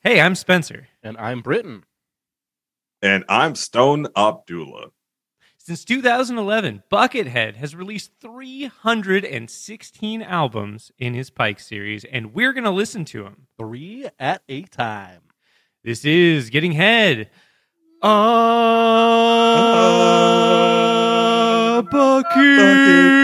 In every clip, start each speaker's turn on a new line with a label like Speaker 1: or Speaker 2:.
Speaker 1: Hey, I'm Spencer.
Speaker 2: And I'm Britain.
Speaker 3: And I'm Stone Abdullah.
Speaker 1: Since 2011, Buckethead has released 316 albums in his Pike series, and we're going to listen to them.
Speaker 2: Three at a time.
Speaker 1: This is Getting Head. Uh, Bucket.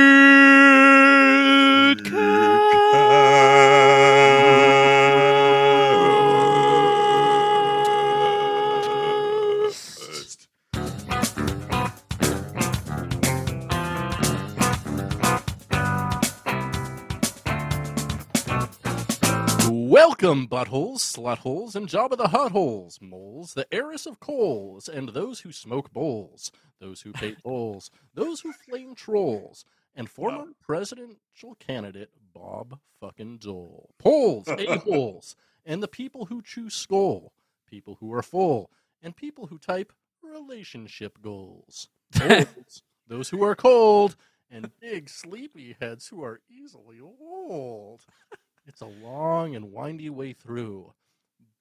Speaker 2: Welcome, buttholes, slutholes, and Jabba the hutholes, moles, the heiress of coals, and those who smoke bowls, those who bait bulls, those who flame trolls, and former presidential candidate Bob fucking Dole. Polls, a-holes, and the people who chew skull, people who are full, and people who type relationship goals. Bowls, those who are cold, and big sleepy heads who are easily old. It's a long and windy way through.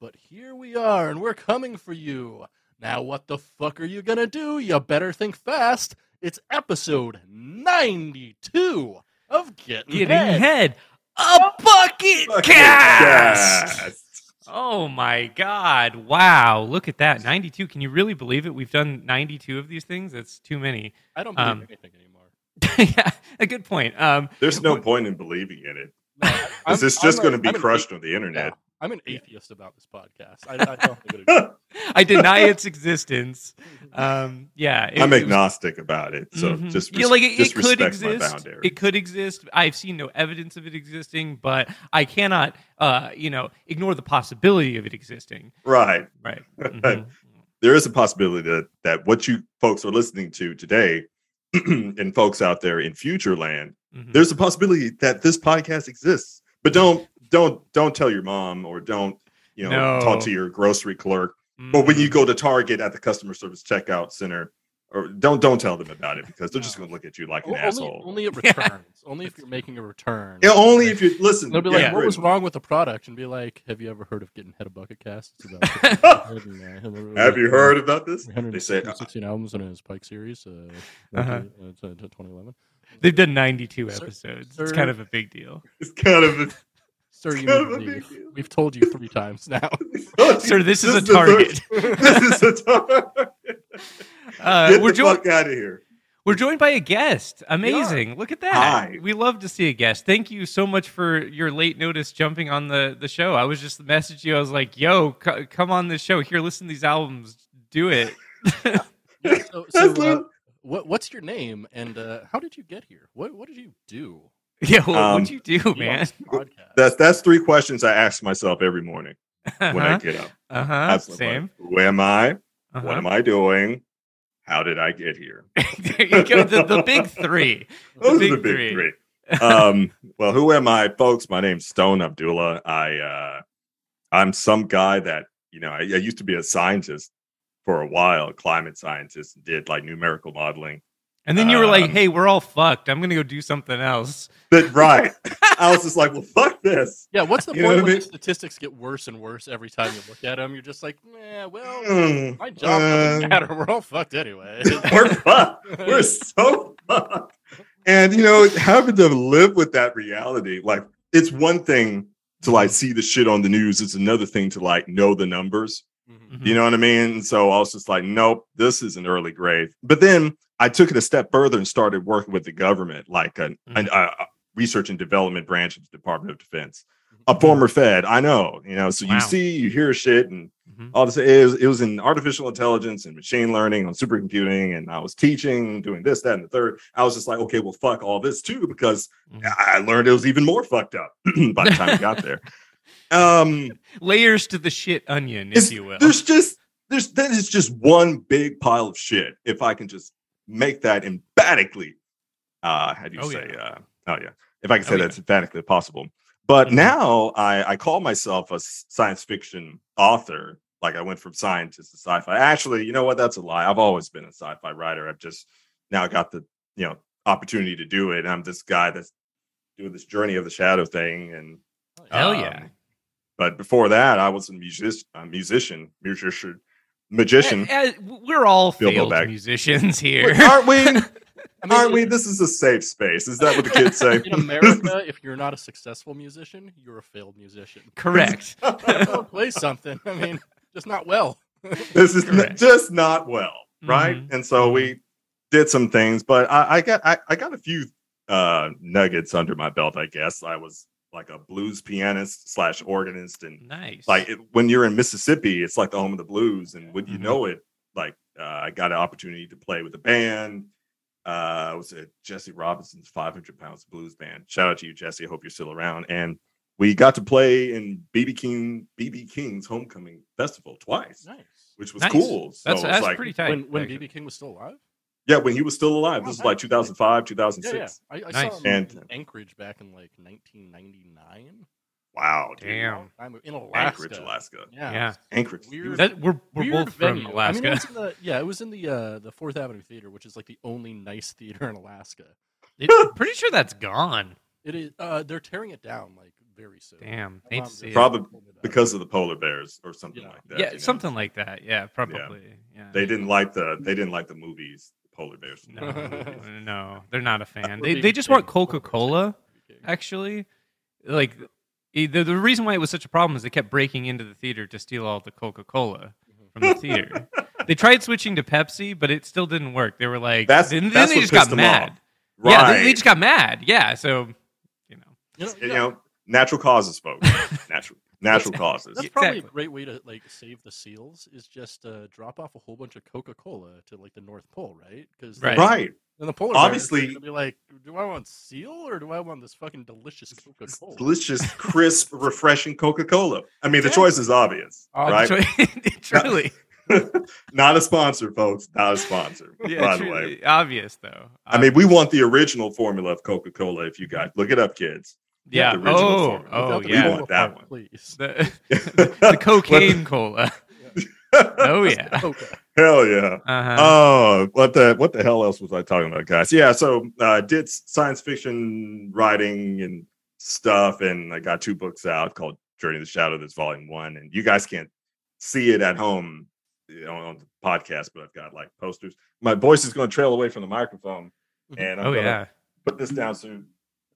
Speaker 2: But here we are, and we're coming for you. Now, what the fuck are you gonna do? You better think fast. It's episode 92 of Getting,
Speaker 1: Getting
Speaker 2: Head.
Speaker 1: Head. A Bucket,
Speaker 3: Bucket
Speaker 1: cast.
Speaker 3: cast.
Speaker 1: Oh my God. Wow. Look at that. 92. Can you really believe it? We've done 92 of these things. That's too many.
Speaker 2: I don't believe
Speaker 1: Um,
Speaker 2: anything anymore.
Speaker 1: yeah, a good point. Um,
Speaker 3: There's no point in believing in it.
Speaker 2: No, I'm-
Speaker 3: Because it's
Speaker 2: I'm
Speaker 3: just
Speaker 2: a-
Speaker 3: going to be
Speaker 2: I'm an
Speaker 3: crushed
Speaker 2: athe-
Speaker 3: on the internet.
Speaker 2: yeah, I'm an atheist about this podcast. I, I don't think it
Speaker 1: I deny its existence. Um, yeah. it-
Speaker 3: I'm
Speaker 1: it was-
Speaker 3: agnostic about it. So
Speaker 1: Mhm.
Speaker 3: just,
Speaker 1: yeah, like it,
Speaker 3: just
Speaker 1: it could
Speaker 3: respect my
Speaker 1: exist.
Speaker 3: boundary.
Speaker 1: It could exist. I've seen no evidence of it existing, but I cannot, uh, you know, ignore the possibility of it existing.
Speaker 3: right.
Speaker 1: Right. Mhm.
Speaker 3: there is a possibility that, that what you folks are listening to today and folks out there in future land,
Speaker 1: Mhm.
Speaker 3: there's a possibility that this podcast exists. But don't don't don't tell your mom or don't you know
Speaker 1: No.
Speaker 3: talk to your grocery clerk
Speaker 1: Mm-hmm.
Speaker 3: or when you go to Target at the customer service checkout center or don't don't tell them about it because they're just
Speaker 1: No.
Speaker 3: going to look at you like an
Speaker 2: only,
Speaker 3: asshole. Only,
Speaker 2: only it
Speaker 1: Yeah.
Speaker 2: returns. Only if you're making a return.
Speaker 3: only if you listen.
Speaker 2: They'll be like,
Speaker 3: yeah,
Speaker 2: "What was
Speaker 3: Brittany.
Speaker 2: wrong with the product?" And be like, "Have you ever heard of getting head a bucket cast?" It's about uh,
Speaker 3: Have you heard about this? They say, uh,
Speaker 2: 316 albums in his Pike series, uh,
Speaker 1: Uh-huh.
Speaker 2: 19, uh, to- to 2011.
Speaker 1: They've done 92
Speaker 2: Sir-
Speaker 1: episodes.
Speaker 2: sir-
Speaker 1: It's kind of a big deal.
Speaker 3: It's kind of a,
Speaker 2: Sir, you
Speaker 3: kind of
Speaker 2: may
Speaker 3: a
Speaker 2: leave.
Speaker 3: big deal.
Speaker 2: We've told you three times now.
Speaker 1: Sir, this is a
Speaker 3: the third- this is a target.
Speaker 1: Uh,
Speaker 3: Get
Speaker 1: we're
Speaker 3: the
Speaker 1: joined.
Speaker 3: fuck out of here.
Speaker 1: We're joined by a guest. Amazing. Look at that.
Speaker 3: Hi.
Speaker 1: We love to see a guest. Thank you so much for your late notice jumping on the, the show. I was just messaging you. I was like, yo, c- come on this show. Here, listen to these albums. Do it.
Speaker 2: Yeah, so, so,
Speaker 3: That's
Speaker 2: uh,
Speaker 3: lit-
Speaker 2: what, what's your name and uh, how did you get here? What What did you do?
Speaker 1: yeah, well,
Speaker 3: Um,
Speaker 1: what'd you do,
Speaker 2: You on
Speaker 1: man?
Speaker 2: this podcast?
Speaker 3: that's that's three questions I ask myself every morning when I
Speaker 1: Uh-huh.
Speaker 3: get up.
Speaker 1: Uh-huh.
Speaker 3: That's
Speaker 1: Same.
Speaker 3: Who am I? What
Speaker 1: Uh-huh.
Speaker 3: am I doing? How did I get here?
Speaker 1: there you go. The, the big three.
Speaker 3: Those
Speaker 1: big
Speaker 3: are the big
Speaker 1: three.
Speaker 3: three. um, well, who am I, folks? My name's Stone Abdullah. I uh, I'm some guy that you know. I, I used to be a scientist for a while, climate scientist, did like numerical modeling.
Speaker 1: And then you were like,
Speaker 3: Um,
Speaker 1: hey, we're all fucked. I'm going to go do something else.
Speaker 3: But right, I was just like, well, fuck this.
Speaker 2: Yeah, what's the
Speaker 3: You know
Speaker 2: point
Speaker 3: what I
Speaker 2: when the
Speaker 3: mean?
Speaker 2: statistics get worse and worse every time you look at them? You're just like, eh, well,
Speaker 3: Mm,
Speaker 2: my job doesn't
Speaker 3: uh,
Speaker 2: matter. We're all fucked anyway.
Speaker 3: we're fucked. We're so fucked. And you know, having to live with that reality, like it's one thing to like see the shit on the news. It's another thing to like know the numbers.
Speaker 2: Mhm.
Speaker 1: Mhm.
Speaker 3: You know what I mean? So I was just like, nope, this is an early grave. But then I took it a step further and started working with the government, like an, an, a a research and development branch of the Department of Defense. A former Fed, I know, you know. So
Speaker 1: Wow.
Speaker 3: you see, you hear shit, and
Speaker 1: Mhm.
Speaker 3: all this. It was, it was in artificial intelligence and machine learning on supercomputing, and I was teaching, doing this, that, and the third. I was just like, okay, well, fuck all this too, because
Speaker 1: Mhm.
Speaker 3: I learned it was even more fucked up by the time I got there. Um,
Speaker 1: Layers to the shit onion, if
Speaker 3: It's-
Speaker 1: you will. Eh,
Speaker 3: there's just there's that is just one big pile of shit. If I can just make that emphatically, uh, how do you
Speaker 1: Oh,
Speaker 3: say?
Speaker 1: yeah.
Speaker 3: Uh, oh yeah, if I can say
Speaker 1: Oh,
Speaker 3: that's emphatically possible. But
Speaker 1: Mhm.
Speaker 3: now I, I call myself a s- science fiction author. Like I went from scientist to sci-fi. Actually, you know what? That's a lie. I've always been a sci-fi writer. I've just now got the you know opportunity to do
Speaker 2: Mm-hmm.
Speaker 3: it. And I'm this guy that's doing this journey of the shadow thing and
Speaker 1: Hell
Speaker 3: um,
Speaker 1: yeah.
Speaker 3: But before that, I was a music, a musician, musician, magician.
Speaker 1: Eh, eh, we're all
Speaker 3: Bilbo
Speaker 1: failed
Speaker 3: back.
Speaker 1: musicians here.
Speaker 3: Wait, aren't we?
Speaker 2: I mean,
Speaker 3: Aren't we? This is a safe space. Is that what the kids say?
Speaker 2: in America, if you're not a successful musician, you're a failed musician.
Speaker 1: Correct.
Speaker 2: You don't play something. I mean, just not well.
Speaker 3: this is
Speaker 1: Correct.
Speaker 3: just not well, right?
Speaker 1: Mhm.
Speaker 3: And so we did some things, but I, I got I, I got a few uh, nuggets under my belt. I guess I was like a blues pianist slash organist, and
Speaker 1: Nice.
Speaker 3: like it, when you're in Mississippi, it's like the home of the blues, and would you
Speaker 1: Mhm.
Speaker 3: know it? Like uh, I got an opportunity to play with a band. Uh, it was a Jesse Robinson's 500 Pounds of Blues Band. Shout out to you, Jesse. Hope you're still around. And we got to play in BB King BB King's Homecoming Festival twice
Speaker 2: Nice.
Speaker 3: which was
Speaker 1: Nice.
Speaker 3: cool. So
Speaker 1: that's
Speaker 3: it was
Speaker 1: that's
Speaker 3: like,
Speaker 1: pretty tight.
Speaker 2: When when
Speaker 1: actually.
Speaker 2: BB King was still alive.
Speaker 3: yeah, when he was still alive.
Speaker 2: Oh,
Speaker 3: This was
Speaker 2: nice.
Speaker 3: like 2005,
Speaker 2: Yeah,
Speaker 3: 2006.
Speaker 2: yeah. I, I saw
Speaker 1: Nice.
Speaker 2: him in
Speaker 3: And-
Speaker 2: Anchorage back in like 1999.
Speaker 3: Wow, dude.
Speaker 1: Damn.
Speaker 2: I'm in Alaska.
Speaker 3: Anchorage, Alaska.
Speaker 2: Yeah.
Speaker 1: Yeah.
Speaker 3: Anchorage.
Speaker 2: Weird.
Speaker 3: He was-
Speaker 1: That, we're we're
Speaker 2: Weird
Speaker 1: both
Speaker 2: venue.
Speaker 1: from
Speaker 2: I mean, it
Speaker 1: Alaska.
Speaker 2: was in the, yeah, it was in the uh, the Fourth Avenue Theater, which is like the only nice theater in Alaska.
Speaker 1: It- pretty sure that's gone.
Speaker 2: It is. Uh, they're tearing it down like very soon.
Speaker 1: Damn.
Speaker 2: My
Speaker 1: Hate
Speaker 2: mom
Speaker 1: to
Speaker 2: just
Speaker 1: see it.
Speaker 3: Probably
Speaker 2: told me that.
Speaker 3: because of the polar bears or something
Speaker 2: Yeah.
Speaker 3: like that.
Speaker 1: yeah,
Speaker 3: you know?
Speaker 1: something like that. Yeah, probably. Yeah.
Speaker 3: They didn't like the they didn't like the movies, the polar bears.
Speaker 1: No, no, they're not a fan.
Speaker 2: We're
Speaker 1: They
Speaker 2: BB
Speaker 1: they just want
Speaker 2: King. We're BB
Speaker 1: Coca Cola.
Speaker 2: King.
Speaker 1: Actually, like the, the reason why it was such a problem is they kept breaking into the theater to steal all the Coca Cola
Speaker 3: Mm-hmm.
Speaker 1: from the theater. they tried switching to Pepsi, but it still didn't work. They were like,
Speaker 3: That's-
Speaker 1: then, then
Speaker 3: that's
Speaker 1: they
Speaker 3: what
Speaker 1: just got
Speaker 3: pissed them
Speaker 1: mad.
Speaker 3: Right.
Speaker 1: Yeah, they, they just got mad. Yeah, so you know,
Speaker 2: You know,
Speaker 3: you
Speaker 2: yeah,
Speaker 3: know, natural causes, folks. natural natural causes.
Speaker 2: that's
Speaker 1: Yeah,
Speaker 2: probably
Speaker 1: exactly.
Speaker 2: a great way to like save the seals is just uh, drop off a whole bunch of Coca Cola to like the North Pole, right? Because
Speaker 1: Right.
Speaker 3: Right.
Speaker 2: And the polar bears are
Speaker 3: Obviously-
Speaker 2: gonna be like, do I want seal or do I want this fucking delicious Coca Cola?
Speaker 3: Delicious, crisp, refreshing Coca-Cola. I mean, the
Speaker 2: Yeah.
Speaker 3: choice is obvious,
Speaker 2: Uh,
Speaker 3: right?
Speaker 1: truly,
Speaker 3: Not a sponsor, folks. Not a sponsor.
Speaker 1: yeah,
Speaker 3: by the way,
Speaker 1: truly. Uh, obvious though.
Speaker 3: I mean, we want the original formula of Coca Cola. If you guys look it up, kids.
Speaker 1: yeah.
Speaker 3: the original
Speaker 1: Oh,
Speaker 3: formula.
Speaker 1: oh,
Speaker 3: We
Speaker 1: yeah.
Speaker 3: want that one.
Speaker 2: please.
Speaker 1: The, the cocaine cola. Oh yeah.
Speaker 2: Coca.
Speaker 3: hell yeah.
Speaker 1: Uh-huh.
Speaker 3: Oh, what the what the hell else was I talking about, guys? Yeah, so uh, did s- science fiction writing and stuff, and I got two books out called Journey to the Shadow. That's volume one, and you guys can't see it at home you know, on the podcast, but I've got like posters. My voice is going to trail away from the microphone,
Speaker 2: Mhm.
Speaker 3: and I'm
Speaker 1: oh
Speaker 3: gonna
Speaker 1: yeah.
Speaker 3: put this down so at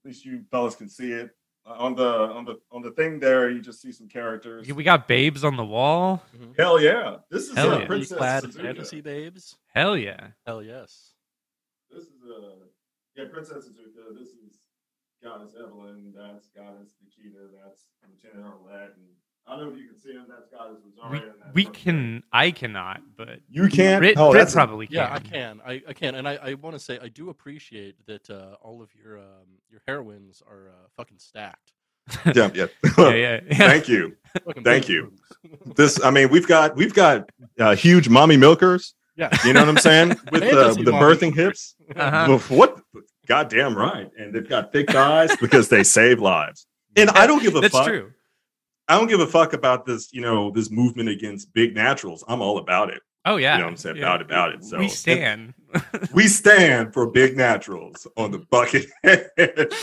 Speaker 3: least you fellas can see it. Uh, on the on the on the thing there, you just see some characters.
Speaker 1: We got babes on the wall.
Speaker 2: Mhm.
Speaker 3: Hell yeah! This is
Speaker 2: Oh,
Speaker 1: Hell
Speaker 3: a
Speaker 1: yeah.
Speaker 3: princess.
Speaker 2: clad in
Speaker 3: Azuka.
Speaker 2: fantasy babes.
Speaker 1: Hell yeah.
Speaker 2: Hell yes.
Speaker 3: This is a yeah, Princess Azuka. This is Goddess Evelyn. That's Goddess Nikita. That's Lieutenant Arlette. And I don't know if you can see him. That's Goddess
Speaker 1: We,
Speaker 3: Rosaria. and that's
Speaker 1: we
Speaker 3: Rosaria.
Speaker 1: can. I cannot. But
Speaker 3: You can't.
Speaker 1: Brit,
Speaker 3: oh,
Speaker 1: Brit
Speaker 3: that's a-
Speaker 1: probably can.
Speaker 2: Yeah, I can. I, I can, and I, I want to say I do appreciate that uh, all of your um, your heroines are uh, fucking stacked.
Speaker 3: yeah, yeah.
Speaker 1: yeah, yeah, yeah.
Speaker 3: Thank you.
Speaker 2: Fucking
Speaker 3: Thank
Speaker 2: big
Speaker 3: you.
Speaker 2: boobs.
Speaker 3: This, I mean, we've got we've got uh, huge mommy milkers.
Speaker 2: yeah.
Speaker 3: You know what I'm saying? With uh, the,
Speaker 2: Fantasy
Speaker 3: the
Speaker 2: mommy
Speaker 3: birthing hips.
Speaker 1: Uh-huh.
Speaker 3: Well, What? Goddamn right. And they've got thick thighs because they save lives. And I don't give a
Speaker 1: That's
Speaker 3: fuck.
Speaker 1: true.
Speaker 3: I don't give a fuck about this, you know, this movement against big naturals. I'm all about it.
Speaker 1: Oh yeah.
Speaker 3: You know what I'm saying?
Speaker 1: Yeah.
Speaker 3: About it, about it. So
Speaker 1: we stand.
Speaker 3: and we stand for big naturals on the bucket.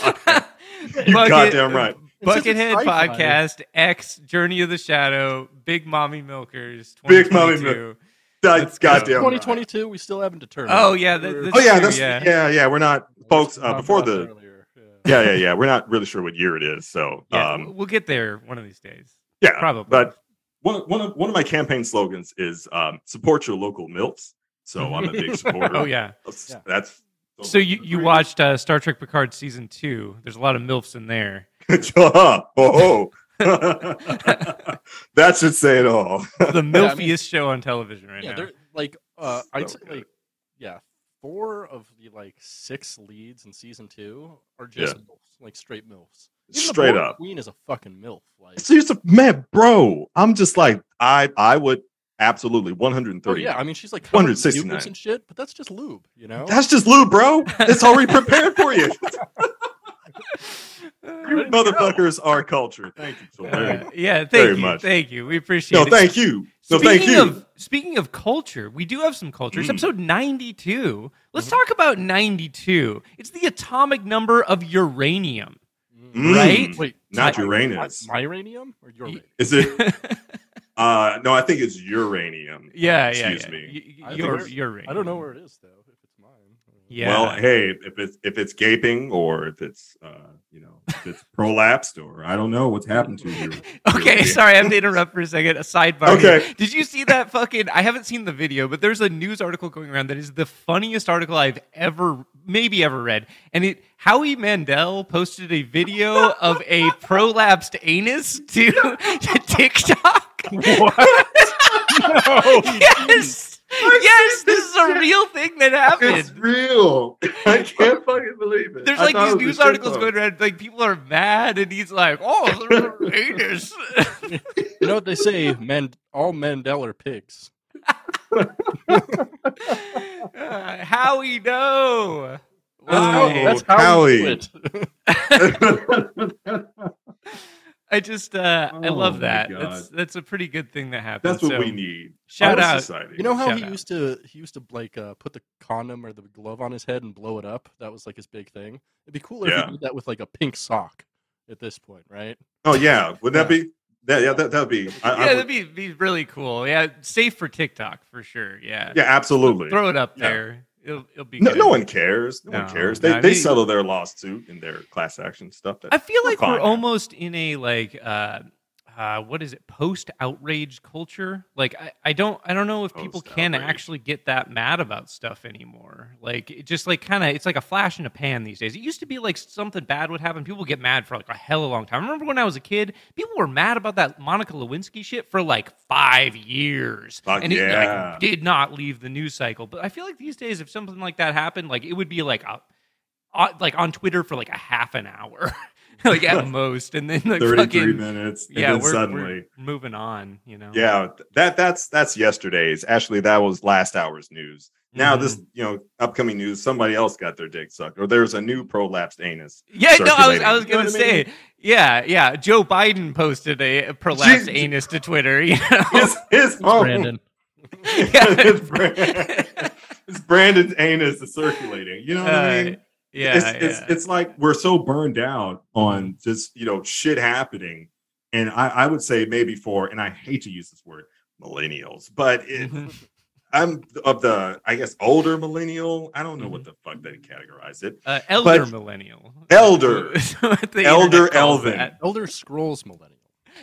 Speaker 1: Bucket-
Speaker 3: goddamn right.
Speaker 2: It's just a
Speaker 1: Buckethead
Speaker 2: sci-fi.
Speaker 1: podcast X Journey of the Shadow Big Mommy Milkers.
Speaker 3: Big Mommy
Speaker 1: 2022.
Speaker 3: That's
Speaker 1: Let's go.
Speaker 3: goddamn right.
Speaker 2: 2022, we still haven't determined.
Speaker 1: Oh, yeah, that-
Speaker 2: We're-
Speaker 1: that's
Speaker 3: Oh yeah,
Speaker 1: true,
Speaker 3: that's yeah,
Speaker 1: yeah.
Speaker 3: yeah. We're not, folks.
Speaker 2: Talked
Speaker 3: Uh, before
Speaker 2: about that
Speaker 3: the
Speaker 2: earlier, yeah.
Speaker 3: yeah, yeah, yeah. We're not really sure what year it is. So
Speaker 1: Yeah,
Speaker 3: um,
Speaker 1: we'll- we'll get there one of these days.
Speaker 3: Yeah,
Speaker 1: Probably.
Speaker 3: But one one of one of my campaign slogans is um, support your local milfs. So I'm a big supporter.
Speaker 1: Oh yeah.
Speaker 3: That's,
Speaker 2: Yeah.
Speaker 3: that's
Speaker 1: So you, you watched uh, Star Trek Picard season two. There's a lot of milfs in there.
Speaker 3: oh, oh. that should say it all.
Speaker 1: The
Speaker 2: Yeah, I
Speaker 1: milfiest
Speaker 2: mean-
Speaker 1: show on television right
Speaker 2: yeah,
Speaker 1: now.
Speaker 2: they're like uh, I'd
Speaker 3: So
Speaker 2: say
Speaker 3: good.
Speaker 2: like yeah, four of the like six leads in season two are just milfs, like straight milfs. Even the
Speaker 3: Straight
Speaker 2: Borg
Speaker 3: up.
Speaker 2: Queen is a fucking milf. Like
Speaker 3: So you're sup- man, bro. I'm just like I I would absolutely 130.
Speaker 2: oh, yeah, I mean she's like covered in
Speaker 3: 169.
Speaker 2: mucus and shit, but that's just lube, you know.
Speaker 3: That's just lube, bro. It's already prepared for you. You motherfuckers are cultured. Thank you so very
Speaker 1: Uh,
Speaker 3: much.
Speaker 1: yeah, thank
Speaker 3: Very
Speaker 1: you,
Speaker 3: much.
Speaker 1: thank you. We appreciate
Speaker 3: No,
Speaker 1: it.
Speaker 3: thank you. No,
Speaker 1: speaking
Speaker 3: thank you.
Speaker 1: Of, speaking of culture, we do have some culture. It's
Speaker 3: Mm. Mm-hmm.
Speaker 1: episode 92. Let's
Speaker 2: Mhm.
Speaker 1: talk about 92. It's the atomic number of uranium.
Speaker 2: Mm.
Speaker 3: Mm,
Speaker 1: Right?
Speaker 2: Wait,
Speaker 3: Not
Speaker 2: my-
Speaker 3: Uranus.
Speaker 2: My, uranium or uranium?
Speaker 3: Is it? Uh, no, I think it's uranium.
Speaker 1: yeah, yeah.
Speaker 3: Excuse
Speaker 1: yeah.
Speaker 3: me.
Speaker 1: Y- y-
Speaker 2: I think
Speaker 1: You're,
Speaker 2: it's-
Speaker 1: you're right.
Speaker 2: I don't know where it is though. If it's mine.
Speaker 1: Yeah.
Speaker 3: Well, hey, if it's if it's gaping or if it's uh, you know if it's prolapsed or I don't know what's happened to you.
Speaker 1: Okay, sorry, I have to interrupt for a second. A sidebar.
Speaker 3: Okay.
Speaker 1: here. Did you see that fucking? I haven't seen the video, but there's a news article going around that is the funniest article I've ever, maybe ever read. And it Howie Mandel posted a video of a prolapsed anus to, to TikTok.
Speaker 2: What? no.
Speaker 1: Yes, yes, this is a real thing that
Speaker 3: It's
Speaker 1: happened.
Speaker 3: real. I can't fucking believe it.
Speaker 1: There's
Speaker 3: I
Speaker 1: like
Speaker 3: thought it
Speaker 1: these
Speaker 3: was a
Speaker 1: news
Speaker 3: shit
Speaker 1: articles
Speaker 3: post.
Speaker 1: going around, like people are mad, and he's like, "Oh, anus."
Speaker 2: You know what they say? Men, all Mandel are pigs.
Speaker 1: uh, Howie, no.
Speaker 3: Wow.
Speaker 1: Why?
Speaker 3: Oh, That's how we Howie.
Speaker 1: I just uh, I
Speaker 3: Oh
Speaker 1: love
Speaker 3: my
Speaker 1: that.
Speaker 3: God.
Speaker 1: That's that's a pretty good thing that happened.
Speaker 3: That's what
Speaker 1: So,
Speaker 3: we need.
Speaker 1: Shout
Speaker 3: Our
Speaker 1: out.
Speaker 3: Society.
Speaker 2: You know how
Speaker 1: Shout
Speaker 2: he
Speaker 1: out.
Speaker 2: used to he used to like uh, put the condom or the glove on his head and blow it up. That was like his big thing. It'd be cooler if
Speaker 3: Yeah.
Speaker 2: he did that with like a pink sock. At this point, right?
Speaker 3: Oh yeah, would that be? That, yeah, that that'd be. I,
Speaker 1: Yeah,
Speaker 3: I
Speaker 1: that'd
Speaker 3: would,
Speaker 1: be, be really cool. Yeah, safe for TikTok for sure. Yeah,
Speaker 3: yeah, absolutely.
Speaker 1: throw it up
Speaker 3: Yeah.
Speaker 1: there. It'll, it'll be
Speaker 3: No,
Speaker 1: good.
Speaker 3: no one cares. No, one
Speaker 1: No,
Speaker 3: cares.
Speaker 1: no,
Speaker 3: They,
Speaker 1: I
Speaker 3: they
Speaker 1: mean-
Speaker 3: settle their lawsuit and their class action stuff. That,
Speaker 1: I feel like
Speaker 3: fine.
Speaker 1: we're almost in a like uh, uh, what is it? Post outrage culture. Like I, I don't I don't know if people can
Speaker 3: Post-outrage.
Speaker 1: actually get that mad about stuff anymore. Like it just like kind of it's like a flash in a pan these days. It used to be like something bad would happen, people would get mad for like a hell of a long time. I remember when I was a kid, people were mad about that Monica Lewinsky shit for like five years,
Speaker 3: Fuck
Speaker 1: and it
Speaker 3: yeah.
Speaker 1: like did not leave the news cycle. But I feel like these days, if something like that happened, like it would be like a on, like on Twitter for like a half an hour, like at most, and then like
Speaker 3: Thirty-three
Speaker 1: fucking
Speaker 3: minutes, and
Speaker 1: yeah,
Speaker 3: then
Speaker 1: we're,
Speaker 3: suddenly.
Speaker 1: we're moving on, you know.
Speaker 3: Yeah, th- that that's that's yesterday's. Actually, that was last hour's news. Now
Speaker 1: Mhm.
Speaker 3: this, you know, upcoming news. Somebody else got their dick sucked, or there's a new prolapsed anus.
Speaker 1: Yeah, no, I was, I was
Speaker 3: circulating. You know
Speaker 1: gonna
Speaker 3: what I
Speaker 1: say, yeah, yeah. Joe Biden posted a, a prolapsed
Speaker 3: Je-
Speaker 1: anus to Twitter. You know?
Speaker 3: It's, it's oh,
Speaker 2: Brandon.
Speaker 3: it's, Brandon. it's Brandon's anus is circulating. You know what I
Speaker 1: Uh,
Speaker 3: mean?
Speaker 1: yeah,
Speaker 3: it's, it's it's like we're so burned out on just you know shit happening, and I I would say maybe for and I hate to use this word millennials, but
Speaker 1: yeah.
Speaker 3: it, I'm of the I guess older millennial. I don't know what the
Speaker 1: Mm-hmm.
Speaker 3: fuck they categorize it.
Speaker 1: Uh, elder
Speaker 3: But-
Speaker 1: millennial,
Speaker 3: Elder.
Speaker 1: That's what the
Speaker 3: Elder
Speaker 1: internet calls
Speaker 3: Elvin.
Speaker 1: that.
Speaker 2: Elder Scrolls millennial.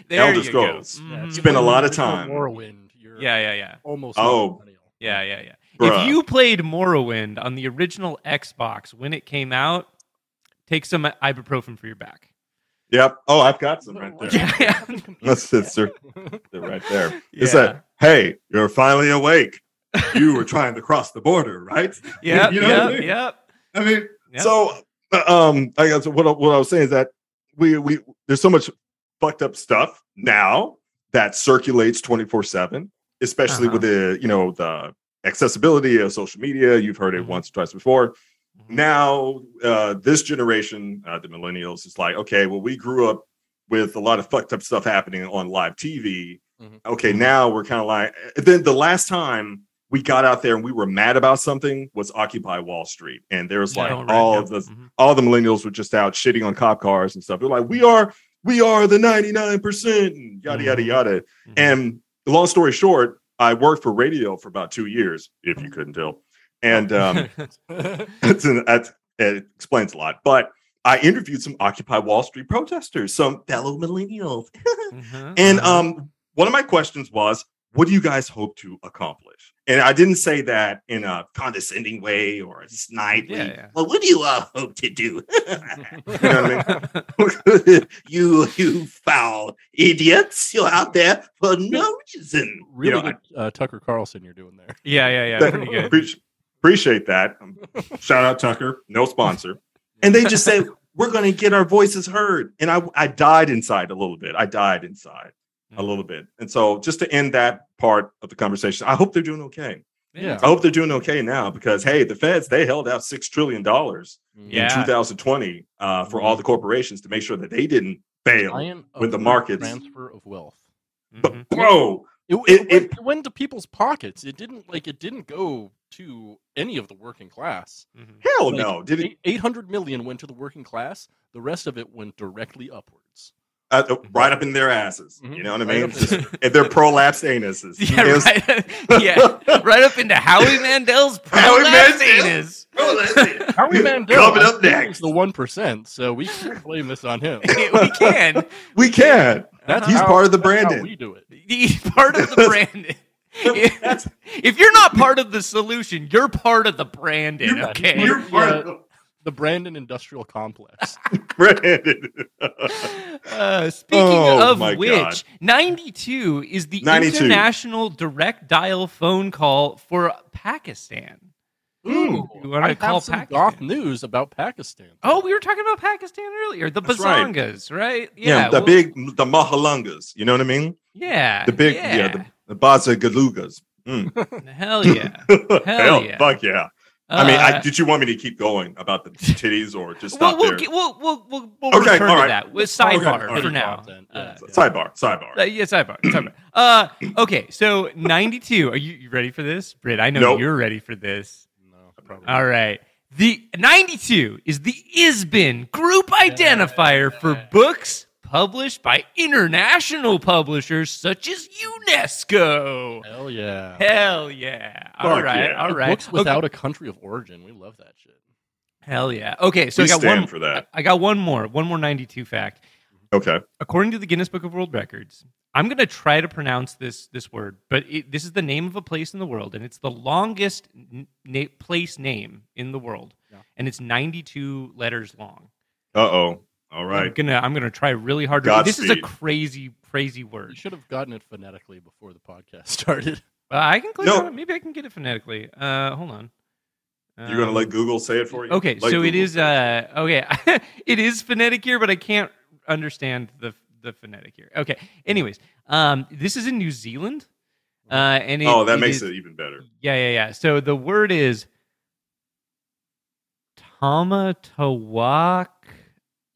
Speaker 1: There
Speaker 3: Elder
Speaker 1: you go.
Speaker 3: Scrolls.
Speaker 2: Yeah,
Speaker 1: Mhm.
Speaker 2: it's
Speaker 3: Spend a
Speaker 2: like
Speaker 3: lot of
Speaker 2: you're in a
Speaker 3: time.
Speaker 2: Whirlwind. You're
Speaker 1: Yeah, yeah, yeah.
Speaker 2: Almost.
Speaker 3: Oh.
Speaker 2: millennial.
Speaker 1: Yeah, yeah, yeah.
Speaker 3: Bruh.
Speaker 1: If you played Morrowind on the original Xbox when it came out, take some ibuprofen for your back.
Speaker 3: Yep. Oh, I've got some right there.
Speaker 1: Yeah, yeah.
Speaker 3: That's it, sir. They're right there. It's
Speaker 1: Yeah.
Speaker 3: that hey, you're finally awake. You were trying to cross the border, right?
Speaker 1: Yep,
Speaker 3: You know what I
Speaker 1: yep,
Speaker 3: mean?
Speaker 1: yep.
Speaker 3: I mean,
Speaker 1: Yeah.
Speaker 3: so uh, um, I guess what I- what I was saying is that we we there's so much fucked up stuff now that circulates 24 seven, especially
Speaker 1: Uh-huh.
Speaker 3: with the you know the accessibility of social media. You've heard it
Speaker 1: Mhm.
Speaker 3: once or twice before.
Speaker 1: Mhm.
Speaker 3: Now uh, this generation, uh, the millennials, is like, okay, well, we grew up with a lot of fucked up stuff happening on live TV.
Speaker 2: Mhm.
Speaker 3: Okay, now we're kind of like then the last time we got out there and we were mad about something was Occupy Wall Street, and there was
Speaker 1: Yeah,
Speaker 3: like
Speaker 2: Oh,
Speaker 1: all right,
Speaker 3: all
Speaker 1: yeah.
Speaker 3: of the
Speaker 1: Mhm.
Speaker 3: all the millennials were just out shitting on cop cars and stuff. They're like, we are we are the ninety nine percent, yada yada
Speaker 1: Mhm.
Speaker 3: yada.
Speaker 1: Mhm.
Speaker 3: And long story short, I worked for radio for about two years, if you couldn't tell, and um, that's an, that's, it explains a lot. But I interviewed some Occupy Wall Street protesters, some fellow millennials,
Speaker 1: Mhm,
Speaker 3: and
Speaker 1: mhm.
Speaker 3: um, one of my questions was, "What do you guys hope to accomplish?" And I didn't say that in a condescending way or a snide
Speaker 1: Yeah,
Speaker 3: way.
Speaker 1: yeah.
Speaker 3: Well, what do you all hope to do? You know what I mean? you you foul idiots! You're out there for no reason.
Speaker 2: really
Speaker 3: you know,
Speaker 2: good uh, Tucker Carlson you're doing there.
Speaker 1: yeah, yeah, yeah.
Speaker 3: That-
Speaker 1: Pretty
Speaker 3: I
Speaker 1: good.
Speaker 3: appreci- appreciate that. Um, Shout out Tucker, no sponsor. And they just say we're going to get our voices heard. And I I died inside a little bit. I died inside a
Speaker 1: Mm.
Speaker 3: little bit. And so just to end that part of the conversation, I hope they're doing okay.
Speaker 2: Yeah.
Speaker 3: I hope they're doing okay now because hey, the feds they held out six trillion dollars
Speaker 1: Yeah. Mm-hmm.
Speaker 3: in 2020 uh, for all the corporations
Speaker 2: Mm-hmm.
Speaker 3: to make sure that they didn't fail.
Speaker 2: Giant
Speaker 3: With the
Speaker 2: of
Speaker 3: markets.
Speaker 2: transfer of wealth.
Speaker 1: Mhm.
Speaker 3: But bro,
Speaker 2: It, it,
Speaker 3: It-
Speaker 2: went, it went to people's pockets. It didn't like it didn't go to any of the working class.
Speaker 1: Mhm.
Speaker 3: Hell
Speaker 2: Like,
Speaker 3: Oh, no. Did it?
Speaker 2: Eight- 800 million went to the working class. The rest of it went directly upwards.
Speaker 3: Uh, uh, right up in their asses.
Speaker 1: Mm-hmm.
Speaker 2: Mhm.
Speaker 3: You know what I
Speaker 2: Right up
Speaker 3: mean?
Speaker 2: there.
Speaker 3: if they're prolapsed anuses.
Speaker 1: Yeah,
Speaker 3: It was-
Speaker 1: right. yeah, right up into Howie Mandel's
Speaker 3: Howie
Speaker 1: prolapse
Speaker 3: Mandel?
Speaker 1: anus.
Speaker 3: Oh,
Speaker 2: Howie Mandel
Speaker 3: Coming
Speaker 2: I
Speaker 3: up
Speaker 2: think,
Speaker 3: next.
Speaker 2: is the one percent, so we can blame this on him.
Speaker 1: we can.
Speaker 3: We can.
Speaker 2: That's
Speaker 3: He's
Speaker 2: how-
Speaker 3: part of the
Speaker 2: that's how
Speaker 3: Brandon.
Speaker 2: We do it.
Speaker 1: He's part of the brand. If, if you're not part of the solution, you're part of the Brandon.
Speaker 2: You're-
Speaker 1: Okay.
Speaker 2: you're- part of The Brandon Industrial Complex.
Speaker 3: Brandon.
Speaker 1: Uh, speaking
Speaker 3: Oh,
Speaker 1: of
Speaker 3: my
Speaker 1: which,
Speaker 3: God.
Speaker 1: 92 is the
Speaker 3: 92.
Speaker 1: international direct dial phone call for Pakistan.
Speaker 2: Ooh,
Speaker 1: you wanna
Speaker 2: I have
Speaker 1: call
Speaker 2: some
Speaker 1: Pakistan?
Speaker 2: goth news about Pakistan.
Speaker 1: Oh, we were talking about Pakistan earlier. The
Speaker 3: That's right.
Speaker 1: Bazangas, right.
Speaker 3: Yeah, the
Speaker 1: well,
Speaker 3: big, the mahalungas. You know what I mean?
Speaker 1: Yeah.
Speaker 3: The big, yeah,
Speaker 1: Yeah.
Speaker 3: the, the baza galugas. Mm.
Speaker 1: Hell yeah.
Speaker 3: Hell,
Speaker 1: yeah.
Speaker 3: fuck yeah. I mean,
Speaker 1: Uh,
Speaker 3: I, did you want me to keep going about the titties or just
Speaker 1: Well,
Speaker 3: stop
Speaker 1: we'll,
Speaker 3: there?
Speaker 1: get- we'll, we'll, we'll, we'll
Speaker 3: Okay,
Speaker 1: return
Speaker 3: all
Speaker 1: to
Speaker 3: right.
Speaker 1: that. With sidebar
Speaker 3: all right.
Speaker 1: for now.
Speaker 2: Content, yeah.
Speaker 1: Uh,
Speaker 3: sidebar, sidebar.
Speaker 1: uh, yeah, sidebar. sidebar. Uh, okay, so 92. Are you, you ready for this? Britt, I know
Speaker 3: Nope.
Speaker 1: you're ready for this.
Speaker 2: No, probably.
Speaker 1: All right. The 92 is the ISBN group identifier for books published by international publishers such as UNESCO.
Speaker 2: Hell yeah.
Speaker 1: Hell yeah. All
Speaker 3: Fuck
Speaker 1: right.
Speaker 3: yeah.
Speaker 1: All right.
Speaker 2: Books without a country of origin. We love that shit.
Speaker 1: Okay, Hell yeah. Okay, so
Speaker 3: we
Speaker 1: I got
Speaker 3: stand
Speaker 1: one
Speaker 3: for that.
Speaker 1: I got one more, one more 92 fact.
Speaker 3: Okay.
Speaker 1: According to the Guinness Book of World Records, I'm going to try to pronounce this this word, but it, this is the name of a place in the world and it's the longest n- na- place name in the world.
Speaker 2: Yeah.
Speaker 1: And it's 92 letters long.
Speaker 3: Uh oh. All
Speaker 1: I'm
Speaker 3: right.
Speaker 1: gonna I'm gonna try really hard. To, this is a
Speaker 3: Godspeed.
Speaker 1: crazy crazy
Speaker 2: You
Speaker 1: word.
Speaker 2: should have gotten it phonetically before the podcast started.
Speaker 1: Uh, I can click
Speaker 3: No.
Speaker 1: on it. Maybe I can get it phonetically. Uh, hold on.
Speaker 3: You're gonna
Speaker 1: Um,
Speaker 3: let Google say it for you.
Speaker 1: Okay,
Speaker 3: Let
Speaker 1: so it
Speaker 3: Google
Speaker 1: is.
Speaker 3: say it.
Speaker 1: Uh, okay, it is phonetic here, but I can't understand the the phonetic here. Okay. Anyways, um, this is in New Zealand, uh, and it,
Speaker 3: oh, that makes
Speaker 1: is-
Speaker 3: it even better.
Speaker 1: Yeah, yeah, yeah. So the word is tamatawak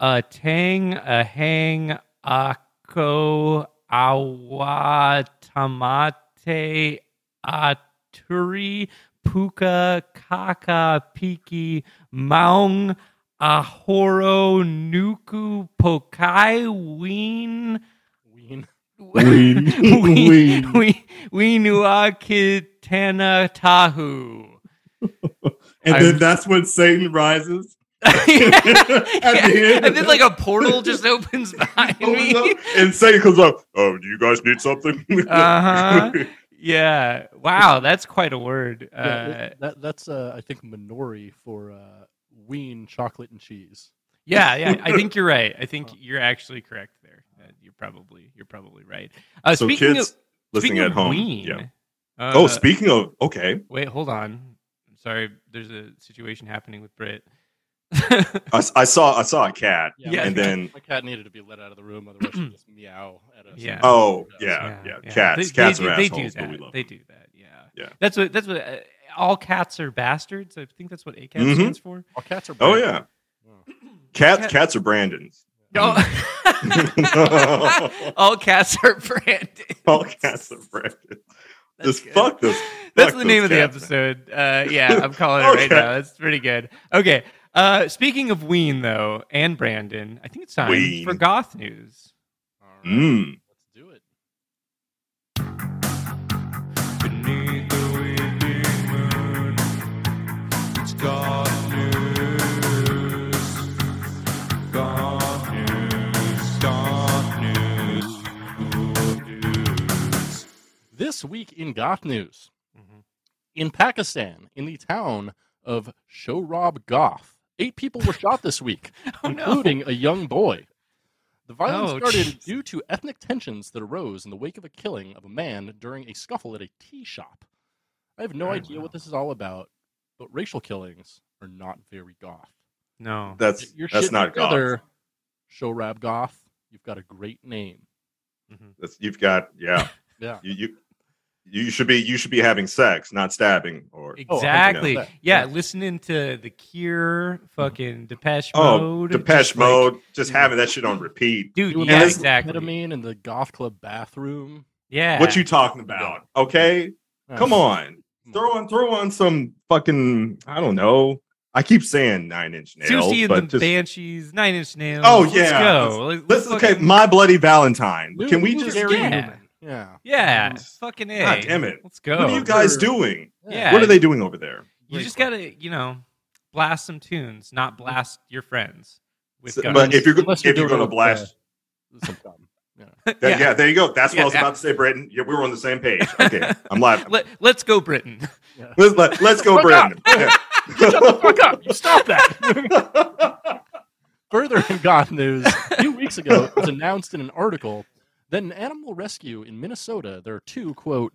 Speaker 1: a tang a hang ako awatamate aturi puka kaka piki maung ahoro nuku pokai ween
Speaker 2: Ween.
Speaker 1: Ween. Ween. Ween. Kitana Tahu.
Speaker 3: And
Speaker 1: I'm-
Speaker 3: then that's when Satan rises. the end.
Speaker 1: And then like a portal just opens behind
Speaker 3: Opens
Speaker 1: me.
Speaker 3: up, Oh, and Satan comes up. Oh, do you guys need something?
Speaker 1: Uh-huh. Yeah. Wow, that's quite a word. Uh,
Speaker 2: Yeah, that- that, that's, uh, I think, Minori for uh, Ween chocolate and cheese.
Speaker 1: yeah, yeah. I think you're right. I
Speaker 3: Uh-huh.
Speaker 1: think you're actually correct there. Uh, You're probably you're probably right. Uh,
Speaker 3: so
Speaker 1: speaking
Speaker 3: kids
Speaker 1: of
Speaker 3: listening
Speaker 1: speaking
Speaker 3: at
Speaker 1: of
Speaker 3: home.
Speaker 1: Ween,
Speaker 3: Yeah.
Speaker 1: Uh,
Speaker 3: oh, speaking of okay,
Speaker 1: wait, hold on. I'm sorry. There's a situation happening with Brit.
Speaker 3: I, s- I saw I saw a cat.
Speaker 1: Yeah,
Speaker 2: my
Speaker 1: and
Speaker 2: cat-
Speaker 3: then-
Speaker 2: my cat needed to be let out of the room, otherwise she'd just meow at us.
Speaker 1: Yeah.
Speaker 3: Oh yeah, yeah,
Speaker 1: They-
Speaker 3: cats, cats
Speaker 1: they,
Speaker 3: are
Speaker 1: do- they
Speaker 3: assholes,
Speaker 1: do
Speaker 3: but
Speaker 1: that.
Speaker 3: we love
Speaker 1: they
Speaker 3: them.
Speaker 1: do that. Yeah.
Speaker 3: Yeah.
Speaker 1: That's what. That's what. Uh, all cats are bastards. I think that's what ACAT
Speaker 3: Mhm.
Speaker 1: stands for.
Speaker 2: All cats are
Speaker 3: Oh
Speaker 2: bad.
Speaker 3: yeah,
Speaker 2: Oh.
Speaker 3: cats
Speaker 1: Cat-
Speaker 3: cats are Brandon's. Mm-hmm.
Speaker 1: Oh. all cats are branded.
Speaker 3: All cats are Brandon's.
Speaker 1: That's
Speaker 3: Just
Speaker 1: good.
Speaker 3: fuck this.
Speaker 1: That's
Speaker 3: fuck
Speaker 1: the name of
Speaker 3: those
Speaker 1: the
Speaker 3: cats,
Speaker 1: episode. Uh, yeah, I'm calling it right
Speaker 3: Okay.
Speaker 1: now. It's pretty good. Okay. Uh, speaking of Ween though, and Brandon, I think it's time
Speaker 3: Ween.
Speaker 1: for goth news.
Speaker 2: All
Speaker 1: Uh,
Speaker 2: right,
Speaker 3: Mm.
Speaker 2: Let's do it.
Speaker 1: Beneath the winding moon, it's goth news. Goth news, goth news, news.
Speaker 2: This week in Goth News, in Pakistan, in the town of Shohrab Goth, eight people were shot this week.
Speaker 1: Oh no.
Speaker 2: including a young boy. The violence
Speaker 1: Oh,
Speaker 2: started
Speaker 1: jeez.
Speaker 2: due to ethnic tensions that arose in the wake of a killing of a man during a scuffle at a tea shop. I have no
Speaker 1: Oh,
Speaker 2: idea
Speaker 1: wow.
Speaker 2: what this is all about, but racial killings are not very goth.
Speaker 1: No.
Speaker 3: That's
Speaker 2: You're
Speaker 3: that's
Speaker 2: shitting
Speaker 3: not goth.
Speaker 2: together, Shorab Goth. You've got a great name.
Speaker 3: That's, you've got yeah.
Speaker 2: Yeah.
Speaker 3: You, you you should be you should be having sex, not stabbing or
Speaker 1: Exactly.
Speaker 2: 100%.
Speaker 1: yeah,
Speaker 2: Yeah.
Speaker 1: listening to The Cure, fucking Depeche
Speaker 3: Oh,
Speaker 1: Mode.
Speaker 3: Depeche
Speaker 1: just like-
Speaker 3: Mode. just
Speaker 1: yeah.
Speaker 3: having that shit on repeat.
Speaker 1: dude,
Speaker 2: Doing
Speaker 1: yeah,
Speaker 2: all
Speaker 3: this
Speaker 2: this
Speaker 1: exactly.
Speaker 2: Ketamine in the goth club bathroom.
Speaker 1: Yeah.
Speaker 3: What you talking about? Okay, come on, throw on throw on some fucking I don't know. I keep saying nine inch nails,
Speaker 1: Sushi and the
Speaker 3: but just
Speaker 1: Banshees, Nine Inch Nails.
Speaker 3: Oh,
Speaker 1: Let's
Speaker 3: yeah.
Speaker 1: go. Let's,
Speaker 3: let's
Speaker 1: fucking-
Speaker 3: okay. My bloody Valentine. Can we just?
Speaker 1: Gary
Speaker 2: yeah.
Speaker 1: Newman.
Speaker 2: Yeah.
Speaker 1: Yeah,
Speaker 3: God
Speaker 1: fucking a.
Speaker 3: damn it.
Speaker 1: Let's go.
Speaker 3: What
Speaker 2: Oh,
Speaker 3: are you guys doing?
Speaker 1: Yeah.
Speaker 3: What are they doing over there?
Speaker 1: You just gotta, you know, blast some tunes, not blast your friends. With
Speaker 3: So-
Speaker 1: guns.
Speaker 3: but if you're go-
Speaker 2: Unless
Speaker 3: if you're
Speaker 2: doing
Speaker 3: gonna
Speaker 2: it with,
Speaker 3: blast,
Speaker 2: uh, some gum.
Speaker 3: that- yeah. there you go. That's
Speaker 1: Yeah,
Speaker 3: what I was
Speaker 1: yeah.
Speaker 3: about to say, Brenton. Yeah, we were on the same page. Okay, I'm live.
Speaker 1: Let, let's go, Britain.
Speaker 3: Let's let, let's go,
Speaker 2: Fuck up.
Speaker 3: Brenton. Yeah.
Speaker 2: Shut the fuck up! You stop that. Further in God news, a few weeks ago, it was announced in an article that an animal rescue in Minnesota, there are two quote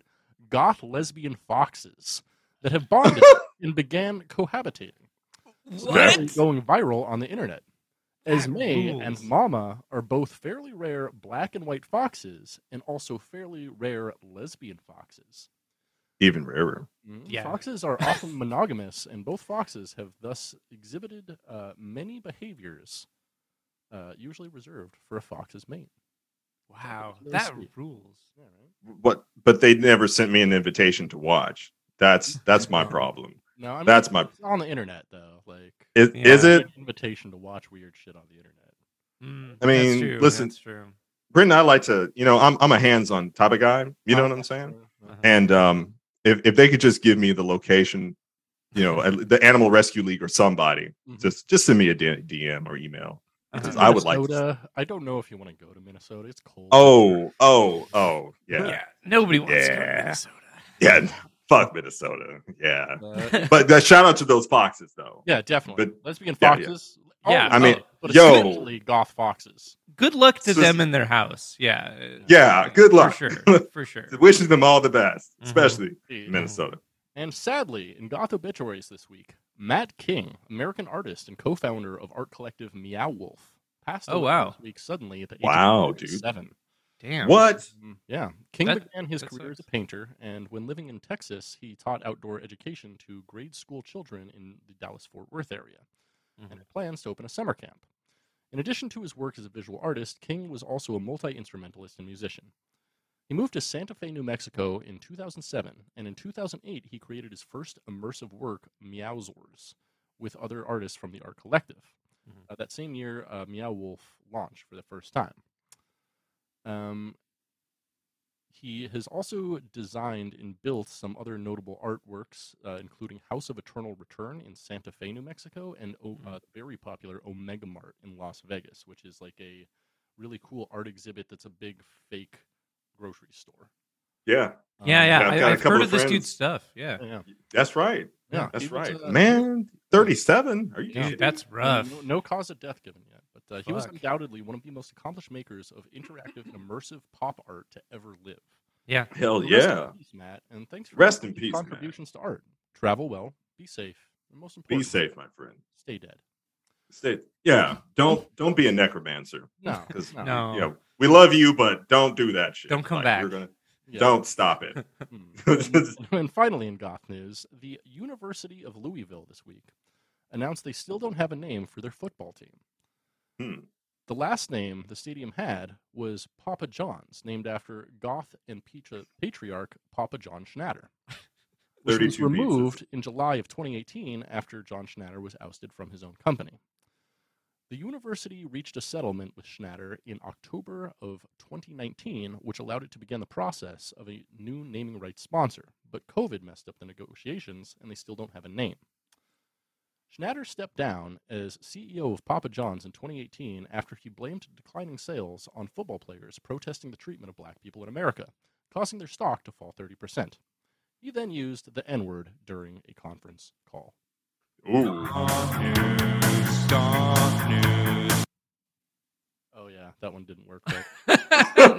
Speaker 2: goth lesbian foxes that have bonded and began cohabitating.
Speaker 1: What?
Speaker 2: apparently going viral on the internet. As
Speaker 1: That
Speaker 2: May and
Speaker 1: rules.
Speaker 2: Mama are both fairly rare black and white foxes and also fairly rare lesbian foxes.
Speaker 3: Even rarer.
Speaker 2: Mm,
Speaker 1: Yeah.
Speaker 2: Foxes are often monogamous, and both foxes have thus exhibited uh, many behaviors uh, usually reserved for a fox's mate.
Speaker 1: Wow,
Speaker 2: Let's
Speaker 1: that
Speaker 2: see.
Speaker 1: rules.
Speaker 2: Yeah, right?
Speaker 3: But but they never sent me an invitation to watch. That's that's my problem.
Speaker 2: No, I mean,
Speaker 3: That's my.
Speaker 2: it's on the internet though. Like,
Speaker 3: Is, is
Speaker 1: Yeah.
Speaker 3: it?
Speaker 2: an invitation to watch weird shit on the internet?
Speaker 1: Mm,
Speaker 3: I mean,
Speaker 1: that's true,
Speaker 3: listen.
Speaker 1: that's true.
Speaker 3: Brendan, I like to, you know, I'm I'm a hands-on type of guy. You know what I'm saying?
Speaker 2: Uh-huh.
Speaker 3: And um, if if they could just give me the location, you
Speaker 1: Uh-huh.
Speaker 3: know, at the Animal Rescue League or somebody,
Speaker 1: Mm-hmm.
Speaker 2: Mhm.
Speaker 3: just just send me a D- DM or email.
Speaker 1: Uh-huh.
Speaker 3: I would like to-
Speaker 2: Minnesota, I don't know if you want to go to Minnesota. It's cold.
Speaker 3: Oh, oh, oh, yeah,
Speaker 1: yeah, nobody wants to go to
Speaker 3: Yeah.
Speaker 1: Minnesota.
Speaker 3: yeah. Fuck Minnesota, yeah.
Speaker 2: Uh,
Speaker 3: But uh, shout out to those foxes, though.
Speaker 2: Yeah, definitely.
Speaker 3: But-
Speaker 2: Lesbian
Speaker 3: yeah, yeah.
Speaker 2: foxes.
Speaker 1: Yeah.
Speaker 2: all
Speaker 1: I
Speaker 3: mean,
Speaker 2: about, but
Speaker 3: yo.
Speaker 2: especially goth foxes.
Speaker 1: Good luck to
Speaker 3: So-
Speaker 1: them in their house. Yeah. uh,
Speaker 3: Yeah, good luck.
Speaker 1: For sure. For sure.
Speaker 3: Wishing them all the best,
Speaker 1: Mhm.
Speaker 3: especially
Speaker 2: Indeed.
Speaker 3: Minnesota.
Speaker 2: And sadly, in goth obituaries this week, Matt King, American artist and co-founder of art collective Meow Wolf, passed
Speaker 1: Oh,
Speaker 2: away
Speaker 1: wow.
Speaker 2: this week suddenly at the age
Speaker 3: Wow,
Speaker 2: of
Speaker 3: dude.
Speaker 2: seven.
Speaker 1: Damn.
Speaker 3: What?
Speaker 2: Mm-hmm. Yeah, King
Speaker 1: That-
Speaker 2: began his
Speaker 1: that
Speaker 2: career as a
Speaker 1: sucks.
Speaker 2: painter, and when living in Texas, he taught outdoor education to grade school children in the Dallas-Fort Worth area,
Speaker 1: Mm-hmm.
Speaker 2: and had plans to open a summer camp. In addition to his work as a visual artist, King was also a multi instrumentalist and musician. He moved to Santa Fe, New Mexico in 2007, and in 2008, he created his first immersive work, Meowzors, with other artists from the Art Collective.
Speaker 1: Mhm.
Speaker 2: Uh, that same year, uh, Meow Wolf launched for the first time. Um, he has also designed and built some other notable artworks, uh, including House of Eternal Return in Santa Fe, New Mexico, and o-
Speaker 1: Mhm.
Speaker 2: uh, very popular Omega Mart in Las Vegas, which is like a really cool art exhibit that's a big fake grocery store. Um,
Speaker 3: Yeah,
Speaker 1: Yeah, yeah.
Speaker 3: I've
Speaker 1: I,
Speaker 3: got a
Speaker 1: I've
Speaker 3: couple
Speaker 1: heard
Speaker 3: of
Speaker 1: of this
Speaker 3: friends-
Speaker 1: dude's stuff. Yeah.
Speaker 2: yeah.
Speaker 3: that's right.
Speaker 2: Yeah,
Speaker 3: That's
Speaker 2: he was,
Speaker 3: right,
Speaker 2: uh,
Speaker 3: man. Thirty-seven? Are you?
Speaker 2: Yeah.
Speaker 3: kidding me?
Speaker 1: Dude, that's
Speaker 2: I
Speaker 1: rough.
Speaker 2: mean, No, no cause of death given yet, but uh, he was
Speaker 1: Fuck.
Speaker 2: undoubtedly one of the most accomplished makers of interactive and immersive pop art to ever live.
Speaker 1: Yeah.
Speaker 3: Hell
Speaker 2: So rest in
Speaker 3: Oh, yeah.
Speaker 2: peace, Matt, and thanks for
Speaker 3: Rest
Speaker 2: your
Speaker 3: in peace, Matt.
Speaker 2: contributions to art. Travel well, be safe, and most
Speaker 3: Be
Speaker 2: importantly,
Speaker 3: safe, my friend.
Speaker 2: Stay dead.
Speaker 3: Stay. Yeah, don't don't be a necromancer.
Speaker 2: No,
Speaker 3: Because
Speaker 2: no,
Speaker 1: No.
Speaker 3: you know, we love you, but don't do that shit.
Speaker 1: Don't come
Speaker 3: We're
Speaker 1: back.
Speaker 3: gonna,
Speaker 2: yeah.
Speaker 3: Don't stop it.
Speaker 2: Mm. and, and finally, in goth news, the University of Louisville this week announced they still don't have a name for their football team.
Speaker 3: Hmm.
Speaker 2: The last name the stadium had was Papa John's, named after goth and patri- patriarch Papa John Schnatter, which was
Speaker 3: 32
Speaker 2: removed in July of 2018 after John Schnatter was ousted from his own company. The university reached a settlement with Schnatter in October of 2019, which allowed it to begin the process of a new naming rights sponsor. But COVID messed up the negotiations, and they still don't have a name. Schnatter stepped down as CEO of Papa John's in 2018 after he blamed declining sales on football players protesting the treatment of black people in America, causing their stock to fall 30%. He then used the N word during a conference call.
Speaker 3: Ooh.
Speaker 2: Oh, yeah, that one didn't work. Right?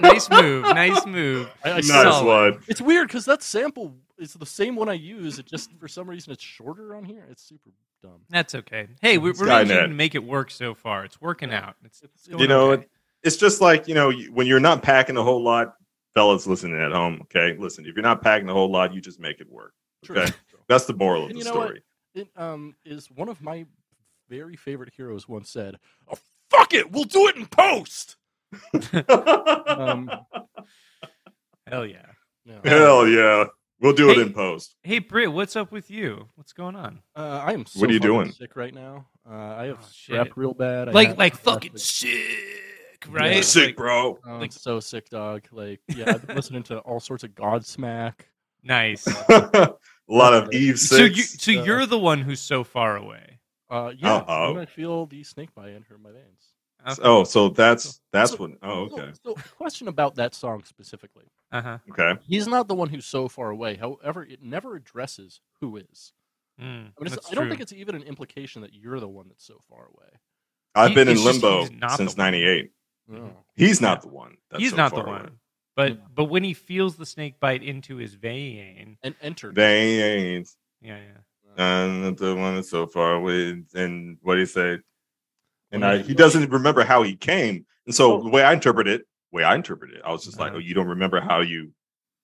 Speaker 1: nice move. Nice move.
Speaker 2: I, I
Speaker 3: Nice
Speaker 2: saw
Speaker 1: Solid.
Speaker 3: one.
Speaker 2: It's weird because that sample is the same one I use. It just for some reason it's shorter on here. It's super dumb.
Speaker 1: That's okay. Hey, we, we're
Speaker 3: Skynet.
Speaker 1: managing to make it work so far. It's working out. It's, it's going
Speaker 3: You know,
Speaker 1: okay.
Speaker 3: It's just like, you know, you- when you're not packing a whole lot, fellas listening at home, okay? Listen, if you're not packing a whole lot, you just make it work. Okay. That's the moral of
Speaker 2: And
Speaker 3: the
Speaker 2: you know what?
Speaker 3: story.
Speaker 2: It um is one of my very favorite heroes once said, "Oh fuck it, we'll do it in post." Um,
Speaker 1: Hell yeah.
Speaker 2: No.
Speaker 3: Hell yeah. We'll do it
Speaker 1: Hey.
Speaker 3: in post.
Speaker 1: Hey Britt, what's up with you? What's going on?
Speaker 2: Uh, I am. So
Speaker 3: What are you
Speaker 2: fucking
Speaker 3: doing?
Speaker 2: Sick right now. Uh, I have
Speaker 1: Oh,
Speaker 2: strep
Speaker 1: shit.
Speaker 2: real bad. I
Speaker 1: Like
Speaker 2: had
Speaker 1: like
Speaker 2: last
Speaker 1: fucking
Speaker 2: week.
Speaker 1: sick, right?
Speaker 2: Yeah.
Speaker 3: Sick,
Speaker 1: Like-
Speaker 3: bro.
Speaker 2: Oh, I'm
Speaker 1: like-
Speaker 2: so sick, dog. Like, yeah, I've been listening to all sorts of Godsmack.
Speaker 1: Nice.
Speaker 3: a lot of Eve six.
Speaker 1: So you so
Speaker 2: Yeah.
Speaker 1: you're the one who's so far away.
Speaker 2: Uh, yeah,
Speaker 3: Uh-oh.
Speaker 2: I'm gonna feel the snake bite enter my veins.
Speaker 3: oh, so that's that's
Speaker 2: So-
Speaker 3: what. Oh,
Speaker 2: So-
Speaker 3: okay,
Speaker 2: So, question about that song specifically.
Speaker 1: Uh-huh.
Speaker 3: okay.
Speaker 2: He's not the one who's so far away. However, it never addresses who is.
Speaker 1: Mm,
Speaker 2: I, mean, it's,
Speaker 1: that's
Speaker 2: I don't
Speaker 1: true.
Speaker 2: think it's even an implication that you're the one that's so far away.
Speaker 3: I've
Speaker 1: He-
Speaker 3: been in
Speaker 1: he's just-
Speaker 3: limbo
Speaker 1: he's not
Speaker 3: since
Speaker 1: the one.
Speaker 3: '98.
Speaker 2: No.
Speaker 3: He's not the one. That's
Speaker 1: he's
Speaker 3: so
Speaker 1: not the
Speaker 3: far
Speaker 1: one.
Speaker 3: away.
Speaker 1: But
Speaker 2: Yeah.
Speaker 1: but when he feels the snake bite into his vein,
Speaker 2: And entered.
Speaker 3: They ain't
Speaker 1: yeah, yeah.
Speaker 3: uh, the one that's so far away. And what do you say? And
Speaker 2: Well,
Speaker 3: I,
Speaker 2: that's-
Speaker 3: he doesn't remember how he came. And so
Speaker 2: Oh.
Speaker 3: the way I interpret it, way I interpret it, I was just like,
Speaker 1: Uh-huh.
Speaker 3: oh, you don't remember how you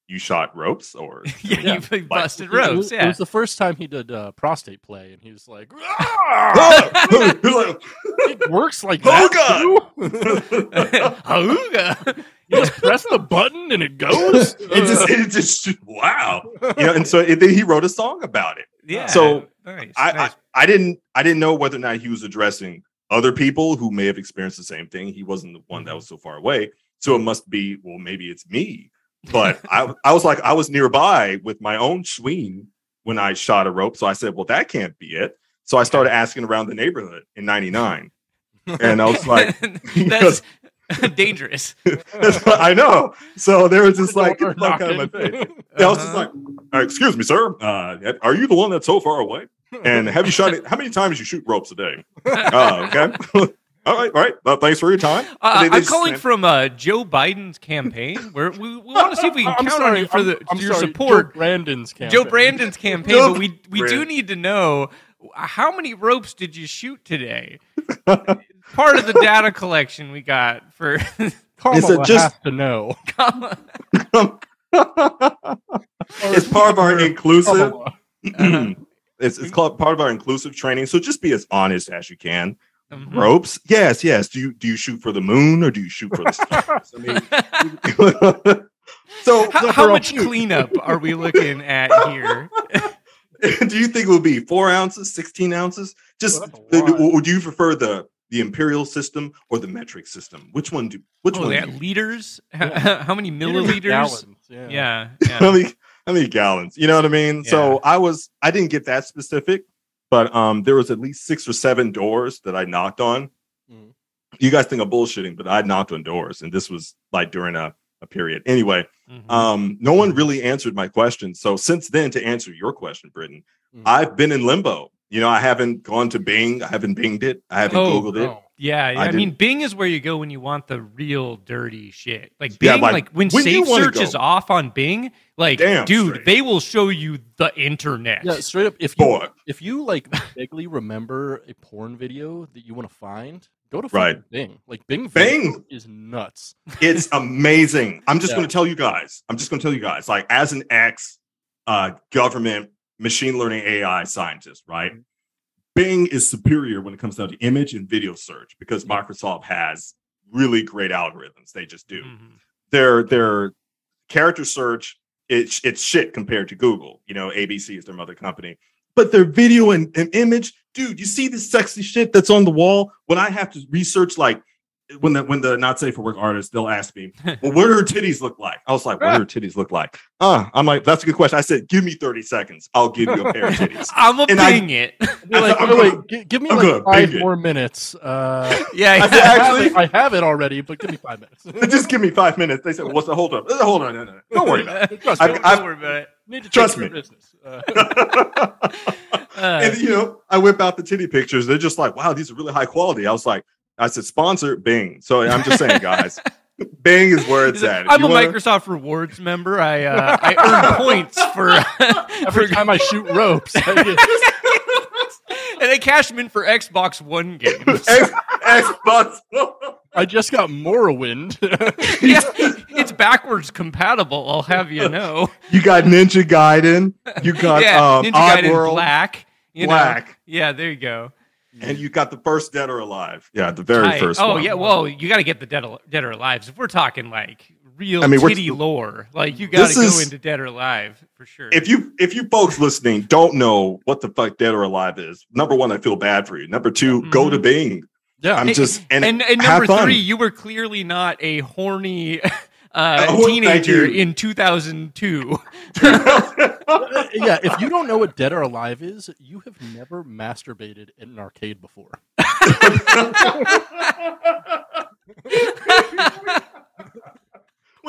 Speaker 3: you shot ropes or
Speaker 1: yeah,
Speaker 2: Yeah.
Speaker 1: you play
Speaker 3: Like-
Speaker 1: busted
Speaker 2: It
Speaker 1: ropes.
Speaker 2: was, it
Speaker 1: Yeah,
Speaker 2: was the first time he did uh, prostate play, and he was like,
Speaker 3: Ah! He's like,
Speaker 2: "It works like
Speaker 3: Oh,
Speaker 2: that."
Speaker 3: God!
Speaker 2: too?
Speaker 1: Auga.
Speaker 2: you just press the button and it goes.
Speaker 3: it just, it just, wow. You know, and so it, then he wrote a song about it.
Speaker 1: Yeah.
Speaker 3: So,
Speaker 1: nice.
Speaker 3: I,
Speaker 1: nice.
Speaker 3: I, I didn't, I didn't know whether or not he was addressing other people who may have experienced the same thing. He wasn't the one that was so far away. So it must be, well, maybe it's me. But I, I was like, I was nearby with my own swing when I shot a rope. So I said, well, that can't be it. So I started asking around the neighborhood in 99. And I was like,
Speaker 1: that's dangerous.
Speaker 3: that's what I know. So there was just like,
Speaker 2: Door
Speaker 3: it's like kind of a
Speaker 2: knocking.
Speaker 3: thing. Yeah, I was just
Speaker 1: Uh-huh.
Speaker 3: like, "Uh, excuse me, sir. Uh, are you the one that's so far away? And have you shot it? How many times you shoot ropes a day? Uh, okay. all right. All right. Well, thanks for your time.
Speaker 1: Uh,
Speaker 3: And they- they
Speaker 1: I'm
Speaker 3: just
Speaker 1: calling
Speaker 3: ran-
Speaker 1: from uh, Joe Biden's campaign. Where we, we want to see if we can
Speaker 2: I'm
Speaker 1: count on
Speaker 2: sorry,
Speaker 1: you for
Speaker 2: I'm-
Speaker 1: the
Speaker 2: I'm
Speaker 1: your
Speaker 2: sorry,
Speaker 1: support.
Speaker 2: Joe Brandon's campaign.
Speaker 1: Joe Brandon's campaign,
Speaker 3: Joe
Speaker 1: but we we do
Speaker 3: Brandon.
Speaker 1: need to know uh, how many ropes did you shoot today? Part of the data collection we got for
Speaker 2: Kamala
Speaker 3: Is it just-
Speaker 2: has to know.
Speaker 1: Kamala.
Speaker 3: it's part of our inclusive.
Speaker 2: Kamala.
Speaker 1: Uh-huh.
Speaker 3: it's it's called part of our inclusive training. So just be as honest as you can.
Speaker 1: Mhm.
Speaker 3: Ropes, yes, yes. Do you do you shoot for the moon or do you shoot for the stars? I mean, so
Speaker 1: how,
Speaker 3: so
Speaker 1: how
Speaker 3: for a
Speaker 1: much
Speaker 3: few-
Speaker 1: cleanup are we looking at here?
Speaker 3: do you think it would be four ounces, sixteen ounces? Just
Speaker 2: Well, that's a
Speaker 3: th-
Speaker 2: lot.
Speaker 3: w- would you prefer the the imperial system or the metric system? Which one do? Which
Speaker 1: Oh,
Speaker 3: one?
Speaker 1: yeah,
Speaker 3: do you-
Speaker 1: liters?
Speaker 2: Yeah.
Speaker 1: How many
Speaker 2: Million
Speaker 1: milliliters?
Speaker 2: gallons, Yeah.
Speaker 1: Yeah,
Speaker 3: How
Speaker 1: yeah.
Speaker 3: many how many gallons? You know what I mean?
Speaker 1: Yeah.
Speaker 3: So I was I didn't get that specific, but um, there was at least six or seven doors that I knocked on.
Speaker 1: Mm-hmm.
Speaker 2: Mhm.
Speaker 3: You guys think I'm bullshitting, but I knocked on doors, and this was like during a a period. Anyway,
Speaker 1: Mhm.
Speaker 3: um, no one really answered my question. So since then, to answer your question, Britton,
Speaker 1: Mm-hmm.
Speaker 2: Mhm.
Speaker 3: I've been in limbo. You know, I haven't gone to Bing. I haven't Binged it. I haven't
Speaker 1: Oh,
Speaker 3: Googled it.
Speaker 2: No.
Speaker 1: Yeah, yeah. I,
Speaker 3: I
Speaker 1: mean, Bing is where you go when you want the real dirty shit. Like Bing,
Speaker 3: Yeah,
Speaker 1: like,
Speaker 3: like,
Speaker 1: when,
Speaker 3: when do you
Speaker 1: Safe
Speaker 3: wanna
Speaker 1: Search
Speaker 3: go?
Speaker 1: is off on Bing, like
Speaker 3: Damn
Speaker 1: dude,
Speaker 3: straight.
Speaker 1: they will show you the internet.
Speaker 2: Yeah, straight up. If you
Speaker 3: Boy,
Speaker 2: if you like vaguely remember a porn video that you want to find, go to
Speaker 3: Right.
Speaker 2: fucking Bing. Like Bing,
Speaker 3: Bing!
Speaker 2: video is nuts.
Speaker 3: it's amazing. I'm just
Speaker 2: Yeah.
Speaker 3: going to tell you guys. I'm just going to tell you guys. Like, as an ex uh, government machine learning AI scientist, right? Bing is superior when it comes down to image and video search because Microsoft has really great algorithms. They just do.
Speaker 1: Mhm.
Speaker 3: their their character search it's it's shit compared to Google. You know, ABC is their mother company, but their video and, and image, dude. You see this sexy shit that's on the wall. When I have to research, like when the when the not safe for work artists, they'll ask me, "Well, what do her titties look like?" I was like, "What do her titties look like?" Uh, I'm like, "That's a good question." I said, "Give me 30 seconds. I'll give you a pair of titties."
Speaker 1: I'm a
Speaker 3: And I-
Speaker 1: Bing it.
Speaker 2: You're like,
Speaker 3: I'm
Speaker 2: wait, wait,
Speaker 3: gonna-
Speaker 2: gi- give me
Speaker 3: I'm
Speaker 2: like
Speaker 3: gonna
Speaker 2: five
Speaker 3: Bing it.
Speaker 2: more minutes. Uh,
Speaker 1: yeah,
Speaker 3: I
Speaker 2: I,
Speaker 3: said,
Speaker 1: yeah.
Speaker 2: have
Speaker 3: actually-
Speaker 2: it, I have it already, but give me five minutes.
Speaker 3: Just give me five minutes. They said, well, "What's the hold up? Uh, Hold on, no, no, no. don't worry about
Speaker 2: Trust
Speaker 3: I-
Speaker 2: me,
Speaker 1: don't,
Speaker 3: I-
Speaker 1: don't worry about it.
Speaker 2: need to
Speaker 3: trust
Speaker 2: trust me.
Speaker 3: me.
Speaker 2: Business. Uh,
Speaker 3: it."
Speaker 1: Uh,
Speaker 3: and you know, I whip out the titty pictures. They're just like, wow, these are really high quality. I was like, I said, sponsor Bing. So I'm just saying, guys, Bing is where it's
Speaker 1: he's like,
Speaker 3: at. If
Speaker 1: Uh, I'm
Speaker 3: you
Speaker 1: a
Speaker 3: wanna-
Speaker 1: Microsoft Rewards member. I uh, I earn points for
Speaker 2: every
Speaker 1: for-
Speaker 2: time I shoot ropes, I get-
Speaker 1: and they cash them in for Xbox One games.
Speaker 3: X- Xbox.
Speaker 2: I just got Morrowind.
Speaker 1: yeah, it's backwards compatible. I'll have you know.
Speaker 3: you got Ninja Gaiden. You got
Speaker 1: yeah,
Speaker 3: um,
Speaker 1: Ninja Gaiden
Speaker 3: Oddworld
Speaker 1: Black. You know.
Speaker 3: Black,
Speaker 1: Yeah, there you go.
Speaker 3: and you got the first Dead or Alive. Yeah, the very
Speaker 1: Tight.
Speaker 3: first
Speaker 1: Oh
Speaker 3: one.
Speaker 1: yeah, well, you got to get the dead, al- dead or alive. If we're talking like real
Speaker 3: I mean, we're-
Speaker 1: titty lore. Like you got to
Speaker 3: This
Speaker 1: go
Speaker 3: is-
Speaker 1: into Dead or Alive for sure.
Speaker 3: if you if you folks listening don't know what the fuck dead or alive is, number one, I feel bad for you. Number 2 go to Bing.
Speaker 2: Yeah,
Speaker 3: I'm
Speaker 1: Mm-hmm. Hey,
Speaker 3: just and,
Speaker 1: and, and,
Speaker 3: have
Speaker 1: number
Speaker 3: fun.
Speaker 1: three, you were clearly not a horny uh,
Speaker 3: Oh, thank
Speaker 1: teenager
Speaker 3: you.
Speaker 1: in 2002.
Speaker 2: yeah. If you don't know what Dead or Alive is, you have never masturbated in an arcade before.
Speaker 3: wait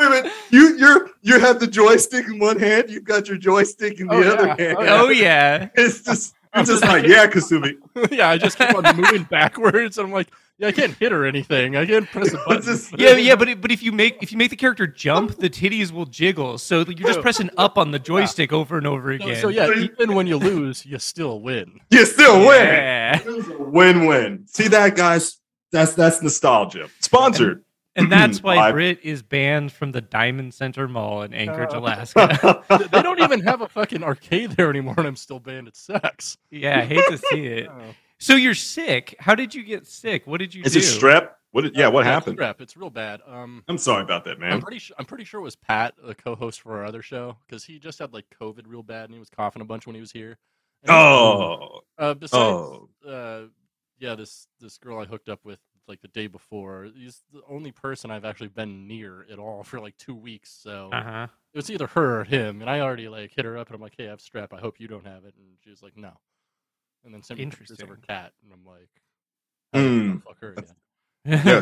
Speaker 3: a minute, you you're you have the joystick in one hand, you've got your joystick in the
Speaker 2: Oh, yeah.
Speaker 3: other hand.
Speaker 2: Oh, yeah.
Speaker 1: oh yeah,
Speaker 3: It's just you're just like, yeah, Kasumi.
Speaker 2: yeah, I just keep on moving backwards. And I'm like, yeah, I can't hit or anything. I can't press a button.
Speaker 3: What's this?
Speaker 1: yeah, yeah. But it, but if you make if you make the character jump, the titties will jiggle. So you're just pressing up on the joystick over and over
Speaker 2: So,
Speaker 1: again.
Speaker 2: so yeah, even when you lose, you still win.
Speaker 3: You still win.
Speaker 1: Yeah.
Speaker 3: Win-win. See that, guys? That's that's nostalgia. Sponsored.
Speaker 1: And that's why
Speaker 3: Live.
Speaker 1: Brit is banned from the Diamond Center Mall in Anchorage,
Speaker 2: Uh.
Speaker 1: Alaska.
Speaker 2: They- They don't even have a fucking arcade there anymore, and I'm still banned at sex.
Speaker 1: yeah, I hate to see it.
Speaker 2: Oh.
Speaker 1: So you're sick. How did you get sick? What did you
Speaker 3: Is
Speaker 1: do?
Speaker 3: it strep? What? did- Yeah, what
Speaker 2: Yeah,
Speaker 3: happened?
Speaker 2: Oh, Crap, it's real bad. Um,
Speaker 3: I'm sorry about that,
Speaker 2: I'm
Speaker 3: man.
Speaker 2: pretty sure. I'm pretty sure it was Pat, the co-host for our other show, because he just had like COVID real bad, and he was coughing a bunch when he was here. And,
Speaker 3: Oh,
Speaker 2: uh, besides,
Speaker 3: oh,
Speaker 2: uh, yeah, this this girl I hooked up with like the day before. He's the only person I've actually been near at all for like two weeks. So
Speaker 1: Uh-huh.
Speaker 2: it was either her or him, and I already like hit her up, and I'm like, "Hey, I have strep. I hope you don't have it." And she was like, "No," and then sent me pictures of her
Speaker 1: Interesting.
Speaker 2: cat, and I'm like, "I don't
Speaker 3: Hmm.
Speaker 2: know, "Fuck her again."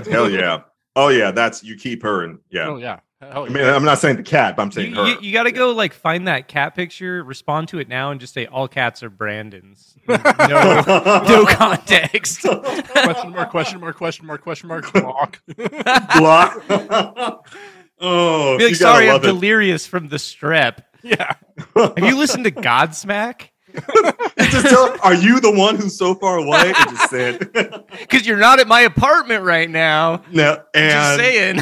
Speaker 3: yeah, hell yeah. Oh yeah, that's you keep her and yeah.
Speaker 2: Oh yeah. Hell
Speaker 3: I
Speaker 2: yeah.
Speaker 3: mean, I'm not saying the cat, but I'm saying
Speaker 1: You,
Speaker 3: her.
Speaker 1: you, got to go like find that cat picture, respond to it now, and just say all cats are Brandon's. No, no context.
Speaker 2: question mark? Question mark? Question mark? Question mark? Block.
Speaker 3: Block. oh,
Speaker 1: Be like,
Speaker 3: you gotta
Speaker 1: sorry, I'm
Speaker 3: love it.
Speaker 1: delirious from the strep.
Speaker 2: yeah.
Speaker 1: Have you listened to Godsmack?
Speaker 3: Just tell- are you the one who's so far away? I just said.
Speaker 1: Because you're not at my apartment right now.
Speaker 3: no, and,
Speaker 1: just saying.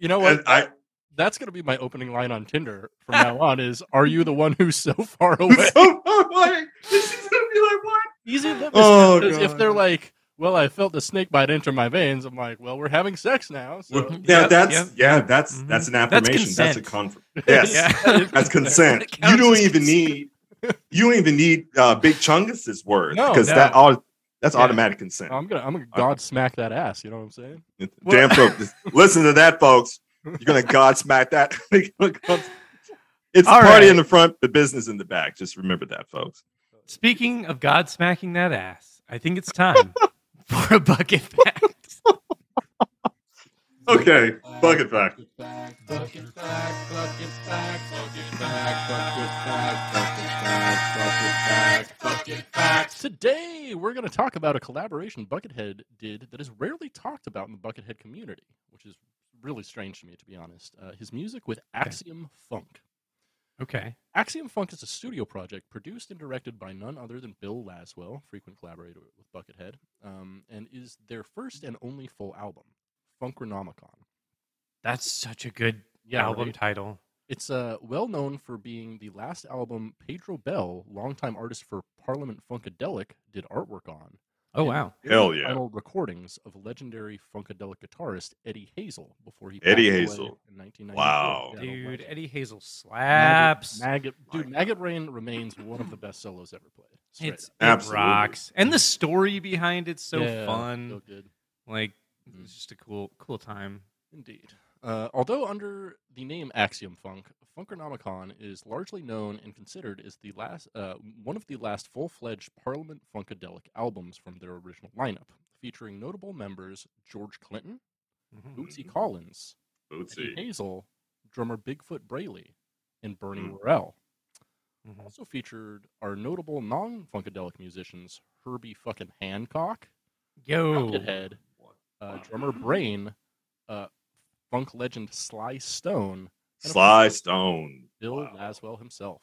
Speaker 2: You know what?
Speaker 3: and I,
Speaker 2: That's gonna be my opening line on Tinder from now on. Is are you the one who's so far away?
Speaker 3: so far away. She's gonna be like, what?
Speaker 2: Easy. to
Speaker 3: Oh,
Speaker 2: because if
Speaker 3: God.
Speaker 2: they're like, well, I felt the snake bite enter my veins. I'm like, well, we're having sex now. So
Speaker 1: Mhm.
Speaker 3: Well,
Speaker 1: Yep,
Speaker 3: yeah, that's
Speaker 1: yep.
Speaker 3: yeah, that's
Speaker 1: Mhm.
Speaker 3: that's an
Speaker 1: That's
Speaker 3: affirmation. That's, a
Speaker 1: consent.
Speaker 3: comfort. Yes,
Speaker 1: Yeah.
Speaker 3: that's consent.
Speaker 1: That counts
Speaker 3: You don't
Speaker 1: as
Speaker 3: even
Speaker 1: consent.
Speaker 3: need you don't even need uh, Big Chungus's word
Speaker 2: No,
Speaker 3: because
Speaker 1: no.
Speaker 3: that all that's
Speaker 2: Yeah.
Speaker 3: automatic consent.
Speaker 2: I'm gonna I'm gonna god smack that ass. You know what I'm saying?
Speaker 3: Damn, folks, just listen to that, folks. You're gonna godsmack that. it's
Speaker 1: All
Speaker 3: party
Speaker 1: right.
Speaker 3: in the front, the business in the back. Just remember that, folks.
Speaker 1: Speaking of God smacking that ass, I think it's time for a bucket fact.
Speaker 3: Okay, bucket fact.
Speaker 2: Today we're gonna talk about a collaboration Buckethead did that is rarely talked about in the Buckethead community, which is really strange to me, to be honest. Uh, his music with Axiom Funk.
Speaker 1: Okay.
Speaker 2: Axiom Funk is a studio project produced and directed by none other than Bill Laswell, frequent collaborator with Buckethead, um, and is their first and only full album, Funkronomicon.
Speaker 1: That's such a good album
Speaker 2: right?
Speaker 1: title.
Speaker 2: It's uh, well known for being the last album Pedro Bell, longtime artist for Parliament Funkadelic, did artwork on.
Speaker 1: Oh,
Speaker 2: and
Speaker 1: wow.
Speaker 2: were
Speaker 3: Hell
Speaker 2: the
Speaker 3: yeah.
Speaker 2: Final recordings of legendary Funkadelic guitarist Eddie Hazel before he
Speaker 3: Eddie
Speaker 2: passed away
Speaker 3: Hazel.
Speaker 2: in 1994.
Speaker 3: Wow.
Speaker 2: Yeah,
Speaker 1: Dude,
Speaker 2: legend.
Speaker 1: Eddie Hazel
Speaker 2: Maggot-
Speaker 1: slaps.
Speaker 2: Maggot, dude,
Speaker 3: Like-
Speaker 2: Maggot Rain remains one of the best solos ever played. Straight
Speaker 1: It's
Speaker 2: up.
Speaker 1: it
Speaker 3: Absolutely.
Speaker 1: rocks, and the story behind it's so
Speaker 2: Yeah, so
Speaker 1: fun.
Speaker 2: good.
Speaker 1: Like
Speaker 2: Mhm.
Speaker 1: it's just a cool, cool time.
Speaker 2: Indeed. Uh, although under the name Axiom Funk, Funkernomicon is largely known and considered as the last, uh, one of the last full-fledged Parliament Funkadelic albums from their original lineup, featuring notable members George Clinton,
Speaker 1: Mm-hmm.
Speaker 2: Bootsy Collins, Eddie
Speaker 3: Bootsy.
Speaker 2: Hazel, drummer Bigfoot Brayley, and Bernie
Speaker 3: Mm.
Speaker 2: Worrell.
Speaker 1: Mhm.
Speaker 2: Also featured are notable non-Funkadelic musicians Herbie fucking Hancock,
Speaker 1: Yo,
Speaker 2: Buckethead, uh, drummer Brain, uh, funk legend Sly Stone,
Speaker 3: Sly Stone.
Speaker 2: Bill
Speaker 3: Wow.
Speaker 2: Laswell himself.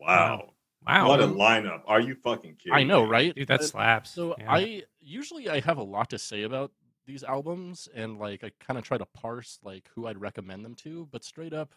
Speaker 3: Wow.
Speaker 1: wow,
Speaker 3: What a lineup. Are you fucking kidding?
Speaker 2: I know,
Speaker 3: me?
Speaker 2: right?
Speaker 1: dude, that
Speaker 2: Uh,
Speaker 1: slaps.
Speaker 2: So
Speaker 1: Yeah.
Speaker 2: I usually I have a lot to say about these albums, and like I kind of try to parse like who I'd recommend them to. But straight up,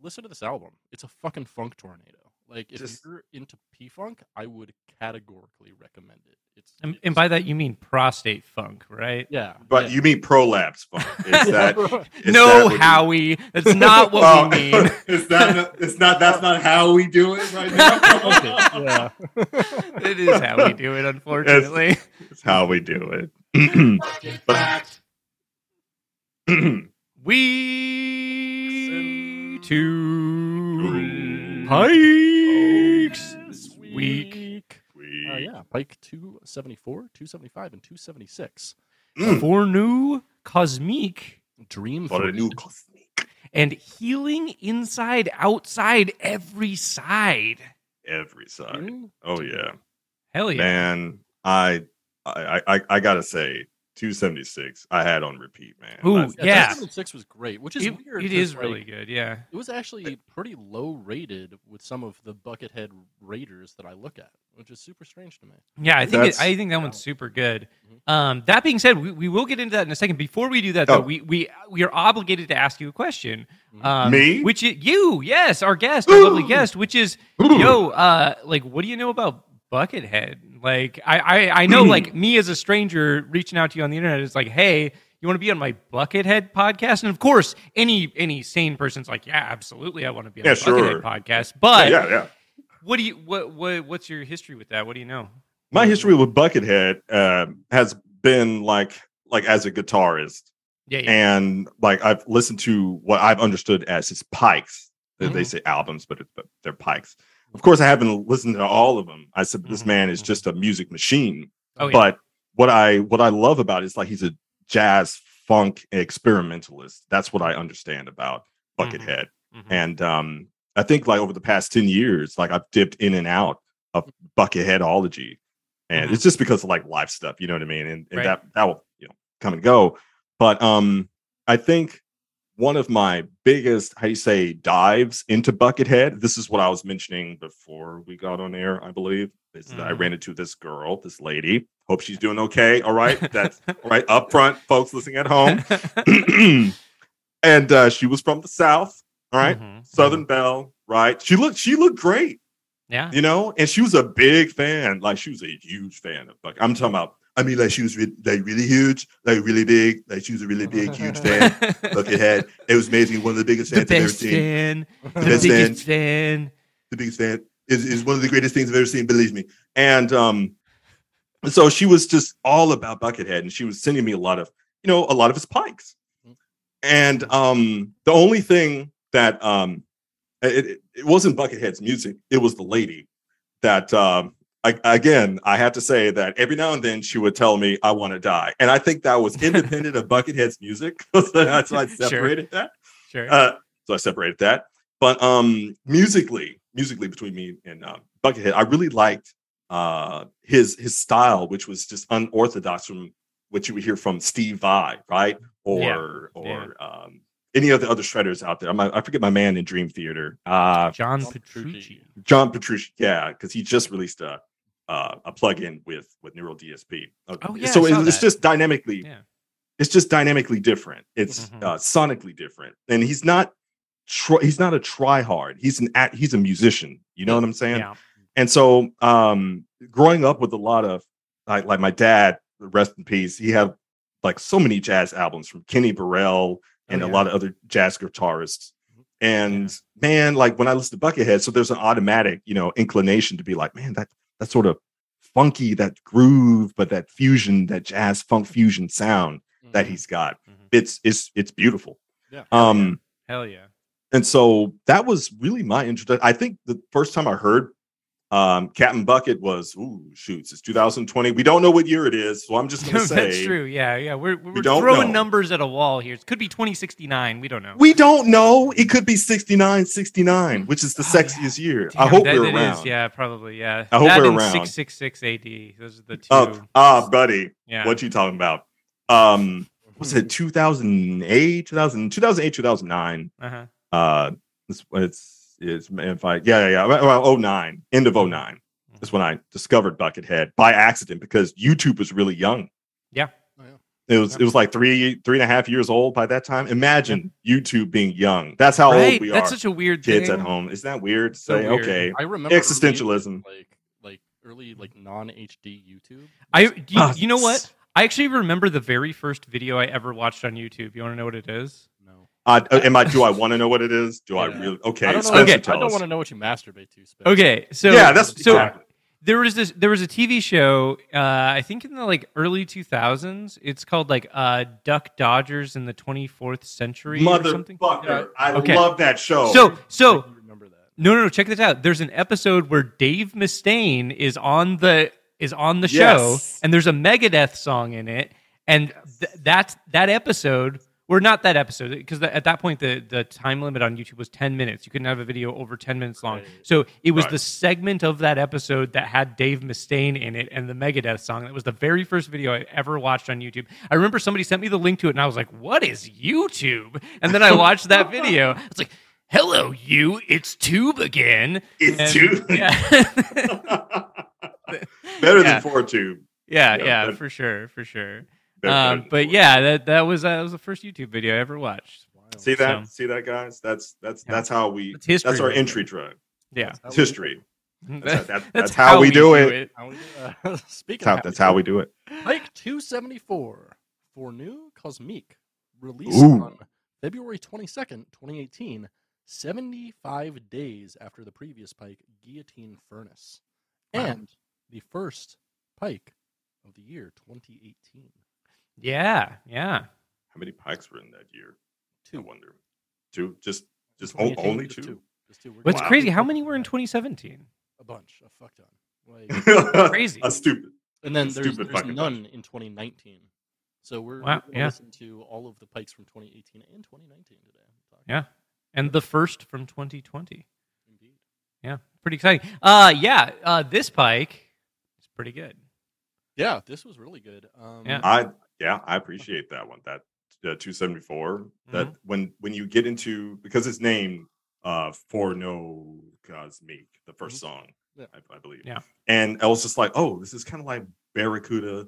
Speaker 2: listen to this album. It's a fucking funk tornado. Like if
Speaker 3: Just-
Speaker 2: you're into P Funk, I would categorically recommend it. It's
Speaker 1: And,
Speaker 2: it's-
Speaker 1: and by that you mean prostate funk, right?
Speaker 2: yeah,
Speaker 3: But
Speaker 2: yeah.
Speaker 3: you mean prolapse funk? Is that is that
Speaker 1: no,
Speaker 3: what you- Oh.
Speaker 1: Howie, that's not what we
Speaker 3: Well,
Speaker 1: mean.
Speaker 3: Is that? It's not. That's not how we do it right
Speaker 2: Okay,
Speaker 3: now.
Speaker 2: yeah.
Speaker 1: it is how we do it, unfortunately.
Speaker 3: it's how we do it. But-
Speaker 1: We two
Speaker 3: Two.
Speaker 1: pikes
Speaker 2: This
Speaker 1: week.
Speaker 2: Uh, yeah, Pike 274, 275, and 276.
Speaker 3: Mm.
Speaker 1: for new cosmic
Speaker 2: Dream
Speaker 3: For a
Speaker 2: Thread.
Speaker 3: new cosmic
Speaker 1: and healing inside, outside, every side.
Speaker 3: every side.
Speaker 2: Dream
Speaker 3: Oh yeah.
Speaker 1: Hell yeah!
Speaker 3: man i i i, I gotta say 276 i had on repeat man
Speaker 1: Ooh,
Speaker 3: That's-
Speaker 1: yeah.
Speaker 2: oh six was great, which is
Speaker 1: It-
Speaker 2: weird.
Speaker 1: it
Speaker 2: 'cause,
Speaker 1: is
Speaker 2: like,
Speaker 1: really good. Yeah.
Speaker 2: It was actually pretty low rated with some of the Buckethead Raiders that I look at, which is super strange to me.
Speaker 1: Yeah, I think it,
Speaker 3: That's-
Speaker 1: I think that one's super good.
Speaker 2: Mhm.
Speaker 1: Um, that being said, we, we will get into that in a second. Before we do that,
Speaker 3: Oh. Mm-hmm.
Speaker 1: though, we we we are obligated to ask you a question.
Speaker 2: Mhm.
Speaker 1: Um,
Speaker 3: Me?
Speaker 1: which i- you, yes, our guest, our lovely guest, which is yo, uh, like, what do you know about Buckethead? Like, I I, I know,
Speaker 3: Mm.
Speaker 1: like, me as a stranger reaching out to you on the internet is like, hey. You want to be on my Buckethead podcast, and of course, any any sane person's like, yeah, absolutely, I want to be on
Speaker 3: Yeah,
Speaker 1: the Buckethead
Speaker 3: sure.
Speaker 1: podcast. But
Speaker 3: yeah yeah
Speaker 1: what do you what what what's your history with that? What do you know?
Speaker 3: my history with buckethead uh, has been like like as a guitarist
Speaker 1: Yeah, yeah.
Speaker 3: and like i've listened to what i've understood as his pikes They- they
Speaker 1: Mhm.
Speaker 3: say albums but, it, but they're pikes of course i haven't listened to all of them i said
Speaker 1: Mhm,
Speaker 3: this man is
Speaker 1: mhm.
Speaker 3: just a music machine
Speaker 1: Oh, yeah.
Speaker 3: but what i what i love about it is like he's a jazz funk experimentalist that's what i understand about
Speaker 1: Mhm,
Speaker 3: buckethead
Speaker 1: mhm.
Speaker 3: and um i think like over the past 10 years like i've dipped in and out of bucketheadology and
Speaker 1: Mhm.
Speaker 3: it's just because of like life stuff you know what i mean and, and
Speaker 1: Right.
Speaker 3: that that will you know come and go but um i think one of my biggest how you say dives into buckethead this is what i was mentioning before we got on air i believe is that i
Speaker 1: Mhm.
Speaker 3: ran into this girl this lady hope she's doing okay all right that's all right up front folks listening at home and uh, she was from the south all right
Speaker 1: Mhm,
Speaker 3: Southern Belle, right? She looked she looked great,
Speaker 1: mhm. Yeah.
Speaker 3: you know, and she was a big fan. Like she was a huge fan of Buck. I'm talking about. I mean, like she was re- like really huge, like really big, like she was a really big, huge fan. Buckethead. It was amazing. One of the biggest
Speaker 1: The
Speaker 3: fans I've ever
Speaker 1: best
Speaker 3: seen.
Speaker 1: fan. The
Speaker 3: best
Speaker 1: biggest fan.
Speaker 3: The biggest fan is, is one of the greatest things I've ever seen. Believe me. And um, so she was just all about Buckethead, and she was sending me a lot of you know a lot of his pikes. And um, the only thing that um, it, it- it wasn't Buckethead's music; it was the lady that. Um, I, again, I have to say that every now and then she would tell me, "I want to die," and I think that was independent of Buckethead's music. so that's why I
Speaker 1: Sure.
Speaker 3: separated that.
Speaker 1: Sure.
Speaker 3: Uh, so I separated that. But um, musically, musically between me and uh, Buckethead, I really liked uh, his his style, which was just unorthodox from what you would hear from Steve Vai, right? Or
Speaker 1: Yeah.
Speaker 3: or Um, any of the other shredders out there. I'm, I forget my man in Dream Theater, uh,
Speaker 1: John
Speaker 2: John
Speaker 1: Petrucci.
Speaker 2: Petrucci.
Speaker 3: John Petrucci. Yeah, because he just released a uh, a plugin with with Neural DSP.
Speaker 1: Oh, yeah, I
Speaker 3: Uh, so
Speaker 1: saw
Speaker 3: it's
Speaker 1: that.
Speaker 3: just dynamically
Speaker 1: Yeah.
Speaker 3: it's just dynamically different. It's
Speaker 1: Mhm.
Speaker 3: uh, sonically different, and he's not tr- he's not a tryhard. He's an act- he's a musician. You know what I'm saying?
Speaker 1: Yeah.
Speaker 3: And so, um, growing up with a lot of like like my dad, rest in peace. He had like so many jazz albums from Kenny Burrell and
Speaker 1: yeah.
Speaker 3: a lot of other jazz guitarists. And man, like when I listen to Buckethead, so there's an automatic, you know, inclination to be like, man, that that sort of funky, that groove, but that fusion, that jazz funk fusion sound
Speaker 2: Mm-hmm.
Speaker 3: that he's got.
Speaker 1: Mhm.
Speaker 3: It's it's it's beautiful.
Speaker 2: Yeah.
Speaker 3: Um,
Speaker 1: Hell yeah.
Speaker 3: and so that was really my introduction. I think the first time I heard um Captain Bucket was ooh shoots, it's 2020. We don't know what year it is, so I'm just gonna say
Speaker 1: That's true. Yeah, yeah. We're, we're
Speaker 3: don't
Speaker 1: throwing
Speaker 3: know.
Speaker 1: numbers at a wall here. It could be 2069. We don't know.
Speaker 3: we don't know. It could be 69, 69, which is the
Speaker 1: Oh, yeah.
Speaker 3: sexiest year. I
Speaker 1: Damn,
Speaker 3: hope
Speaker 1: that-
Speaker 3: we're
Speaker 1: that
Speaker 3: around.
Speaker 1: is- yeah, probably. Yeah.
Speaker 3: I hope
Speaker 1: that
Speaker 3: we're
Speaker 1: and
Speaker 3: around.
Speaker 1: 666 AD. Those are the two.
Speaker 3: Uh, ah, buddy,
Speaker 1: yeah. Hmm.
Speaker 3: what you talking about? Um, was it 2008, 2000, 2008, 2009?
Speaker 1: uh-huh.
Speaker 3: uh it's it's, it's if I yeah yeah yeah around 09 end
Speaker 1: Mm-hmm.
Speaker 3: of oh, 09 is when I discovered Buckethead by accident because YouTube was really young.
Speaker 1: Yeah.
Speaker 2: Oh, yeah.
Speaker 3: It was it was like three three and a half years old by that time. Imagine YouTube being young. That's how
Speaker 1: right?
Speaker 3: old we
Speaker 1: That's
Speaker 3: are.
Speaker 1: such a weird
Speaker 3: Kids
Speaker 1: thing.
Speaker 3: at home. Isn't that weird to
Speaker 1: So
Speaker 3: say?
Speaker 1: weird.
Speaker 3: Okay,
Speaker 2: I remember early,
Speaker 3: Existentialism.
Speaker 2: like like early like non HD YouTube.
Speaker 1: I do you,
Speaker 3: Ah,
Speaker 1: you know what? I actually remember the very first video I ever watched on YouTube. You want to know what it is?
Speaker 2: No,
Speaker 3: I, am I? Do I want to know what it is? Do I
Speaker 2: Yeah.
Speaker 3: really? Okay,
Speaker 2: I don't know.
Speaker 3: Spencer,
Speaker 1: Okay.
Speaker 3: tell
Speaker 2: I don't
Speaker 3: us.
Speaker 2: want to know what you masturbate to. Spencer.
Speaker 1: Okay, so
Speaker 3: yeah, that's
Speaker 1: so
Speaker 3: exactly.
Speaker 1: there was this there was a TV show uh, I think in the like early 2000s. It's called like uh, Duck Dodgers in the 24th century or something.
Speaker 3: motherfucker.
Speaker 2: Yeah.
Speaker 3: I
Speaker 1: Okay.
Speaker 3: love that show.
Speaker 1: So
Speaker 2: I
Speaker 1: so
Speaker 2: can remember that.
Speaker 1: no no no check this out. There's an episode where Dave Mustaine is on the is on the show
Speaker 3: Yes.
Speaker 1: and there's a Megadeth song in it and th- that's that episode or not that episode because at that point the the time limit on YouTube was 10 minutes. You couldn't have a video over 10 minutes long.
Speaker 2: Right.
Speaker 1: So it was
Speaker 3: Right.
Speaker 1: the segment of that episode that had Dave Mustaine in it and the Megadeth song. That was the very first video I ever watched on YouTube. I remember somebody sent me the link to it and I was like, "What is YouTube?" And then I watched that video. It's like, "Hello you, it's Tube again."
Speaker 3: it's
Speaker 1: And-
Speaker 3: too
Speaker 1: Yeah.
Speaker 3: better
Speaker 1: Yeah.
Speaker 3: than four tube.
Speaker 1: yeah,
Speaker 3: Yeah,
Speaker 1: yeah,
Speaker 3: that-
Speaker 1: for sure, for sure. Um, but yeah, that that was uh, that was the first YouTube video I ever watched.
Speaker 2: Wild.
Speaker 3: see that,
Speaker 1: so-
Speaker 3: see that, guys. That's that's
Speaker 1: Yeah.
Speaker 3: that's how we.
Speaker 1: It's history.
Speaker 3: That's our
Speaker 1: right
Speaker 3: entry drug.
Speaker 1: there. Yeah,
Speaker 2: How
Speaker 3: It's
Speaker 2: we-
Speaker 3: history. That's, how- that- that's,
Speaker 1: Mm-hmm. that's
Speaker 3: how, we do it.
Speaker 2: how we- uh, speaking
Speaker 3: That's how,
Speaker 2: of
Speaker 3: that's how we do it.
Speaker 2: Mike 274 for new Cosmique released
Speaker 3: Ooh.
Speaker 2: on February 22nd, 2018, 75 days after the previous Pike Guillotine Furnace
Speaker 1: Wow.
Speaker 2: and the first Pike of the year 2018.
Speaker 1: Yeah, yeah.
Speaker 3: How many pikes were in that year? I
Speaker 2: Two.
Speaker 3: wonder. Two. Just just o-
Speaker 1: 2018,
Speaker 3: only
Speaker 2: Just
Speaker 3: two.
Speaker 2: Just two. We're
Speaker 1: What's
Speaker 2: gonna-
Speaker 3: Wow.
Speaker 1: crazy? How many were in 2017?
Speaker 2: A bunch. A fuck ton. Like,
Speaker 1: Crazy.
Speaker 3: A stupid.
Speaker 2: and then
Speaker 3: It's
Speaker 2: there's,
Speaker 3: stupid
Speaker 2: there's
Speaker 3: fucking
Speaker 2: none
Speaker 3: bunch.
Speaker 2: in 2019. So we're,
Speaker 1: Wow,
Speaker 2: we're going to
Speaker 1: yeah.
Speaker 2: listen to all of the Pikes from 2018 and 2019 today.
Speaker 1: Yeah. And the first from 2020.
Speaker 2: Indeed.
Speaker 1: Yeah, pretty exciting. Uh, yeah, uh, this pike is pretty good.
Speaker 2: Yeah, this was really good. Um,
Speaker 1: Yeah.
Speaker 3: I yeah, I appreciate that one. That uh, 274. That when when you get into because it's named uh for no cosmic the 1st
Speaker 2: Mhm.
Speaker 3: song
Speaker 2: Yeah.
Speaker 3: I, I believe.
Speaker 1: Yeah.
Speaker 3: And I was just like, oh, this is kind of like Barracuda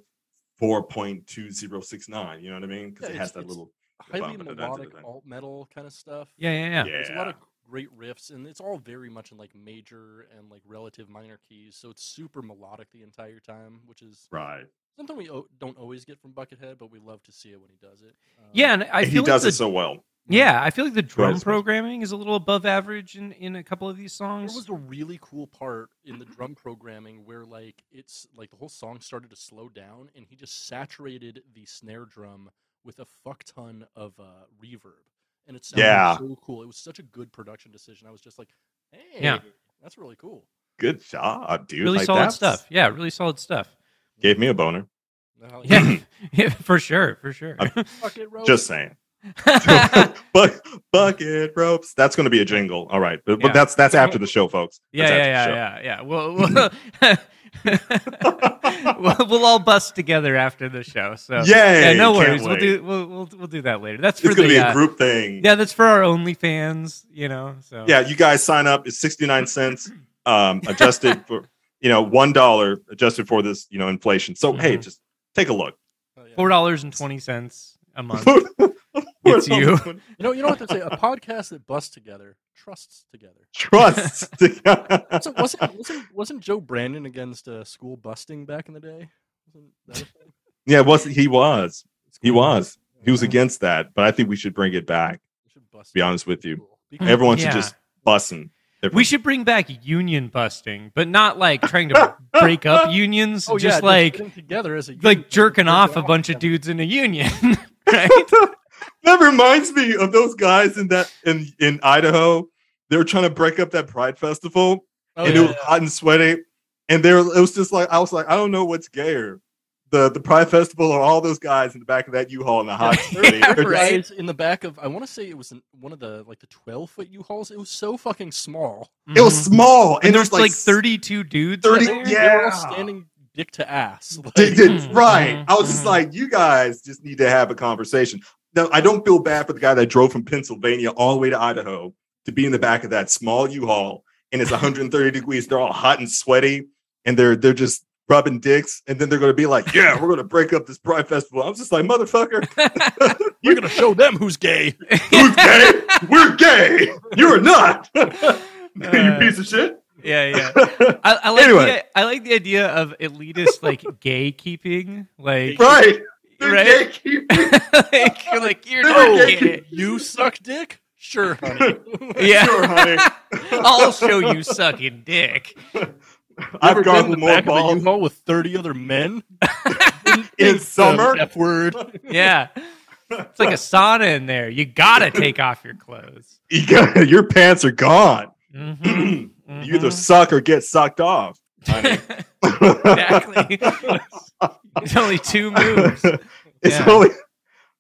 Speaker 3: 4.2069. You know what I mean? Because
Speaker 2: Yeah,
Speaker 3: it has
Speaker 2: it's-
Speaker 3: that
Speaker 2: it's
Speaker 3: little
Speaker 2: highly
Speaker 3: Bum, da, da, da, da,
Speaker 2: melodic
Speaker 3: da, da.
Speaker 2: alt metal kind of stuff.
Speaker 1: Yeah, yeah, yeah.
Speaker 3: yeah.
Speaker 2: There's a lot of great riffs, and it's all very much in like major and like relative minor keys. So it's super melodic the entire time, which is
Speaker 3: right.
Speaker 2: something we o- don't always get from Buckethead, but we love to see it when he does it. Um,
Speaker 1: Yeah, and I
Speaker 3: And he
Speaker 1: feel
Speaker 3: does
Speaker 1: like
Speaker 3: it
Speaker 1: the,
Speaker 3: so well.
Speaker 1: yeah, I feel like the drum
Speaker 3: Right.
Speaker 1: programming is a little above average in, in a couple of these
Speaker 2: There
Speaker 1: songs.
Speaker 2: was a really cool part in the drum programming where like it's like the whole song started to slow down and he just saturated the snare drum with a fuck ton of uh, reverb. And it sounded
Speaker 3: Yeah.
Speaker 2: so cool. It was such a good production decision. I was just like, hey,
Speaker 1: Yeah.
Speaker 2: that's really cool.
Speaker 3: Good job, dude.
Speaker 1: really
Speaker 3: Like,
Speaker 1: solid
Speaker 3: that's-
Speaker 1: stuff. Yeah, really solid stuff.
Speaker 3: Gave me a boner.
Speaker 2: Now, like,
Speaker 1: Yeah, yeah for sure, for sure.
Speaker 2: fuck it, Rose.
Speaker 3: Just saying. Buck, bucket ropes. That's going to be a jingle. All right, but,
Speaker 1: Yeah.
Speaker 3: but that's that's after the show, folks.
Speaker 1: Yeah,
Speaker 3: That's
Speaker 1: yeah,
Speaker 3: after
Speaker 1: yeah,
Speaker 3: the show.
Speaker 1: yeah, yeah. We'll, we'll, we'll, we'll all bust together after the show. So
Speaker 3: Yay!
Speaker 1: yeah, no
Speaker 3: can't
Speaker 1: worries. We'll
Speaker 3: wait.
Speaker 1: do we'll, we'll we'll do that later. That's
Speaker 3: It's
Speaker 1: for
Speaker 3: gonna
Speaker 1: the
Speaker 3: be
Speaker 1: uh,
Speaker 3: a group thing. Yeah.
Speaker 1: yeah. That's for our OnlyFans. You know. So
Speaker 3: you guys sign up. It's sixty nine cents, um, adjusted for you know one dollar adjusted for this you know inflation. So hey,
Speaker 1: Mhm.
Speaker 3: just take a look.
Speaker 2: Oh, yeah.
Speaker 1: four dollars and twenty cents a month.
Speaker 3: It's
Speaker 1: you.
Speaker 2: You know, you know what they say? A podcast that busts together trusts together.
Speaker 3: Trust.
Speaker 2: So wasn't, wasn't wasn't Joe Brandon against uh, school busting back in the day? Wasn't that a thing?
Speaker 3: yeah, was he was he was he was
Speaker 2: Yeah.
Speaker 3: against that, but I think we should bring it back.
Speaker 2: We should bust
Speaker 3: be
Speaker 2: it.
Speaker 3: honest with you.
Speaker 2: Cool. Because-
Speaker 3: Everyone
Speaker 1: Yeah.
Speaker 3: should just bussin'.
Speaker 1: We should bring back union busting, but not like trying to break up unions.
Speaker 2: Oh, yeah,
Speaker 1: just like
Speaker 2: getting together as a union
Speaker 1: like jerking
Speaker 2: jerk
Speaker 1: off a bunch of dudes in a union. right?
Speaker 3: that reminds me of those guys in that in in Idaho. They were trying to break up that Pride Festival,
Speaker 2: Oh,
Speaker 3: and
Speaker 2: yeah,
Speaker 3: it was hot and sweaty. And there, it was just like I was like, I don't know what's gayer, the the Pride Festival or all those guys in the back of that U-Haul in the hot. and sweaty.
Speaker 1: Yeah,
Speaker 3: They're
Speaker 2: yeah.
Speaker 3: just-
Speaker 1: right.
Speaker 2: Guys in the back of I want to say it was in one of the like the twelve foot U hauls. It was so fucking small.
Speaker 3: It was
Speaker 1: Mhm.
Speaker 3: small, and,
Speaker 1: and
Speaker 3: there's
Speaker 1: there's
Speaker 3: like,
Speaker 1: like thirty-two dudes. in
Speaker 3: 30
Speaker 1: there.
Speaker 2: They were all
Speaker 3: yeah.
Speaker 2: standing dick to ass. Like,
Speaker 3: They did right.
Speaker 1: Mhm,
Speaker 3: I was just
Speaker 1: mhm.
Speaker 3: like, you guys just need to have a conversation. Now, I don't feel bad for the guy that drove from Pennsylvania all the way to Idaho to be in the back of that small U-Haul, and it's 130 degrees. They're all hot and sweaty, and they're they're just rubbing dicks, and then they're going to be like, "Yeah, we're going to break up this pride festival." I'm just like, "Motherfucker,
Speaker 2: We're gonna show them who's gay.
Speaker 3: who's gay? We're gay. You're not. you piece of shit."
Speaker 1: Uh, yeah, yeah. I, I like
Speaker 3: Anyway.
Speaker 1: the, I like the idea of elitist like gatekeeping, like
Speaker 3: right? They're
Speaker 1: right?
Speaker 3: gatekeeping.
Speaker 1: like, you're like you're
Speaker 3: They're
Speaker 1: not
Speaker 3: gatekeeping.
Speaker 1: gay.
Speaker 2: Oh, You suck dick. Sure, honey.
Speaker 1: Yeah,
Speaker 3: Sure, honey.
Speaker 1: I'll show you sucking dick.
Speaker 3: I've
Speaker 2: gone
Speaker 3: gobbled more balls
Speaker 2: U-Haul with thirty other men
Speaker 3: in summer.
Speaker 2: F
Speaker 1: Uh,
Speaker 2: word.
Speaker 1: Yeah, it's like a sauna in there. You gotta take off your clothes.
Speaker 3: You got- your pants are gone.
Speaker 1: Mhm,
Speaker 3: you
Speaker 1: mhm.
Speaker 3: either suck or get sucked off. honey.
Speaker 1: exactly. It's only two moves.
Speaker 3: It's
Speaker 1: Yeah.
Speaker 3: only.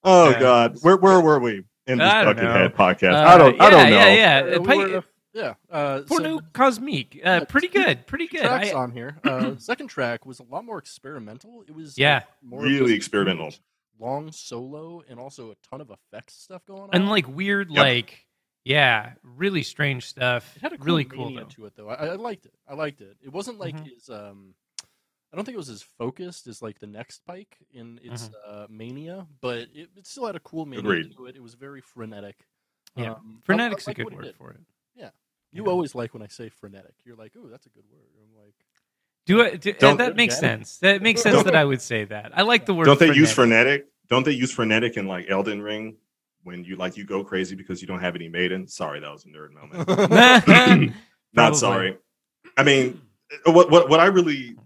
Speaker 3: Oh
Speaker 1: Yeah.
Speaker 3: God, where where were we in this
Speaker 1: I don't
Speaker 3: fucking
Speaker 1: know.
Speaker 3: head podcast? I
Speaker 1: Uh,
Speaker 3: don't. I don't know.
Speaker 1: Yeah, yeah, yeah.
Speaker 2: Uh, we
Speaker 1: Pi-
Speaker 2: were, uh, yeah. Uh, so
Speaker 1: Porno Cosmique, uh, pretty good, pretty good.
Speaker 2: tracks
Speaker 1: I,
Speaker 2: on here. Uh, second track was a lot more experimental. It was uh,
Speaker 1: Yeah.
Speaker 2: more of
Speaker 3: Really
Speaker 2: just
Speaker 3: experimental.
Speaker 2: long solo, and also a ton of effects stuff going on.
Speaker 1: and like weird,
Speaker 3: Yep.
Speaker 1: like yeah, really strange stuff.
Speaker 2: It had a cool
Speaker 1: really cool
Speaker 2: mania
Speaker 1: though.
Speaker 2: to it though. I, I liked it. I liked it. It wasn't like
Speaker 1: Mhm.
Speaker 2: his um I don't think it was as focused as like the next Pike in its
Speaker 1: Mm-hmm.
Speaker 2: uh, mania, but it, it still had a cool mania
Speaker 3: Agreed.
Speaker 2: to it. It was very frenetic.
Speaker 1: Yeah.
Speaker 2: Um, I- I
Speaker 1: Frenetic's a
Speaker 2: like
Speaker 1: good
Speaker 2: what it
Speaker 1: word
Speaker 2: did.
Speaker 1: for it.
Speaker 2: You
Speaker 1: Yeah.
Speaker 2: always like when I say frenetic. You're like, "Ooh, that's a good word." I'm like,
Speaker 1: Do I, do, uh,
Speaker 3: Don't-
Speaker 1: that makes
Speaker 2: Yeah.
Speaker 1: sense? That makes sense
Speaker 3: Don't-
Speaker 1: that I would say that. I like the word.
Speaker 3: Don't they use
Speaker 1: frenetic.
Speaker 3: frenetic? Don't they use frenetic in like Elden Ring when you like you go crazy because you don't have any maiden? Sorry, that was a nerd moment.
Speaker 1: Probably.
Speaker 3: Not sorry. I mean, uh, what what what I really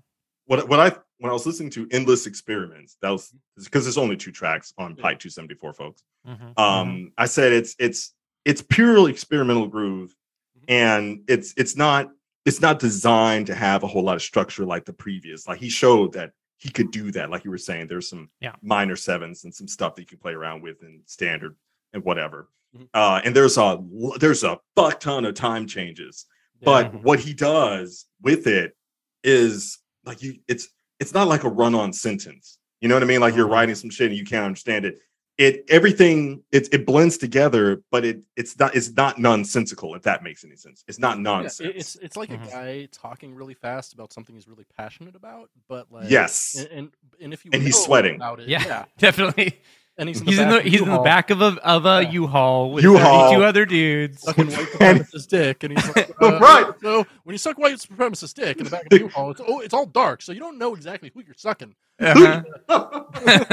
Speaker 3: what what I when I was listening to Endless Experiments, that was because there's only two tracks on
Speaker 2: Yeah.
Speaker 3: Pike 274, folks.
Speaker 1: Mhm,
Speaker 3: Um, I said it's it's it's purely experimental groove,
Speaker 2: Mhm.
Speaker 3: and it's it's not it's not designed to have a whole lot of structure like the previous. Like he showed that he could do that. Like you were saying, there's some
Speaker 1: Yeah.
Speaker 3: minor sevens and some stuff that you can play around with in standard and whatever.
Speaker 2: Mhm.
Speaker 3: Uh, and there's a l- there's a fuck ton of time changes but
Speaker 1: Mhm.
Speaker 3: what he does with it is like you it's it's not like a run-on sentence you know what i mean like you're
Speaker 1: Mhm.
Speaker 3: writing some shit and you can't understand it it everything it, it blends together but it it's not it's not nonsensical if that makes any sense it's not
Speaker 2: Yeah, it-
Speaker 3: nonsense
Speaker 2: it's it's like
Speaker 3: Mm-hmm.
Speaker 1: Mhm.
Speaker 2: a guy talking really fast about something he's really passionate about, but like
Speaker 3: yes
Speaker 2: and and, and if you
Speaker 3: And he's
Speaker 2: know
Speaker 3: sweating.
Speaker 2: about it,
Speaker 1: Yeah.
Speaker 2: yeah.
Speaker 1: Definitely.
Speaker 2: and he's in the
Speaker 1: He's in the
Speaker 2: back of
Speaker 1: he's in the
Speaker 2: U-Haul,
Speaker 1: back of a of a
Speaker 2: Yeah.
Speaker 1: haul with
Speaker 3: U-Haul.
Speaker 1: 32 other dudes.
Speaker 2: sucking white
Speaker 3: And-
Speaker 2: supremacist dick, and he's like,
Speaker 3: Oh,
Speaker 2: uh,
Speaker 3: right.
Speaker 2: So when you suck white supremacist dick in the back of the U-Haul, it's, oh, it's all dark, so you don't know exactly who you're sucking.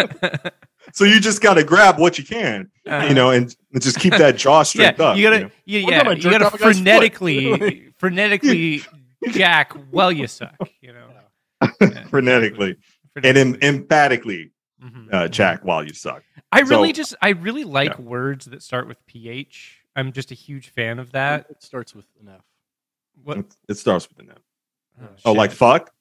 Speaker 1: Uh-huh.
Speaker 3: so you just got to grab what you can
Speaker 1: Uh-huh.
Speaker 3: you know and just keep that jaw
Speaker 1: yeah,
Speaker 3: straight up
Speaker 1: you
Speaker 3: you know?
Speaker 1: gotta, you
Speaker 2: One
Speaker 1: yeah,
Speaker 2: time I
Speaker 1: you
Speaker 2: jerked
Speaker 1: gotta
Speaker 2: off a guy's foot.
Speaker 1: frenetically, frenetically jack while you suck, you know,
Speaker 3: frenetically and em- emphatically
Speaker 1: Mhm.
Speaker 3: uh, jack while you suck
Speaker 1: I really
Speaker 3: so-
Speaker 1: just, I really like words that start with ph. I'm just a huge fan of that.
Speaker 2: it starts with an F.
Speaker 1: What?
Speaker 3: It- it starts with an M.
Speaker 1: Oh,
Speaker 3: Oh, like
Speaker 1: shit.
Speaker 3: fuck?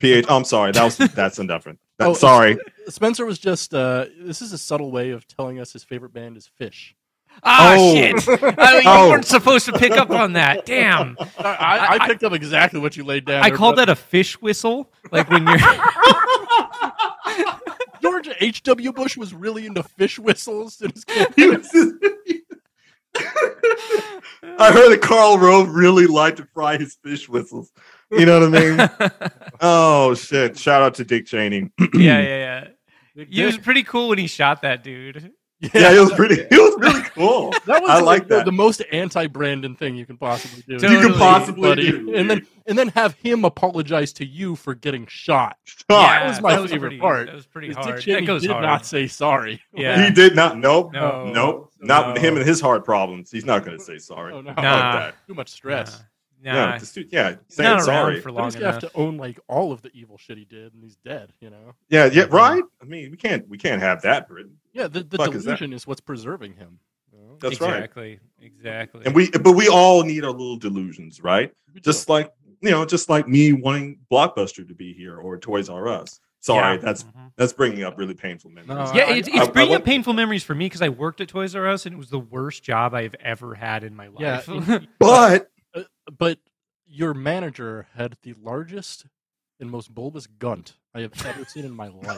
Speaker 3: PH. I'm sorry. That was that's indifferent.
Speaker 2: Oh, it's-
Speaker 3: sorry.
Speaker 2: Spencer was just. Uh, this is a subtle way of telling us his favorite band is Fish.
Speaker 1: Ah,
Speaker 3: Oh.
Speaker 1: shit! I, you
Speaker 3: Oh.
Speaker 1: weren't supposed to pick up on that. Damn!
Speaker 2: I, I,
Speaker 1: I-
Speaker 2: I picked up exactly what you laid down.
Speaker 1: I
Speaker 2: there,
Speaker 1: call
Speaker 2: but
Speaker 1: that a fish whistle. Like when you're,
Speaker 2: George H. W. Bush was really into fish whistles. In his kid.
Speaker 3: He was just- I heard that Carl Rove really liked to fry his fish whistles. You know what I mean? Oh shit. Shout out to Dick Cheney.
Speaker 1: yeah, yeah, yeah.
Speaker 2: Big
Speaker 1: It was
Speaker 2: dick.
Speaker 1: pretty cool when he shot that dude.
Speaker 3: Yeah, it was pretty it was really cool.
Speaker 2: That was
Speaker 3: I
Speaker 2: the-
Speaker 3: like
Speaker 2: the,
Speaker 3: that.
Speaker 2: the most anti-Brandon thing you can possibly do.
Speaker 1: You could
Speaker 3: possibly do.
Speaker 2: and then and then have him apologize to you for getting shot.
Speaker 3: Fuck.
Speaker 2: was my favorite
Speaker 1: pretty,
Speaker 2: part.
Speaker 1: That was pretty
Speaker 2: Dick
Speaker 1: hard.
Speaker 2: Cheney
Speaker 1: That goes
Speaker 2: did
Speaker 1: hard.
Speaker 2: not say sorry.
Speaker 1: Yeah.
Speaker 3: He did not nope.
Speaker 1: No.
Speaker 3: Nope. Not with
Speaker 1: No.
Speaker 3: him and his heart problems. He's not gonna say sorry.
Speaker 2: Oh, no.
Speaker 3: Fuck
Speaker 1: Nah.
Speaker 3: that.
Speaker 2: Too much stress.
Speaker 1: Nah,
Speaker 3: Yeah,
Speaker 1: nah.
Speaker 3: this dude- yeah,
Speaker 1: He's not
Speaker 3: saying
Speaker 1: around
Speaker 3: sorry.
Speaker 1: for
Speaker 2: But
Speaker 1: long
Speaker 2: He's gonna
Speaker 1: enough.
Speaker 2: have to own like all of the evil shit he did, and he's dead. You know.
Speaker 3: Yeah, yeah, right? I mean, we can't we can't have that, Britain.
Speaker 2: Yeah. The, the
Speaker 3: Fuck is that?
Speaker 2: delusion is, what's preserving him. you know?
Speaker 3: That's right.
Speaker 1: exactly, exactly.
Speaker 3: And we, but we all need our little delusions, right? Just like you know, just like me wanting Blockbuster to be here or Toys R Us. Sorry,
Speaker 1: Yeah.
Speaker 3: that's
Speaker 1: Mhm.
Speaker 3: that's bringing up really painful memories.
Speaker 2: No,
Speaker 1: Yeah,
Speaker 2: I-
Speaker 1: it's,
Speaker 2: I-
Speaker 1: it's
Speaker 3: I
Speaker 1: bringing
Speaker 3: went-
Speaker 1: up painful memories for me because I worked at Toys R Us and it was the worst job I've ever had in my
Speaker 2: Yeah,
Speaker 1: life.
Speaker 2: and-
Speaker 3: But
Speaker 2: but your manager had the largest and most bulbous gunt I have ever seen in my life.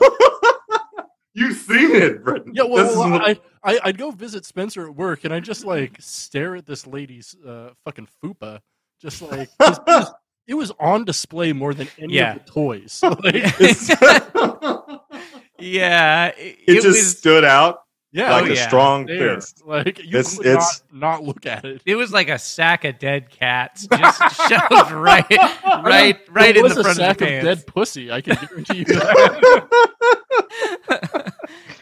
Speaker 3: you've seen it, Britain.
Speaker 2: Yeah,
Speaker 3: This
Speaker 2: well,
Speaker 3: is
Speaker 2: well,
Speaker 3: what-
Speaker 2: I, I I'd go visit Spencer at work, and I just like stare at this lady's uh, fucking fupa, just like 'cause it was on display more than any
Speaker 1: Yeah.
Speaker 2: of the toys. Like,
Speaker 3: it,
Speaker 1: yeah, it,
Speaker 3: just
Speaker 1: was
Speaker 3: stood out
Speaker 2: yeah,
Speaker 1: oh,
Speaker 3: like
Speaker 2: it
Speaker 3: a
Speaker 2: was
Speaker 1: yeah.
Speaker 3: strong
Speaker 2: there.
Speaker 3: fist.
Speaker 2: Like you
Speaker 3: It's-
Speaker 2: could
Speaker 3: it's-
Speaker 2: not, not look at it.
Speaker 1: it was like a sack of dead cats just shoved right, right, right
Speaker 2: There
Speaker 1: in
Speaker 2: was
Speaker 1: the front
Speaker 2: a sack
Speaker 1: of
Speaker 2: of,
Speaker 1: the pants.
Speaker 2: dead pussy. I can guarantee you that.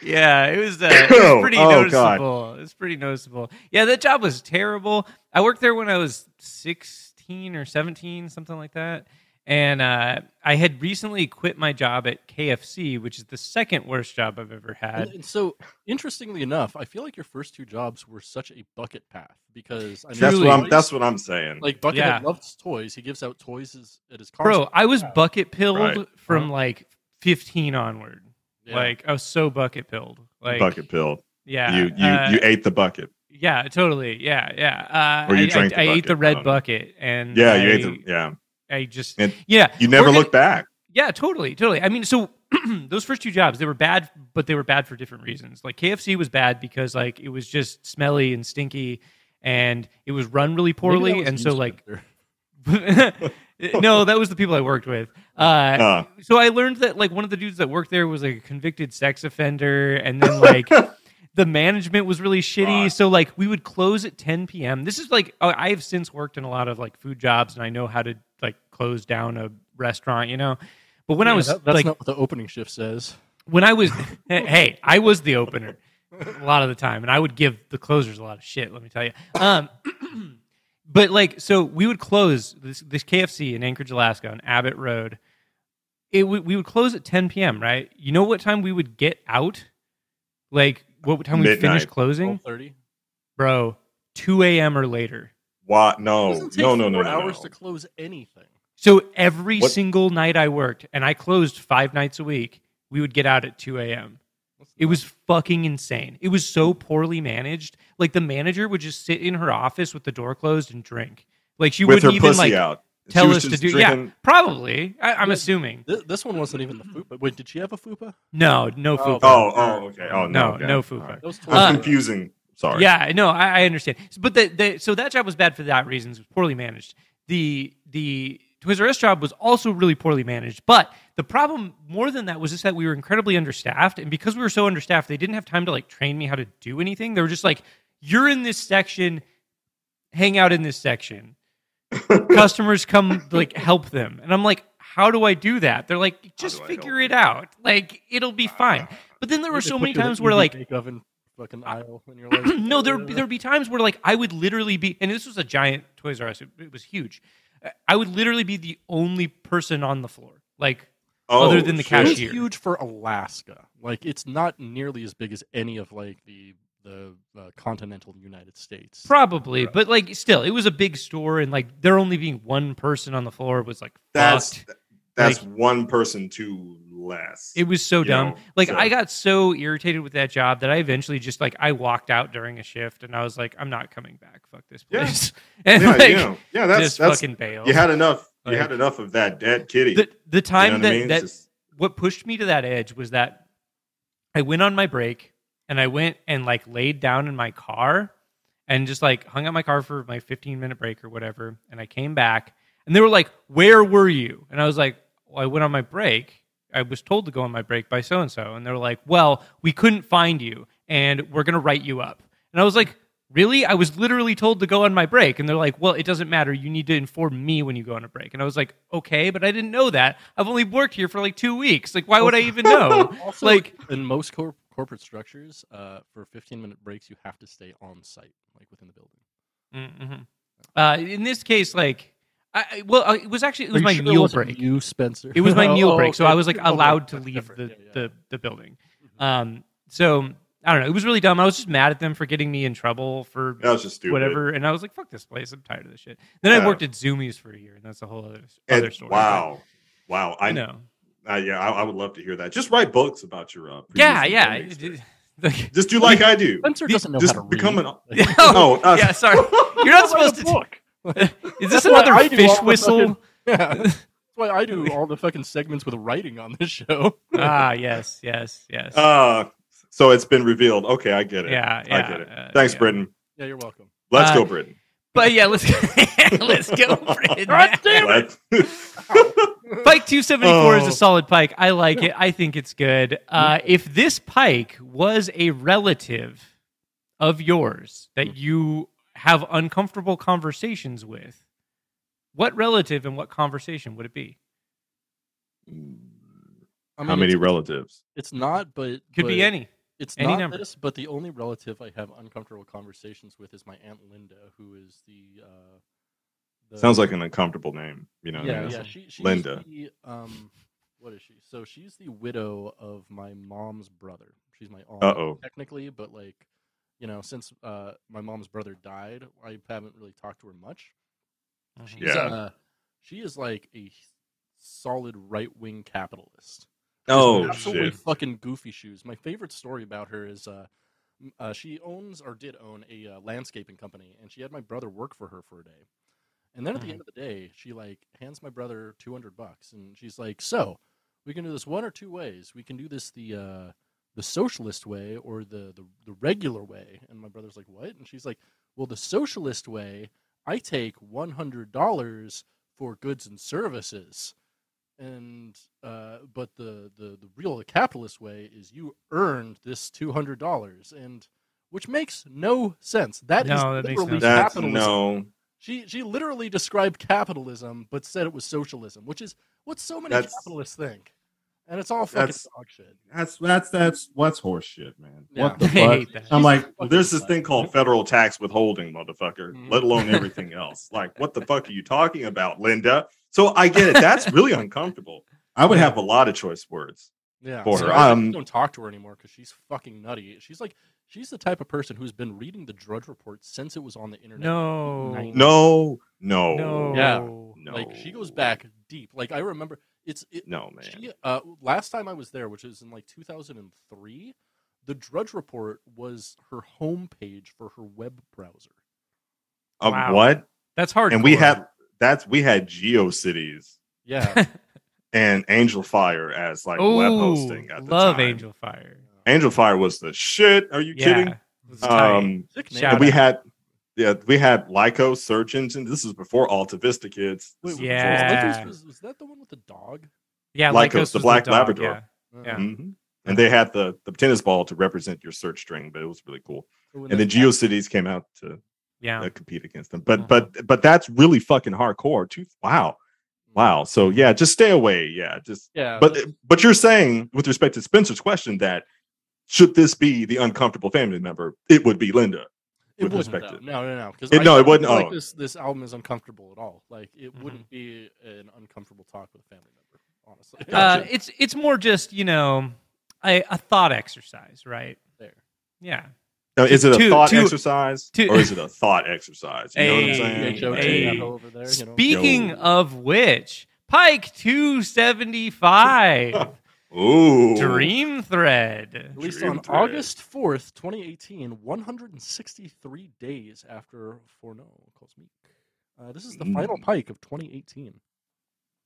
Speaker 1: yeah, it was, uh, it was pretty
Speaker 3: Oh, God.
Speaker 1: noticeable. It was pretty noticeable. Yeah, that job was terrible. I worked there when I was 16 or 17, something like that. And uh, I had recently quit my job at KFC, which is the second worst job I've ever
Speaker 2: and,
Speaker 1: had.
Speaker 2: and so, interestingly enough, I feel like your first two jobs were such a bucket path because I mean,
Speaker 3: That's
Speaker 1: Truly.
Speaker 3: what I'm. That's what I'm saying.
Speaker 2: like Buckethead
Speaker 1: Yeah.
Speaker 2: loves toys. He gives out toys as- at his concert.
Speaker 1: Bro, I was bucket pilled
Speaker 3: Right.
Speaker 1: from like 15 onward.
Speaker 2: Yeah.
Speaker 1: Like, I was so bucket pilled. Like,
Speaker 3: bucket pill.
Speaker 1: Yeah.
Speaker 3: you you
Speaker 1: uh,
Speaker 3: you ate the bucket.
Speaker 1: Yeah, totally. Yeah, yeah. Uh,
Speaker 3: Or you
Speaker 1: I,
Speaker 3: drank
Speaker 1: I,
Speaker 3: the
Speaker 1: I ate
Speaker 3: bucket.
Speaker 1: the
Speaker 3: I
Speaker 1: red
Speaker 3: don't know.
Speaker 1: bucket, and
Speaker 3: Yeah, you
Speaker 1: I-
Speaker 3: ate the. Yeah,
Speaker 1: I just
Speaker 3: And
Speaker 1: yeah.
Speaker 3: you never
Speaker 1: We're gonna-
Speaker 3: look back.
Speaker 1: Yeah, totally, totally. I mean, so those first two jobs, they were bad, but they were bad for different reasons. Like KFC was bad because like it was just smelly and stinky, and it was run really
Speaker 2: Maybe that
Speaker 1: poorly,
Speaker 2: was
Speaker 1: and so
Speaker 2: used
Speaker 1: like.
Speaker 2: there.
Speaker 1: no, that was the people I worked with. Uh,
Speaker 3: Uh,
Speaker 1: so I learned that like one of the dudes that worked there was like a convicted sex offender, and then like the management was really shitty.
Speaker 3: God.
Speaker 1: So like we would close at 10 p.m. This is like oh, I I have since worked in a lot of like food jobs, and I know how to like close down a restaurant, you know. But when I
Speaker 2: Yeah,
Speaker 1: was
Speaker 2: that- that's
Speaker 1: like
Speaker 2: not what the opening shift says.
Speaker 1: when I was hey, I was the opener a lot of the time, and I would give the closers a lot of shit. Let me tell you. Um, but like, so we would close this this KFC in Anchorage, Alaska, on Abbott Road. It would we would close at 10 p.m. Right? You know what time we would get out? Like what time we finish
Speaker 3: Midnight.
Speaker 1: closing,
Speaker 2: Twelve thirty.
Speaker 1: bro? 2 a.m. or later.
Speaker 3: what? No,
Speaker 2: doesn't take
Speaker 3: Oh, no, no,
Speaker 2: four
Speaker 3: no, no.
Speaker 2: hours
Speaker 3: no.
Speaker 2: to close anything.
Speaker 1: So every
Speaker 3: What-
Speaker 1: single night I worked, and I closed five nights a week, we would get out at 2 a.m. It was fucking insane. It was so poorly managed. Like the manager would just sit in her office with the door closed and drink. Like she
Speaker 3: With her
Speaker 1: wouldn't even
Speaker 3: pussy
Speaker 1: like
Speaker 3: out. She
Speaker 1: tell
Speaker 3: was
Speaker 1: us to
Speaker 3: just
Speaker 1: do. Yeah,
Speaker 3: drinking-
Speaker 1: probably. I, I'm
Speaker 2: Yeah.
Speaker 1: assuming.
Speaker 2: This, this one wasn't even the fupa. Wait, did she have a fupa?
Speaker 1: No, no
Speaker 2: Oh.
Speaker 1: fupa.
Speaker 3: Oh, oh, okay.
Speaker 1: No,
Speaker 3: Oh no, okay.
Speaker 1: no
Speaker 3: All
Speaker 1: fupa.
Speaker 3: right.
Speaker 2: That was
Speaker 3: I'm
Speaker 1: Uh,
Speaker 3: confusing. Sorry.
Speaker 1: Yeah, no, I, I understand. But the, the so that job was bad for that reason. It was poorly managed. The the Twiz RS job was also really poorly managed. But the problem more than that was just that we were incredibly understaffed, and because we were so understaffed, they didn't have time to like train me how to do anything. They were just like, "You're in this section, hang out in this section." Customers come like help them, and I'm like, "How do I do that?" They're like, "Just
Speaker 3: do I
Speaker 1: figure
Speaker 3: help Ah.
Speaker 1: it out. Like it'll be fine." But then there were
Speaker 2: They
Speaker 1: so
Speaker 2: put
Speaker 1: many
Speaker 2: you in
Speaker 1: times
Speaker 2: the
Speaker 1: where
Speaker 2: EV
Speaker 1: like
Speaker 2: bake oven fucking aisle and you're like
Speaker 1: no, there
Speaker 2: "Uh,
Speaker 1: there would be times where like I would literally be, and this was a giant Toys R Us. It, it was huge. Uh, I would literally be the only person on the floor. Like
Speaker 3: Oh,
Speaker 1: other than the
Speaker 2: It
Speaker 1: cash-
Speaker 3: shit.
Speaker 2: was
Speaker 1: cashier.
Speaker 2: huge for Alaska. Like it's not nearly as big as any of like the the uh, continental United States.
Speaker 1: probably, but like still, it was a big store, and like there only being one person on the floor was like
Speaker 3: That's
Speaker 1: fucked.
Speaker 3: that's one person too less.
Speaker 1: It was so
Speaker 3: you
Speaker 1: dumb.
Speaker 3: know,
Speaker 1: like
Speaker 3: so-
Speaker 1: I got so irritated with that job that I eventually just like I walked out during a shift, and I was like, I'm not coming back. Fuck this
Speaker 3: Yeah.
Speaker 1: place. and
Speaker 3: yeah,
Speaker 1: like
Speaker 3: yeah, yeah. That's
Speaker 1: just
Speaker 3: that's
Speaker 1: fucking bailed.
Speaker 3: you had enough. You
Speaker 1: Like-
Speaker 3: had enough of that dead kitty.
Speaker 1: the the time
Speaker 3: you know what
Speaker 1: that
Speaker 3: I mean?
Speaker 1: that
Speaker 3: It's just-
Speaker 1: what pushed me to that edge was that I went on my break and I went and like laid down in my car and just like hung out my car for my 15 minute break or whatever. And I came back and they were like, Where were you? And I was like, well, I went on my break. I was told to go on my break by so and so. And they were like, Well, we couldn't find you and we're going to write you up. And I was like, Really? I was literally told to go on my break. And they're like, Well, it doesn't matter. You need to inform me when you go on a break. And I was like, Okay, but I didn't know that. I've only worked here for like two weeks. Like, why would I even know?
Speaker 2: Also,
Speaker 1: like,
Speaker 2: in most cor- corporate structures, uh, for 15 minute breaks, you have to stay on site, like within the building.
Speaker 1: hmm Uh, in this case, like, I, I- well, uh, it was actually it was my meal break.
Speaker 2: You, Spencer. Oh,
Speaker 1: It was my meal break, so I was like
Speaker 2: okay.
Speaker 1: allowed to
Speaker 2: That's
Speaker 1: leave the,
Speaker 2: different. Yeah, yeah.
Speaker 1: the the building. Um, so I don't know. It was really dumb. I was just mad at them for getting me in trouble for
Speaker 3: that was just stupid.
Speaker 1: whatever, and I was like, "Fuck this place. I'm tired of this shit." Then I
Speaker 3: Yeah.
Speaker 1: worked at Zoomies for a year, and that's a whole other,
Speaker 3: And-
Speaker 1: other story.
Speaker 3: wow, wow.
Speaker 1: but,
Speaker 3: I
Speaker 1: you
Speaker 3: know.
Speaker 1: know.
Speaker 3: yeah, I, I would love to hear that. Just write books about your uh, previous
Speaker 1: Yeah, yeah.
Speaker 3: employees.
Speaker 1: it- it-
Speaker 3: Just do like I do.
Speaker 2: Spencer doesn't know
Speaker 3: Just
Speaker 2: how to
Speaker 3: become
Speaker 2: read.
Speaker 3: an.
Speaker 1: Yeah,
Speaker 3: No, uh,
Speaker 1: oh, yeah. Sorry, you're not
Speaker 2: Write
Speaker 1: supposed
Speaker 2: a
Speaker 1: to.
Speaker 2: book.
Speaker 1: Is this
Speaker 2: That's what
Speaker 1: another
Speaker 2: I do all
Speaker 1: fish
Speaker 2: the
Speaker 1: whistle?
Speaker 2: fucking- Yeah. That's why I do all the fucking segments with writing on this show.
Speaker 1: ah, yes, yes, yes.
Speaker 3: Uh, so it's been revealed. Okay, I get it.
Speaker 1: yeah,
Speaker 3: I
Speaker 1: yeah.
Speaker 3: get it.
Speaker 1: uh,
Speaker 3: Thanks,
Speaker 1: yeah.
Speaker 3: Britain.
Speaker 2: Yeah, you're welcome.
Speaker 3: Let's
Speaker 1: Uh,
Speaker 3: go, Britain.
Speaker 1: But yeah, let's let's go. Fred Mac.
Speaker 3: Let-
Speaker 1: Pike 274 is
Speaker 3: Oh.
Speaker 1: a solid pike. I like it. I think it's good. Uh, if this pike was a relative of yours
Speaker 3: Hmm.
Speaker 1: that you have uncomfortable conversations with, what relative and what conversation would it be?
Speaker 2: I mean,
Speaker 3: Mm. How many
Speaker 2: It's,
Speaker 3: relatives?
Speaker 2: it's not, but
Speaker 1: Could be
Speaker 2: but
Speaker 1: any.
Speaker 2: It's
Speaker 1: any
Speaker 2: not
Speaker 1: number.
Speaker 2: this, but the only relative I have uncomfortable conversations with is my aunt Linda, who is the. Uh, the
Speaker 3: Sounds like an uncomfortable name. You know,
Speaker 2: yeah,
Speaker 1: yeah.
Speaker 2: yeah. She, she's
Speaker 3: Linda.
Speaker 2: The, um, what is she? So she's the widow of my mom's brother. She's my aunt,
Speaker 3: Uh-oh.
Speaker 2: technically, but like, you know, since uh, my mom's brother died, I haven't really talked to her much. She's,
Speaker 3: Yeah.
Speaker 2: uh, she is like a solid right wing capitalist.
Speaker 3: Oh
Speaker 2: absolutely
Speaker 3: shit!
Speaker 2: fucking goofy shoes. My favorite story about her is uh, m- uh, she owns or did own a uh, landscaping company, and she had my brother work for her for a day. And then at
Speaker 3: Mm-hmm.
Speaker 2: the end of the day, she like hands my brother two hundred bucks, and she's like, "So we can do this one or two ways. We can do this the uh, the socialist way or the, the the regular way." And my brother's like, "What?" And she's like, "Well, the socialist way, I take one hundred dollars for goods and services." and uh, but the, the the real capitalist way is you earned this two hundred dollars and which makes no sense. That is
Speaker 1: No, that makes no
Speaker 2: literally
Speaker 1: sense.
Speaker 3: That's
Speaker 2: capitalism.
Speaker 3: no.
Speaker 2: She she literally described capitalism, but said it was socialism, which is what so many
Speaker 3: That's-
Speaker 2: capitalists think, and it's all fucking
Speaker 3: That's-
Speaker 2: dog shit.
Speaker 4: That's that's that's what's horse shit, man. What the
Speaker 2: Yeah.
Speaker 1: I
Speaker 4: fuck?
Speaker 1: hate that.
Speaker 4: I'm like,
Speaker 2: Fucking
Speaker 3: There's this
Speaker 2: slut.
Speaker 3: thing called federal tax withholding, motherfucker.
Speaker 2: Mhm.
Speaker 3: Let alone everything else. Like, what the fuck are you talking about, Linda? So I get it. That's really uncomfortable. I would have a lot of choice words.
Speaker 2: Yeah,
Speaker 3: for
Speaker 2: so
Speaker 3: her.
Speaker 2: I
Speaker 3: Um,
Speaker 2: don't talk to her anymore because she's fucking nutty. She's like she's the type of person who's been reading the Drudge Report since it was on the internet.
Speaker 1: No.
Speaker 3: No, no,
Speaker 1: No.
Speaker 2: Yeah.
Speaker 3: no.
Speaker 2: like she goes back deep. Like I remember, it's it,
Speaker 3: No, man.
Speaker 2: She, uh, last time I was there, which was in like 2003, the Drudge Report was her homepage for her web browser.
Speaker 3: Uh,
Speaker 1: Wow.
Speaker 3: What?
Speaker 1: That's hard.
Speaker 3: And we had that's we had GeoCities
Speaker 2: Yeah.
Speaker 3: and Angel Fire as like web hosting at the
Speaker 1: love
Speaker 3: time.
Speaker 1: Angel Fire.
Speaker 3: Angel Fire was the shit. Are you
Speaker 1: yeah.
Speaker 3: kidding?
Speaker 1: It's tight.
Speaker 3: Um,
Speaker 2: Sick
Speaker 1: Shout
Speaker 3: and
Speaker 2: name.
Speaker 3: we
Speaker 1: out.
Speaker 3: had yeah, we had Lyco search engine. This is before AltaVista kids. This is before
Speaker 1: Yeah.
Speaker 2: Lakers was, was that the one with the dog?
Speaker 1: yeah,
Speaker 3: Lycos,
Speaker 1: like
Speaker 3: the Black Labrador.
Speaker 2: Uh,
Speaker 1: Yeah.
Speaker 3: Mhm. And they had the, the tennis ball to represent your search string, but it was really cool.
Speaker 2: so when
Speaker 3: And then
Speaker 2: that-
Speaker 3: GeoCities came out to
Speaker 1: Yeah.
Speaker 3: uh,
Speaker 1: yeah.
Speaker 3: compete against them. But
Speaker 1: Mhm.
Speaker 3: but but that's really fucking hardcore too. Wow, wow. So yeah, just stay away. Yeah, just.
Speaker 1: Uh,
Speaker 2: Yeah.
Speaker 3: But uh,
Speaker 2: that's-
Speaker 3: but you're saying with respect to Spencer's question that should this be the uncomfortable family member, it would be Linda.
Speaker 2: it
Speaker 3: with
Speaker 2: wasn't
Speaker 3: respect
Speaker 2: though.
Speaker 3: to-
Speaker 2: No, no, no. Because
Speaker 3: It- no, it wasn't-
Speaker 2: Like
Speaker 3: oh. Mm-hmm.
Speaker 2: this, this album is uncomfortable at all. Like it
Speaker 1: Mhm.
Speaker 2: wouldn't be an uncomfortable talk with a family member. Honestly.
Speaker 1: Uh, it's it's more just you know a, a thought exercise, right?
Speaker 2: there.
Speaker 1: Yeah.
Speaker 3: Now, is it a
Speaker 1: Two-
Speaker 3: thought
Speaker 1: two-
Speaker 3: exercise
Speaker 1: two-
Speaker 3: or is it a thought exercise? You know what I'm
Speaker 1: Hey,
Speaker 3: saying?
Speaker 2: Joe
Speaker 3: Like,
Speaker 1: hey.
Speaker 2: Taylor over there, you know.
Speaker 1: Speaking
Speaker 3: Yo.
Speaker 1: of which, Pike 275
Speaker 3: Ooh.
Speaker 1: Dream Thread.
Speaker 2: Released
Speaker 3: Dream
Speaker 2: on
Speaker 3: Thread.
Speaker 2: August 4th, 2018, 163 days after Forno Cosmique. Uh, this is the final
Speaker 3: Mm.
Speaker 2: pike of 2018.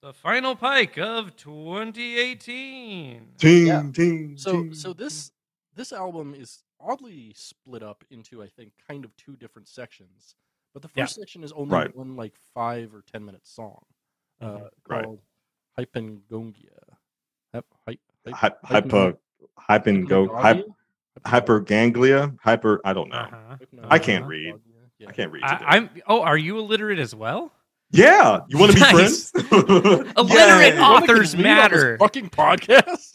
Speaker 1: The final Pike of 2018.
Speaker 3: Ting,
Speaker 2: Yeah.
Speaker 3: ting,
Speaker 2: So
Speaker 3: ting,
Speaker 2: so this this album is oddly split up into I think kind of two different sections. But the
Speaker 1: Yeah.
Speaker 2: first section is only
Speaker 3: Right. Mm-hmm.
Speaker 2: one like 5 or 10 minute song uh,
Speaker 1: Mhm.
Speaker 3: Right.
Speaker 2: called Hypengongia. Hyp- hyp-
Speaker 3: ting.
Speaker 2: hyp-
Speaker 3: Hy- hypo hypen go
Speaker 2: Hypnagogia?
Speaker 3: hyper ganglia hyper I don't know.
Speaker 1: Uh-huh.
Speaker 2: Hypno-
Speaker 1: I can't
Speaker 3: read.
Speaker 2: Hypnagogia. Yeah.
Speaker 3: I can't read today.
Speaker 1: I, am Oh, are you illiterate as well?
Speaker 3: yeah, you want to be
Speaker 1: Nice.
Speaker 3: friends?
Speaker 1: Illiterate
Speaker 3: Illiterate
Speaker 2: Anyone that can
Speaker 1: authors
Speaker 2: read on this
Speaker 1: matter.
Speaker 2: Fucking podcast.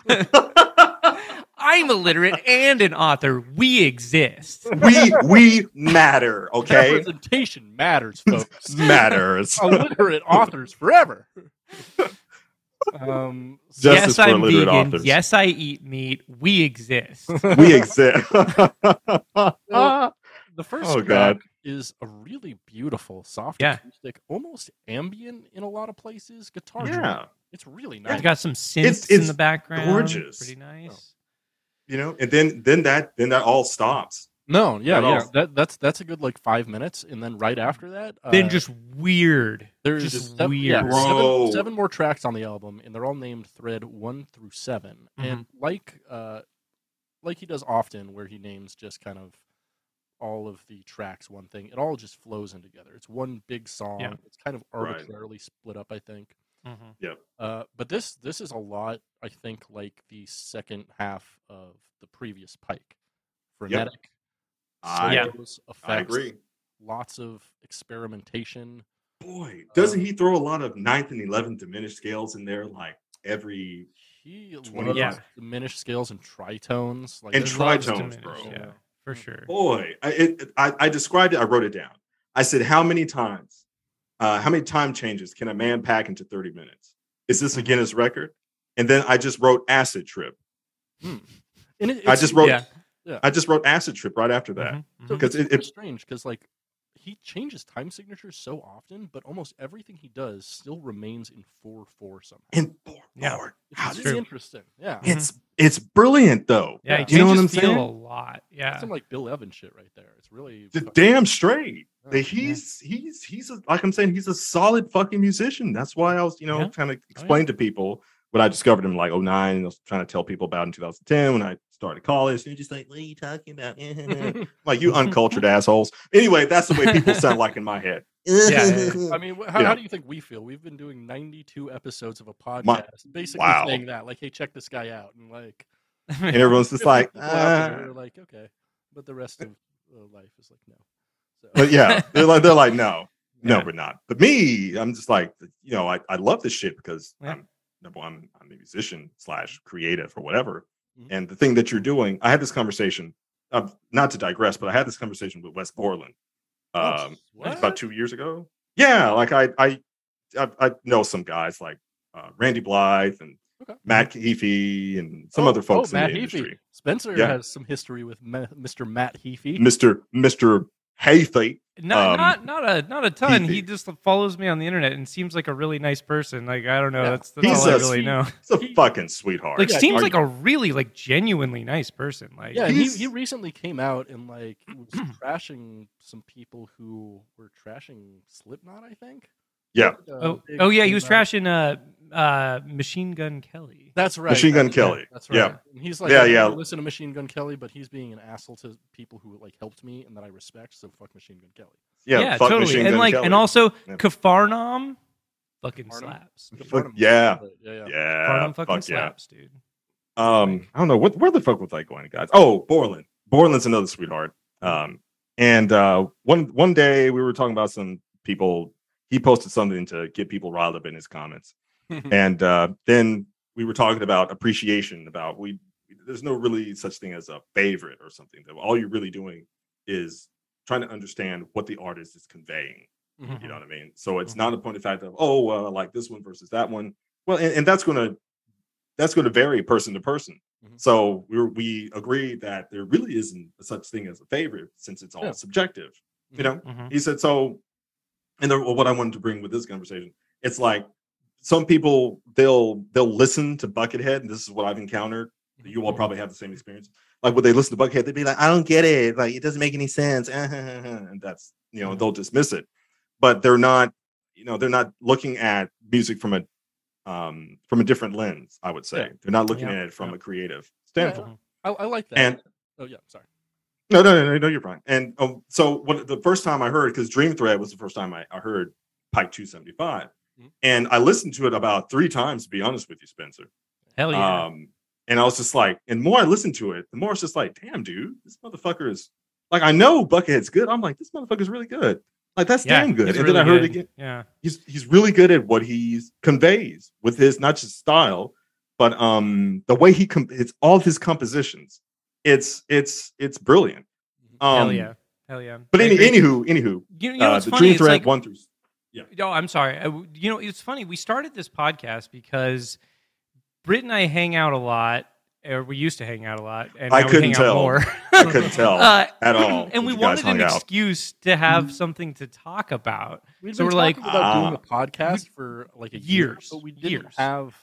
Speaker 1: I'm illiterate and an author. We exist.
Speaker 3: we we matter, okay?
Speaker 2: Representation matters, folks.
Speaker 3: Matters.
Speaker 2: Illiterate authors forever. Um, so-
Speaker 3: Justice
Speaker 1: yes,
Speaker 3: for
Speaker 1: I'm
Speaker 3: illiterate
Speaker 1: vegan.
Speaker 3: authors.
Speaker 1: Yes, I eat meat. We exist.
Speaker 3: we exist.
Speaker 1: uh.
Speaker 2: so the first
Speaker 3: Oh,
Speaker 2: track
Speaker 3: God.
Speaker 2: is a really beautiful, soft
Speaker 1: Yeah.
Speaker 2: acoustic, almost ambient in a lot of places. Guitar,
Speaker 3: yeah.
Speaker 2: driven. it's really
Speaker 1: It's
Speaker 2: nice.
Speaker 1: got some synths
Speaker 3: It's-
Speaker 1: in
Speaker 3: it's
Speaker 1: the background.
Speaker 3: gorgeous.
Speaker 1: Pretty nice.
Speaker 3: You know, and then then that then that all stops.
Speaker 2: no, yeah,
Speaker 3: At all.
Speaker 2: yeah, that, that's that's a good like five minutes, and then right after that, uh,
Speaker 1: then just weird.
Speaker 2: There's
Speaker 1: just
Speaker 2: seven, yeah,
Speaker 1: weird.
Speaker 3: Bro.
Speaker 2: Seven, seven more tracks on the album, and they're all named thread one through 7
Speaker 1: Mm-hmm.
Speaker 2: And like uh, like he does often, where he names just kind of all of the tracks one thing. It all just flows in together. It's one big song.
Speaker 1: Yeah.
Speaker 2: It's kind of
Speaker 3: Right.
Speaker 2: arbitrarily split up, I think.
Speaker 1: Mhm.
Speaker 2: Uh, but this this is a lot, I think, like the second half of the previous Pike. Frenetic,
Speaker 3: I-
Speaker 1: Yeah.
Speaker 2: solos, effects,
Speaker 3: I agree.
Speaker 2: lots of experimentation.
Speaker 3: Boy, doesn't he throw a lot of ninth and eleventh diminished scales in there? Like every
Speaker 2: He
Speaker 3: 20
Speaker 2: loves
Speaker 1: Yeah.
Speaker 2: diminished scales and tritones. Like
Speaker 3: And
Speaker 2: there's
Speaker 1: It
Speaker 3: tri-
Speaker 1: loves
Speaker 3: tritones,
Speaker 1: diminished,
Speaker 3: bro.
Speaker 1: Yeah, for
Speaker 2: Mm-hmm.
Speaker 1: sure.
Speaker 3: boy, I, it, it- I I described it. I wrote it down. I said, how many times, uh, how many time changes can a man pack into thirty minutes? Is this a Guinness record? And then I just wrote acid trip.
Speaker 2: Hmm. and it-
Speaker 3: I
Speaker 2: it's-
Speaker 3: just wrote.
Speaker 1: yeah.
Speaker 3: I just wrote acid trip right after that.
Speaker 1: Mhm, mhm.
Speaker 2: So
Speaker 3: Because
Speaker 2: it's
Speaker 3: it-
Speaker 2: kinda
Speaker 3: it-
Speaker 2: strange because like he changes time signatures so often, but almost everything he does still remains in four four somehow.
Speaker 3: And boy,
Speaker 1: Yeah.
Speaker 3: Lord,
Speaker 2: It's
Speaker 3: how
Speaker 1: That's
Speaker 2: really
Speaker 3: does-
Speaker 1: true.
Speaker 2: interesting. Yeah.
Speaker 1: Yeah.
Speaker 3: it's it's brilliant though.
Speaker 1: Yeah, he
Speaker 3: You know what
Speaker 1: changes
Speaker 3: I'm
Speaker 1: feel
Speaker 3: saying?
Speaker 1: a lot. Yeah.
Speaker 2: That's some like Bill Evans shit right there. It's really
Speaker 3: The
Speaker 2: fucking-
Speaker 3: damn straight.
Speaker 2: Yeah.
Speaker 1: Oh,
Speaker 3: That he's he's he's a, like I'm saying he's a solid fucking musician. That's why I was you know
Speaker 1: Yeah.
Speaker 3: trying to explain to people what I discovered in like 09 and I was trying to tell people about in 2010 when I started college. They're just like, what are you talking about? like you uncultured assholes. Anyway, that's the way people sound like in my head.
Speaker 1: yeah,
Speaker 2: I mean, wh- how,
Speaker 3: Yeah.
Speaker 2: how do you think we feel? We've been doing 92 episodes of a podcast, basically
Speaker 3: wow.
Speaker 2: saying that, like, hey, check this guy out. And, like,
Speaker 3: And everyone's just
Speaker 2: 50
Speaker 3: like,
Speaker 2: people out
Speaker 3: "Ah."
Speaker 2: there are like, okay. But the rest of uh, life is like, no. So,
Speaker 3: but yeah, they're like they're like no. No,
Speaker 1: Yeah.
Speaker 3: we're not. But me, I'm just like, you know, I, I love this shit because
Speaker 1: Yeah.
Speaker 3: I'm number one, I'm, I'm a musician slash creative or
Speaker 1: Mm-hmm.
Speaker 3: whatever.
Speaker 2: Mhm.
Speaker 3: And the thing that you're doing, I had this conversation, uh, not to digress, but I had this conversation with Wes Borland
Speaker 2: Oh,
Speaker 3: um,
Speaker 2: what?
Speaker 3: about two years ago. Yeah, like I I I, I know some guys like uh, Randy Blythe and
Speaker 2: Okay.
Speaker 3: Matt Heafy and some
Speaker 2: Oh,
Speaker 3: other folks
Speaker 2: oh,
Speaker 3: in
Speaker 2: Matt
Speaker 3: the
Speaker 2: Heafy.
Speaker 3: industry.
Speaker 2: Spencer
Speaker 3: Yeah.
Speaker 2: has some history with Ma- Mr. Matt Heafy.
Speaker 3: Mr. Mr. Heafy.
Speaker 1: not,
Speaker 3: Um,
Speaker 1: not not a not a ton.
Speaker 3: he-
Speaker 1: He just follows me on the internet and seems like a really nice person. Like I don't know.
Speaker 2: Yeah.
Speaker 1: That's, that's
Speaker 3: He's
Speaker 1: all I
Speaker 3: a
Speaker 1: really
Speaker 3: sweet-
Speaker 1: know.
Speaker 3: He's a
Speaker 2: He-
Speaker 3: fucking sweetheart.
Speaker 1: Like
Speaker 2: Yeah,
Speaker 1: seems
Speaker 3: Are-
Speaker 1: like a really like genuinely nice person. Like
Speaker 2: Yeah, he, he
Speaker 3: He's-
Speaker 2: recently came out and like was trashing some people who were trashing Slipknot, I think.
Speaker 3: Yeah.
Speaker 2: Uh,
Speaker 1: oh,
Speaker 2: big
Speaker 1: oh yeah, he was
Speaker 2: came out-
Speaker 1: trashing uh uh Machine Gun Kelly.
Speaker 2: That's right.
Speaker 3: Machine Gun
Speaker 2: that's right,
Speaker 3: Kelly.
Speaker 2: That's right.
Speaker 3: Yeah.
Speaker 2: And he's like,
Speaker 3: Yeah,
Speaker 2: yeah, yeah.
Speaker 3: yeah.
Speaker 2: Listen to Machine Gun Kelly, but he's being an asshole to people who like helped me and that I respect. So fuck Machine Gun Kelly.
Speaker 3: yeah, fuck Machine
Speaker 1: and
Speaker 3: Gun
Speaker 1: like and
Speaker 3: Kelly.
Speaker 1: also
Speaker 3: Yeah.
Speaker 1: Kafarnam fucking
Speaker 2: Kafarnam?
Speaker 1: slaps.
Speaker 2: Good
Speaker 3: Fuck
Speaker 2: part of him.
Speaker 3: yeah.
Speaker 2: Yeah. Yeah.
Speaker 3: Yeah,
Speaker 1: Kafarnam fucking
Speaker 3: fuck yeah.
Speaker 1: slaps, dude.
Speaker 3: Um, I don't know what where the fuck was I going, guys? Oh, Borland. Borland's another sweetheart. Um, and uh, one one day we were talking about some people. He posted something to get people riled up in his comments, and uh, then we were talking about appreciation. About we, there's no really such thing as a favorite or something. That all you're really doing is trying to understand what the artist is conveying.
Speaker 2: Mm-hmm.
Speaker 3: You know what I mean? So it's not a point of fact of oh, uh, like this one versus that one. Well, and, and that's gonna that's gonna vary person to person.
Speaker 2: Mhm.
Speaker 3: So we were, we agree that there really isn't such thing as a favorite since it's all
Speaker 2: Yeah.
Speaker 3: subjective.
Speaker 2: Mhm.
Speaker 3: You know?
Speaker 1: Mhm.
Speaker 3: He said so, and then what I wanted to bring with this conversation, it's like some people they'll they'll listen to Buckethead, and this is what I've encountered. You all probably have the same experience. Like when they listen to Buckethead, they'd be like, "I don't get it. Like it doesn't make any sense." And that's you know
Speaker 2: Mhm.
Speaker 3: they'll dismiss it, but they're not you know they're not looking at music from a um from a different lens. I would say
Speaker 2: Yeah.
Speaker 3: they're not looking
Speaker 1: Yeah.
Speaker 3: at it from
Speaker 1: Yeah.
Speaker 3: a creative
Speaker 2: Yeah,
Speaker 1: Mm-hmm.
Speaker 3: standpoint.
Speaker 2: I, I like that.
Speaker 3: And-
Speaker 2: oh yeah, sorry.
Speaker 3: No, no, no, no, no, you're fine. And um, so what the first time I heard, because Dream Thread was the first time I, I heard Pike 275.
Speaker 2: Mhm.
Speaker 3: And I listened to it about three times, to be honest with you, Spencer.
Speaker 1: Hell Oh, yeah.
Speaker 3: Um, and I was just like, and the more I listened to it, the more it's just like, damn, dude, this motherfucker is like, I know Buckethead's good. I'm like, this motherfucker's really good. Like, that's
Speaker 1: yeah,
Speaker 3: damn good.
Speaker 1: he's
Speaker 3: And
Speaker 1: really
Speaker 3: then I heard
Speaker 1: good.
Speaker 3: it again
Speaker 1: Yeah.
Speaker 3: he's he's really good at what he conveys with his not just style, but um the way he com- it's all of his compositions. It's it's it's brilliant. Um,
Speaker 1: Mm-hmm. Hell yeah. Hell yeah.
Speaker 3: But
Speaker 1: I
Speaker 3: any,
Speaker 1: agree.
Speaker 3: anywho, anywho,
Speaker 1: you, you know
Speaker 3: uh,
Speaker 1: what's
Speaker 3: the
Speaker 1: funny?
Speaker 3: Dream
Speaker 1: It's
Speaker 3: Thread
Speaker 1: like
Speaker 3: one through.
Speaker 1: No, I'm sorry. I w you know, it's funny. We started this podcast because Britt and I hang out a lot, or we used to hang out a lot, and
Speaker 3: I
Speaker 1: now we
Speaker 3: couldn't
Speaker 1: hang
Speaker 3: tell.
Speaker 1: out more.
Speaker 3: I couldn't tell
Speaker 1: uh,
Speaker 3: at all.
Speaker 1: and
Speaker 3: that
Speaker 1: we
Speaker 3: you guys
Speaker 1: wanted an
Speaker 3: hung out. Mm-hmm.
Speaker 1: excuse to have something to talk about.
Speaker 2: We've
Speaker 1: So
Speaker 2: been
Speaker 1: we're like,
Speaker 2: talking about doing
Speaker 3: Ah.
Speaker 2: a podcast for like a year,
Speaker 1: Years,
Speaker 2: but we didn't
Speaker 1: years.
Speaker 2: have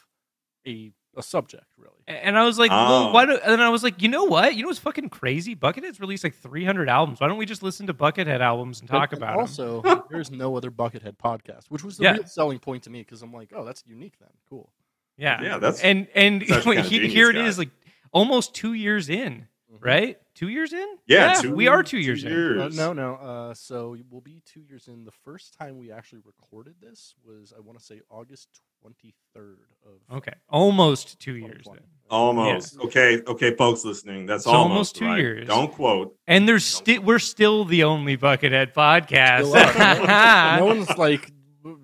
Speaker 2: a a subject really.
Speaker 1: A- And I was like, well,
Speaker 3: Oh.
Speaker 1: why do? And I was like, you know what? You know what's fucking crazy? Buckethead's released like 300 albums. Why don't we just listen to Buckethead albums and
Speaker 2: But-
Speaker 1: talk
Speaker 2: and
Speaker 1: about them?
Speaker 2: also, there's no other Buckethead podcast, which was the
Speaker 1: Yeah.
Speaker 2: real selling point to me because I'm like, oh, that's unique then. Cool.
Speaker 1: Yeah,
Speaker 3: Yeah, that's
Speaker 1: and and
Speaker 3: It's actually
Speaker 1: he-
Speaker 3: kinda genius,
Speaker 1: here it
Speaker 3: guy. Mm-hmm.
Speaker 1: is, like almost two years in.
Speaker 2: Mm-hmm.
Speaker 1: right? Two years in?
Speaker 3: Yeah, two-
Speaker 1: we are two
Speaker 3: two
Speaker 1: years in.
Speaker 2: Uh,
Speaker 3: years.
Speaker 2: no, no. Uh, so we'll be two years in. The first time we actually recorded this was, I want to say, August 23rd of
Speaker 1: Okay, almost two years
Speaker 2: 2020.
Speaker 1: then.
Speaker 3: Almost.
Speaker 2: Yeah.
Speaker 3: Okay. Okay, folks listening. That's
Speaker 1: It's almost
Speaker 3: almost,
Speaker 1: two
Speaker 3: right.
Speaker 1: years.
Speaker 3: Don't quote.
Speaker 1: And there's still we're still the only Buckethead podcast.
Speaker 2: Still
Speaker 1: Uh,
Speaker 2: are. no one's like,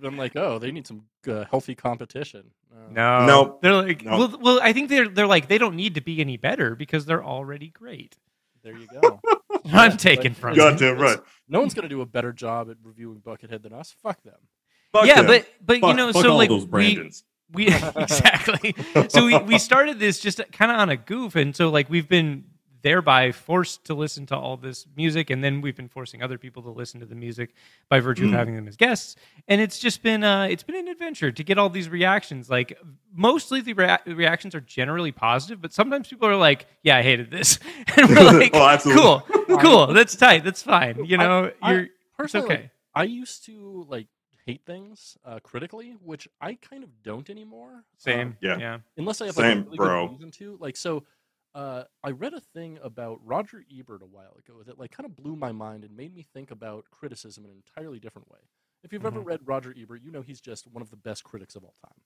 Speaker 2: I'm like, oh, they need some uh, healthy competition. Uh,
Speaker 1: no,
Speaker 3: Nope.
Speaker 1: They're like,
Speaker 3: Nope.
Speaker 1: well, well, I think they're they're like they don't need to be any better because they're already great.
Speaker 2: There you go.
Speaker 1: I'm taken from
Speaker 2: Good.
Speaker 1: it.
Speaker 3: Goddamn right.
Speaker 2: no one's going to do a better job at reviewing Buckethead than us. Fuck them.
Speaker 3: Fuck
Speaker 1: yeah,
Speaker 3: them.
Speaker 1: but but you
Speaker 3: Fuck-
Speaker 1: know,
Speaker 3: fuck
Speaker 1: so
Speaker 3: all
Speaker 1: like
Speaker 3: those
Speaker 1: we
Speaker 3: Brandons.
Speaker 1: we exactly. So we we started this just kind of on a goof, and so like we've been thereby forced to listen to all this music, and then we've been forcing other people to listen to the music by virtue of
Speaker 3: Mm.
Speaker 1: having them as guests, and it's just been uh it's been an adventure to get all these reactions. Like mostly the rea- reactions are generally positive, but sometimes people are like, "Yeah, I hated this," and we're like,
Speaker 3: Oh, absolutely.
Speaker 1: "Cool, cool, that's tight, that's fine." You know,
Speaker 2: I-
Speaker 1: you're it's
Speaker 2: Personally,
Speaker 1: okay.
Speaker 2: I used to like hate things uh, critically, which I kind of don't anymore.
Speaker 1: Same,
Speaker 3: yeah.
Speaker 1: yeah.
Speaker 2: unless I have
Speaker 3: Same,
Speaker 2: like, a really
Speaker 3: bro.
Speaker 2: good reason to. Like, so uh, I read a thing about Roger Ebert a while ago that like kind of blew my mind and made me think about criticism in an entirely different way. If you've ever
Speaker 1: Mhm.
Speaker 2: read Roger Ebert, you know he's just one of the best critics of all time,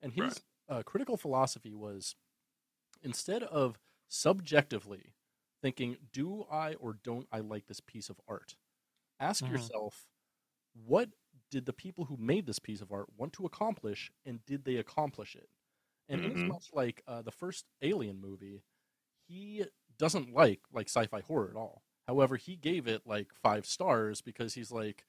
Speaker 2: and his
Speaker 3: Right.
Speaker 2: uh, critical philosophy was instead of subjectively thinking, "Do I or don't I like this piece of art?" Ask
Speaker 1: Mhm.
Speaker 2: yourself, what did the people who made this piece of art want to accomplish, and did they accomplish it? And
Speaker 3: Mhm.
Speaker 2: it's much like uh, the first Alien movie, he doesn't like like sci-fi horror at all. However, he gave it like five stars because he's like,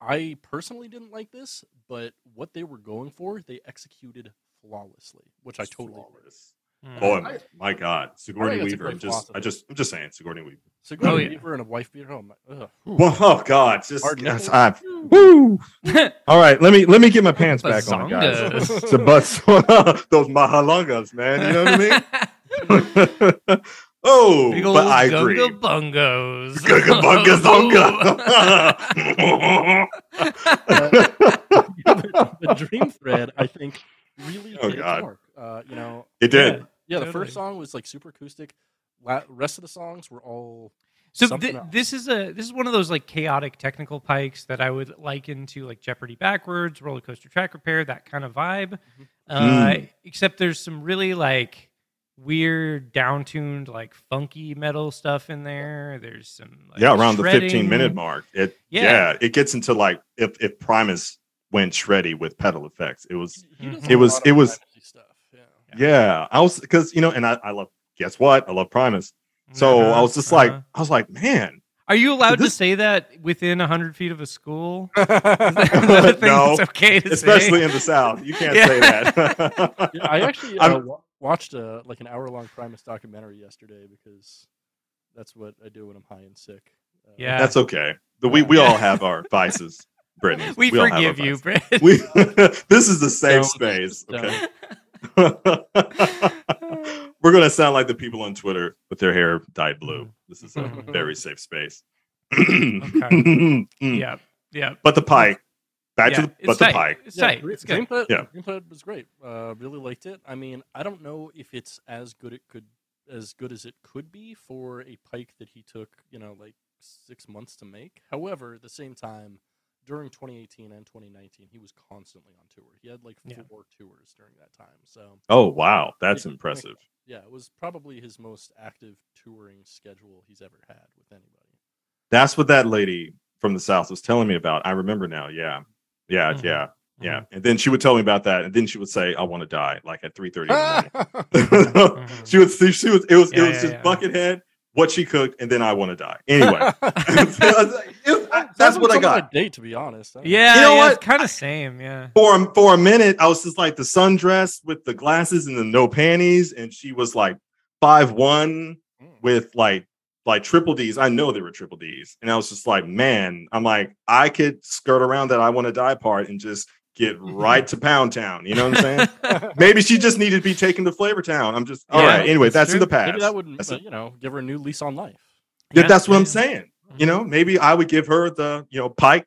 Speaker 2: I personally didn't like this, but what they were going for, they executed flawlessly, which I totally agree.
Speaker 3: Flawless.
Speaker 1: Mm.
Speaker 3: Boy, my, my God, Sigourney
Speaker 2: that's a
Speaker 3: Weaver.
Speaker 2: great
Speaker 3: I'm just,
Speaker 2: philosophy.
Speaker 3: I just, I'm just saying, Sigourney Weaver.
Speaker 2: Sigourney
Speaker 1: Oh, yeah.
Speaker 2: Weaver and a wife beater. Oh my, ugh.
Speaker 3: Well, oh God, just
Speaker 2: Hard
Speaker 3: yes,
Speaker 2: nickel.
Speaker 3: I- woo. All right, let me let me get my pants back on, guys.
Speaker 1: Bazongas.
Speaker 3: to bust those mahalongas, man. You know what I mean? oh,
Speaker 1: Big old
Speaker 3: but I agree.
Speaker 1: gunga bungos.
Speaker 3: Gugabunga zonga.
Speaker 2: the dream thread, I think, really
Speaker 3: Oh,
Speaker 2: hit its
Speaker 3: God.
Speaker 2: mark. Uh, you know,
Speaker 3: it did.
Speaker 2: yeah, the
Speaker 1: Totally.
Speaker 2: first song was like super acoustic. La- rest of the songs were all
Speaker 1: so
Speaker 2: Something
Speaker 1: thi-
Speaker 2: else.
Speaker 1: this is a this is one of those like chaotic technical pikes that I would liken to like Jeopardy backwards, roller coaster track repair, that kind of vibe. Uh,
Speaker 3: Mm.
Speaker 1: Except there's some really like weird downtuned like funky metal stuff in there. There's some like,
Speaker 3: yeah, around the 15
Speaker 1: shredding.
Speaker 3: minute mark. It
Speaker 1: Yeah.
Speaker 3: yeah. it gets into like if if Primus went shreddy with pedal effects, it was
Speaker 2: he does
Speaker 1: Mhm.
Speaker 2: a
Speaker 1: It
Speaker 3: was-
Speaker 2: lot of
Speaker 3: it was-
Speaker 2: fantasy stuff. Yeah.
Speaker 3: yeah. I was because you know, and I, I love guess what I love Primus. So
Speaker 1: Uh-huh,
Speaker 3: I was just like
Speaker 1: uh-huh.
Speaker 3: I was like man,
Speaker 1: are you allowed to
Speaker 3: this-
Speaker 1: say that within hundred feet of a school? Is that a thing
Speaker 3: no,
Speaker 1: that's okay to say?
Speaker 3: especially in the South, you can't
Speaker 1: Yeah.
Speaker 3: say that.
Speaker 2: Yeah, I actually uh,
Speaker 3: I'm-
Speaker 2: wa- watched a, like an hour long Primus documentary yesterday because that's what I do when I'm high and sick. Uh,
Speaker 1: Yeah.
Speaker 3: That's okay. The, we we all have our vices, Brittany.
Speaker 1: we
Speaker 3: all have our
Speaker 1: forgive you,
Speaker 3: vices.
Speaker 1: Brett.
Speaker 3: We, this is the safe
Speaker 2: Don't.
Speaker 3: space.
Speaker 2: Don't.
Speaker 3: Okay. We're gonna sound like the people on Twitter with their hair dyed blue.
Speaker 1: Mm-hmm.
Speaker 3: This is a very safe space. Mm.
Speaker 1: yeah, yeah.
Speaker 3: But the pike. Back
Speaker 1: yeah.
Speaker 3: to the, but the pike.
Speaker 1: It's
Speaker 2: Yeah,
Speaker 1: tight.
Speaker 2: Dre-
Speaker 1: It's good.
Speaker 2: Dream Thread-
Speaker 3: Yeah.
Speaker 2: Dream Thread was great. Uh, really liked it. I mean, I don't know if it's as good it could as good as it could be for a pike that he took, you know, like six months to make. However, at the same time, during 2018 and 2019, he was constantly on tour. He had like
Speaker 1: Yeah.
Speaker 2: four tours during that time. So
Speaker 3: Oh wow, that's
Speaker 2: Yeah.
Speaker 3: impressive.
Speaker 2: yeah, it was probably his most active touring schedule he's ever had with anybody.
Speaker 3: That's what that lady from the South was telling me about. I remember now. Yeah. Yeah,
Speaker 1: Mhm.
Speaker 3: yeah, yeah. And then she would tell me about that, and then she would say, I want to die, like at 3 30 in the morning.
Speaker 1: Mhm.
Speaker 3: she was she, she was it was
Speaker 1: Ah! Yeah,
Speaker 3: it was
Speaker 1: yeah,
Speaker 3: just
Speaker 1: yeah.
Speaker 3: Buckethead, what she cooked, and then I want to die. Anyway, It- I- that's
Speaker 2: Sounds
Speaker 3: what I
Speaker 2: like something
Speaker 3: got.
Speaker 2: I'd date, to be honest. I don't know.
Speaker 1: Yeah,
Speaker 3: You know
Speaker 1: yeah,
Speaker 3: what?
Speaker 1: It's kind of same. Yeah.
Speaker 3: For a, for a minute, I was just like the sundress with the glasses and the no panties, and she was like five one
Speaker 2: Mm.
Speaker 3: with like like triple D's. I know they were triple D's, and I was just like, man, I'm like I could skirt around that I want to die part and just get right to Pound Town. You know what I'm saying? Maybe she just needed to be taken to Flavor Town. I'm just all
Speaker 1: Yeah,
Speaker 3: right. Anyway,
Speaker 1: that's
Speaker 3: that's in
Speaker 1: true.
Speaker 3: the past.
Speaker 2: Maybe that would,
Speaker 3: That's
Speaker 2: uh,
Speaker 3: it.
Speaker 2: you know, give her a new lease on life.
Speaker 3: Yeah,
Speaker 1: Yeah,
Speaker 3: that's what
Speaker 1: yeah,
Speaker 3: I'm
Speaker 1: yeah.
Speaker 3: saying. You know, maybe I would give her the, you know, Pike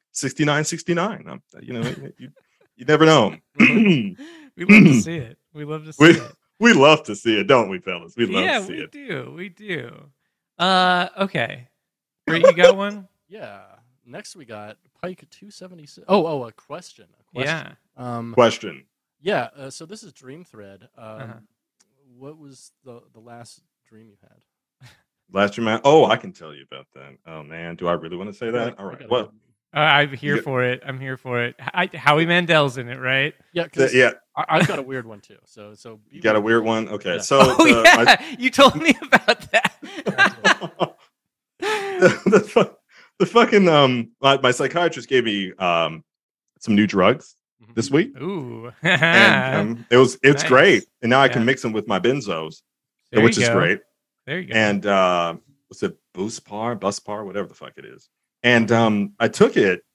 Speaker 3: 6969. Um, You know, you, you never know.
Speaker 1: we love to see it. We love to see
Speaker 3: We-
Speaker 1: it.
Speaker 3: we love to see it, don't we, fellas? We love
Speaker 1: yeah,
Speaker 3: to see
Speaker 1: we
Speaker 3: it.
Speaker 1: do. We do. Uh, okay. Great, you got one?
Speaker 2: Yeah. Next we got Pike 276. Oh, oh, a question. A question.
Speaker 1: Yeah.
Speaker 2: Yeah. Um,
Speaker 3: Question.
Speaker 2: yeah. Uh, so this is Dream Thread. Um,
Speaker 1: Uh-huh.
Speaker 2: What was the, the last dream you had?
Speaker 3: Last year, man. Oh, I can tell you about that. Oh man, do I really want to say that?
Speaker 2: I
Speaker 3: All right.
Speaker 2: gotta
Speaker 3: Well,
Speaker 2: go.
Speaker 1: Uh, I'm here
Speaker 3: Yeah.
Speaker 1: for it. I'm here for it. I, Howie Mandel's in it, right?
Speaker 2: Yeah,
Speaker 3: th-
Speaker 2: because
Speaker 3: yeah,
Speaker 2: I've got a weird one too. So, so
Speaker 3: you got a weird one. Okay,
Speaker 2: Yeah.
Speaker 3: so
Speaker 1: Oh,
Speaker 3: the- uh, I-
Speaker 1: yeah. You told me about that.
Speaker 3: the, the, fu- the fucking um, my, my psychiatrist gave me um some new drugs
Speaker 2: Mhm.
Speaker 3: this week,
Speaker 1: Ooh.
Speaker 3: and um, it was
Speaker 1: Ah. Nice.
Speaker 3: it's great, and now I can
Speaker 1: Yeah.
Speaker 3: mix them with my benzos,
Speaker 1: There
Speaker 3: which
Speaker 1: you
Speaker 3: is
Speaker 1: go.
Speaker 3: great.
Speaker 1: There you go.
Speaker 3: and uh what's it boost par bus par whatever the fuck it is and um i took it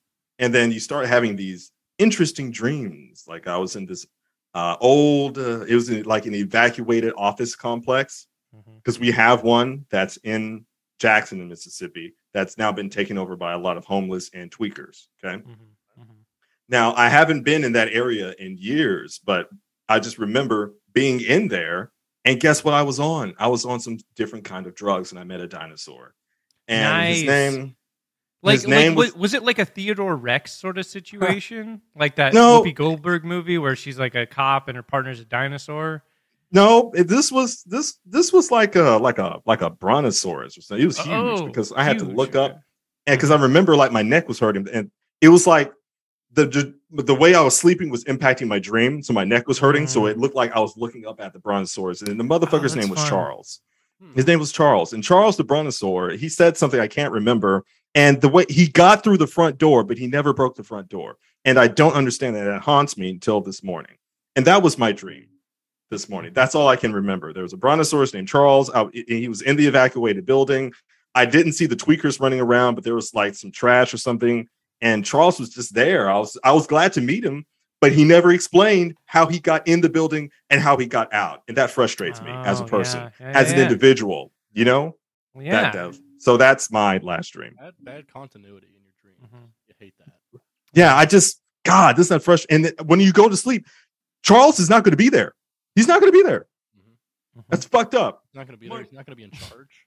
Speaker 3: and then you start having these interesting dreams like i was in this uh old uh, it was in, like an evacuated office complex
Speaker 1: Mhm.
Speaker 3: because we have one that's in jackson in mississippi that's now been taken over by a lot of homeless and tweakers okay
Speaker 1: Mhm. Mhm.
Speaker 3: now, I haven't been in that area in years, but I just remember being in there. And guess what I was on? I was on some different kind of drugs and I met a dinosaur. And his
Speaker 1: Nice.
Speaker 3: name,
Speaker 1: Like,
Speaker 3: His name
Speaker 1: like
Speaker 3: was-
Speaker 1: was, was it like a Theodore Rex sort of situation, like that
Speaker 3: No.
Speaker 1: Whoopi Goldberg movie where she's like a cop and her partner's a dinosaur?
Speaker 3: no, it- this was this this was like a like a like a brontosaurus or something. It was huge
Speaker 1: Oh,
Speaker 3: because I had to
Speaker 1: huge.
Speaker 3: look up and because I remember like my neck was hurting and it was like the, the the way I was sleeping was impacting my dream, so my neck was hurting. So it looked like I was looking up at the brontosaurus, and the motherfucker's
Speaker 1: that's
Speaker 3: name was
Speaker 1: fun.
Speaker 3: Charles.
Speaker 2: Hmm.
Speaker 3: His name was Charles, and Charles the Brontosaur. He said something I can't remember, and the way he got through the front door, but he never broke the front door, and I don't understand that. It haunts me until this morning, and that was my dream this morning. That's all I can remember. There was a Brontosaurus named Charles. I, he was in the evacuated building. I didn't see the tweakers running around, but there was like some trash or something, and Charles was just there. I was I was glad to meet him. But he never explained how he got in the building and how he got out. And that frustrates me as a
Speaker 1: Oh,
Speaker 3: person
Speaker 1: yeah, yeah,
Speaker 3: as an
Speaker 1: yeah.
Speaker 3: individual, you know?
Speaker 1: Yeah.
Speaker 3: That dev. So that's my last dream.
Speaker 2: Bad, bad continuity in your dream.
Speaker 1: Mhm.
Speaker 2: You hate that.
Speaker 3: Yeah, I just God, this is not fresh. And th- when you go to sleep, Charles is not going to be there. He's not going to be there.
Speaker 1: Mhm.
Speaker 3: That's fucked up.
Speaker 2: He's not going to be there. He's not going to be in charge.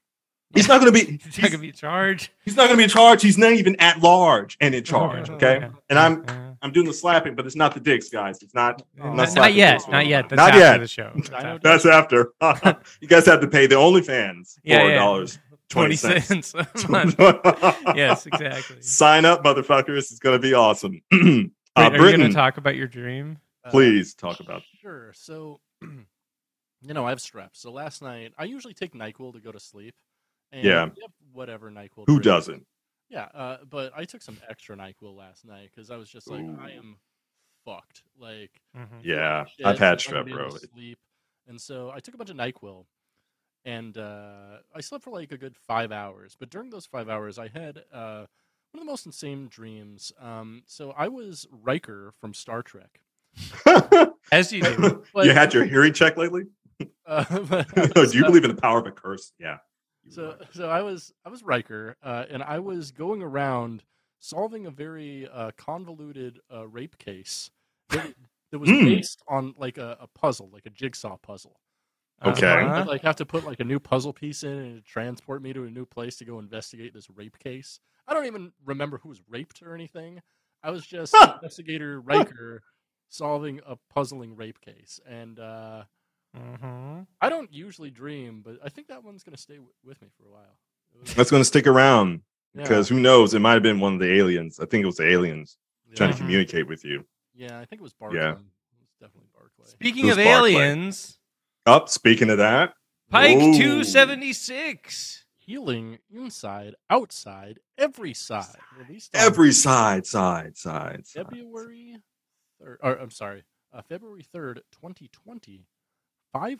Speaker 3: He's not going to be.
Speaker 1: He's not
Speaker 3: He's,
Speaker 1: gonna be charged.
Speaker 3: he's not going to be in charge. He's not even at large and in charge. Okay, and I'm
Speaker 1: Uh,
Speaker 3: I'm doing the slapping, but it's not the dicks, guys. It's not.
Speaker 1: not,
Speaker 3: not
Speaker 1: not
Speaker 3: slapping
Speaker 1: yet.
Speaker 3: this one.
Speaker 1: Not yet. That's
Speaker 3: Not
Speaker 1: after
Speaker 3: yet.
Speaker 1: the show.
Speaker 2: I know
Speaker 1: That's
Speaker 3: That's after. you guys have to pay the OnlyFans
Speaker 1: Yeah,
Speaker 3: four
Speaker 1: yeah.
Speaker 3: dollars
Speaker 1: twenty
Speaker 3: twenty cents.
Speaker 1: cents a month. yes, exactly.
Speaker 3: Sign up, motherfuckers. It's going to be awesome. uh,
Speaker 1: Wait, are you
Speaker 3: Britain,
Speaker 1: gonna talk about your dream?
Speaker 2: Uh,
Speaker 3: please talk about
Speaker 2: Sure. So, you know, I have strep. So last night, I usually take Nyquil to go to sleep. And
Speaker 3: Yeah.
Speaker 2: yep, whatever Nyquil.
Speaker 3: who
Speaker 2: drip.
Speaker 3: doesn't.
Speaker 2: Yeah. Uh, but I took some extra Nyquil last night because I was just like, I
Speaker 3: Ooh.
Speaker 2: am fucked. Like,
Speaker 1: Mhm.
Speaker 3: Yeah,
Speaker 2: shit,
Speaker 3: I've had
Speaker 2: I'm not
Speaker 3: strep,
Speaker 2: gonna be able
Speaker 3: bro.
Speaker 2: to Sleep. And so I took a bunch of Nyquil, and uh, I slept for like a good five hours. But during those five hours, I had uh, one of the most insane dreams. Um, so I was Riker from Star Trek.
Speaker 1: As you do.
Speaker 2: But,
Speaker 3: you had your hearing check lately?
Speaker 2: uh, but I
Speaker 3: Do
Speaker 2: was,
Speaker 3: you
Speaker 2: uh,
Speaker 3: believe in the power of a curse? Yeah.
Speaker 2: So, uh, so I was I was Riker, uh, and I was going around solving a very uh, convoluted uh, rape case that, that was
Speaker 3: Hmm.
Speaker 2: based on like a, a puzzle, like a jigsaw puzzle.
Speaker 3: Okay.
Speaker 2: So I
Speaker 1: Uh-huh.
Speaker 2: would, like have to put like a new puzzle piece in and it'd transport me to a new place to go investigate this rape case. I don't even remember who was raped or anything. I was just
Speaker 3: Huh.
Speaker 2: investigator Riker solving a puzzling rape case, and uh,
Speaker 1: Mhm.
Speaker 2: I don't usually dream, but I think that one's gonna stay w- with me for a while. It was-
Speaker 3: That's going to stick around
Speaker 2: yeah,
Speaker 3: because who knows? It might have been one of the aliens. I think it was the aliens
Speaker 2: yeah,
Speaker 3: trying to
Speaker 1: Mhm.
Speaker 3: communicate with you.
Speaker 2: yeah, I think it was Barclay.
Speaker 3: Yeah.
Speaker 2: It was definitely Barclay.
Speaker 1: Speaking of
Speaker 3: Who's Barclay?
Speaker 1: aliens,
Speaker 3: Up, Oh, speaking of that,
Speaker 1: Pike
Speaker 3: Whoa.
Speaker 1: two seventy six.
Speaker 2: Healing inside, outside, every side. Released on
Speaker 3: every side, side, side. side.
Speaker 2: February third. Or I'm sorry, uh, February third, 2020.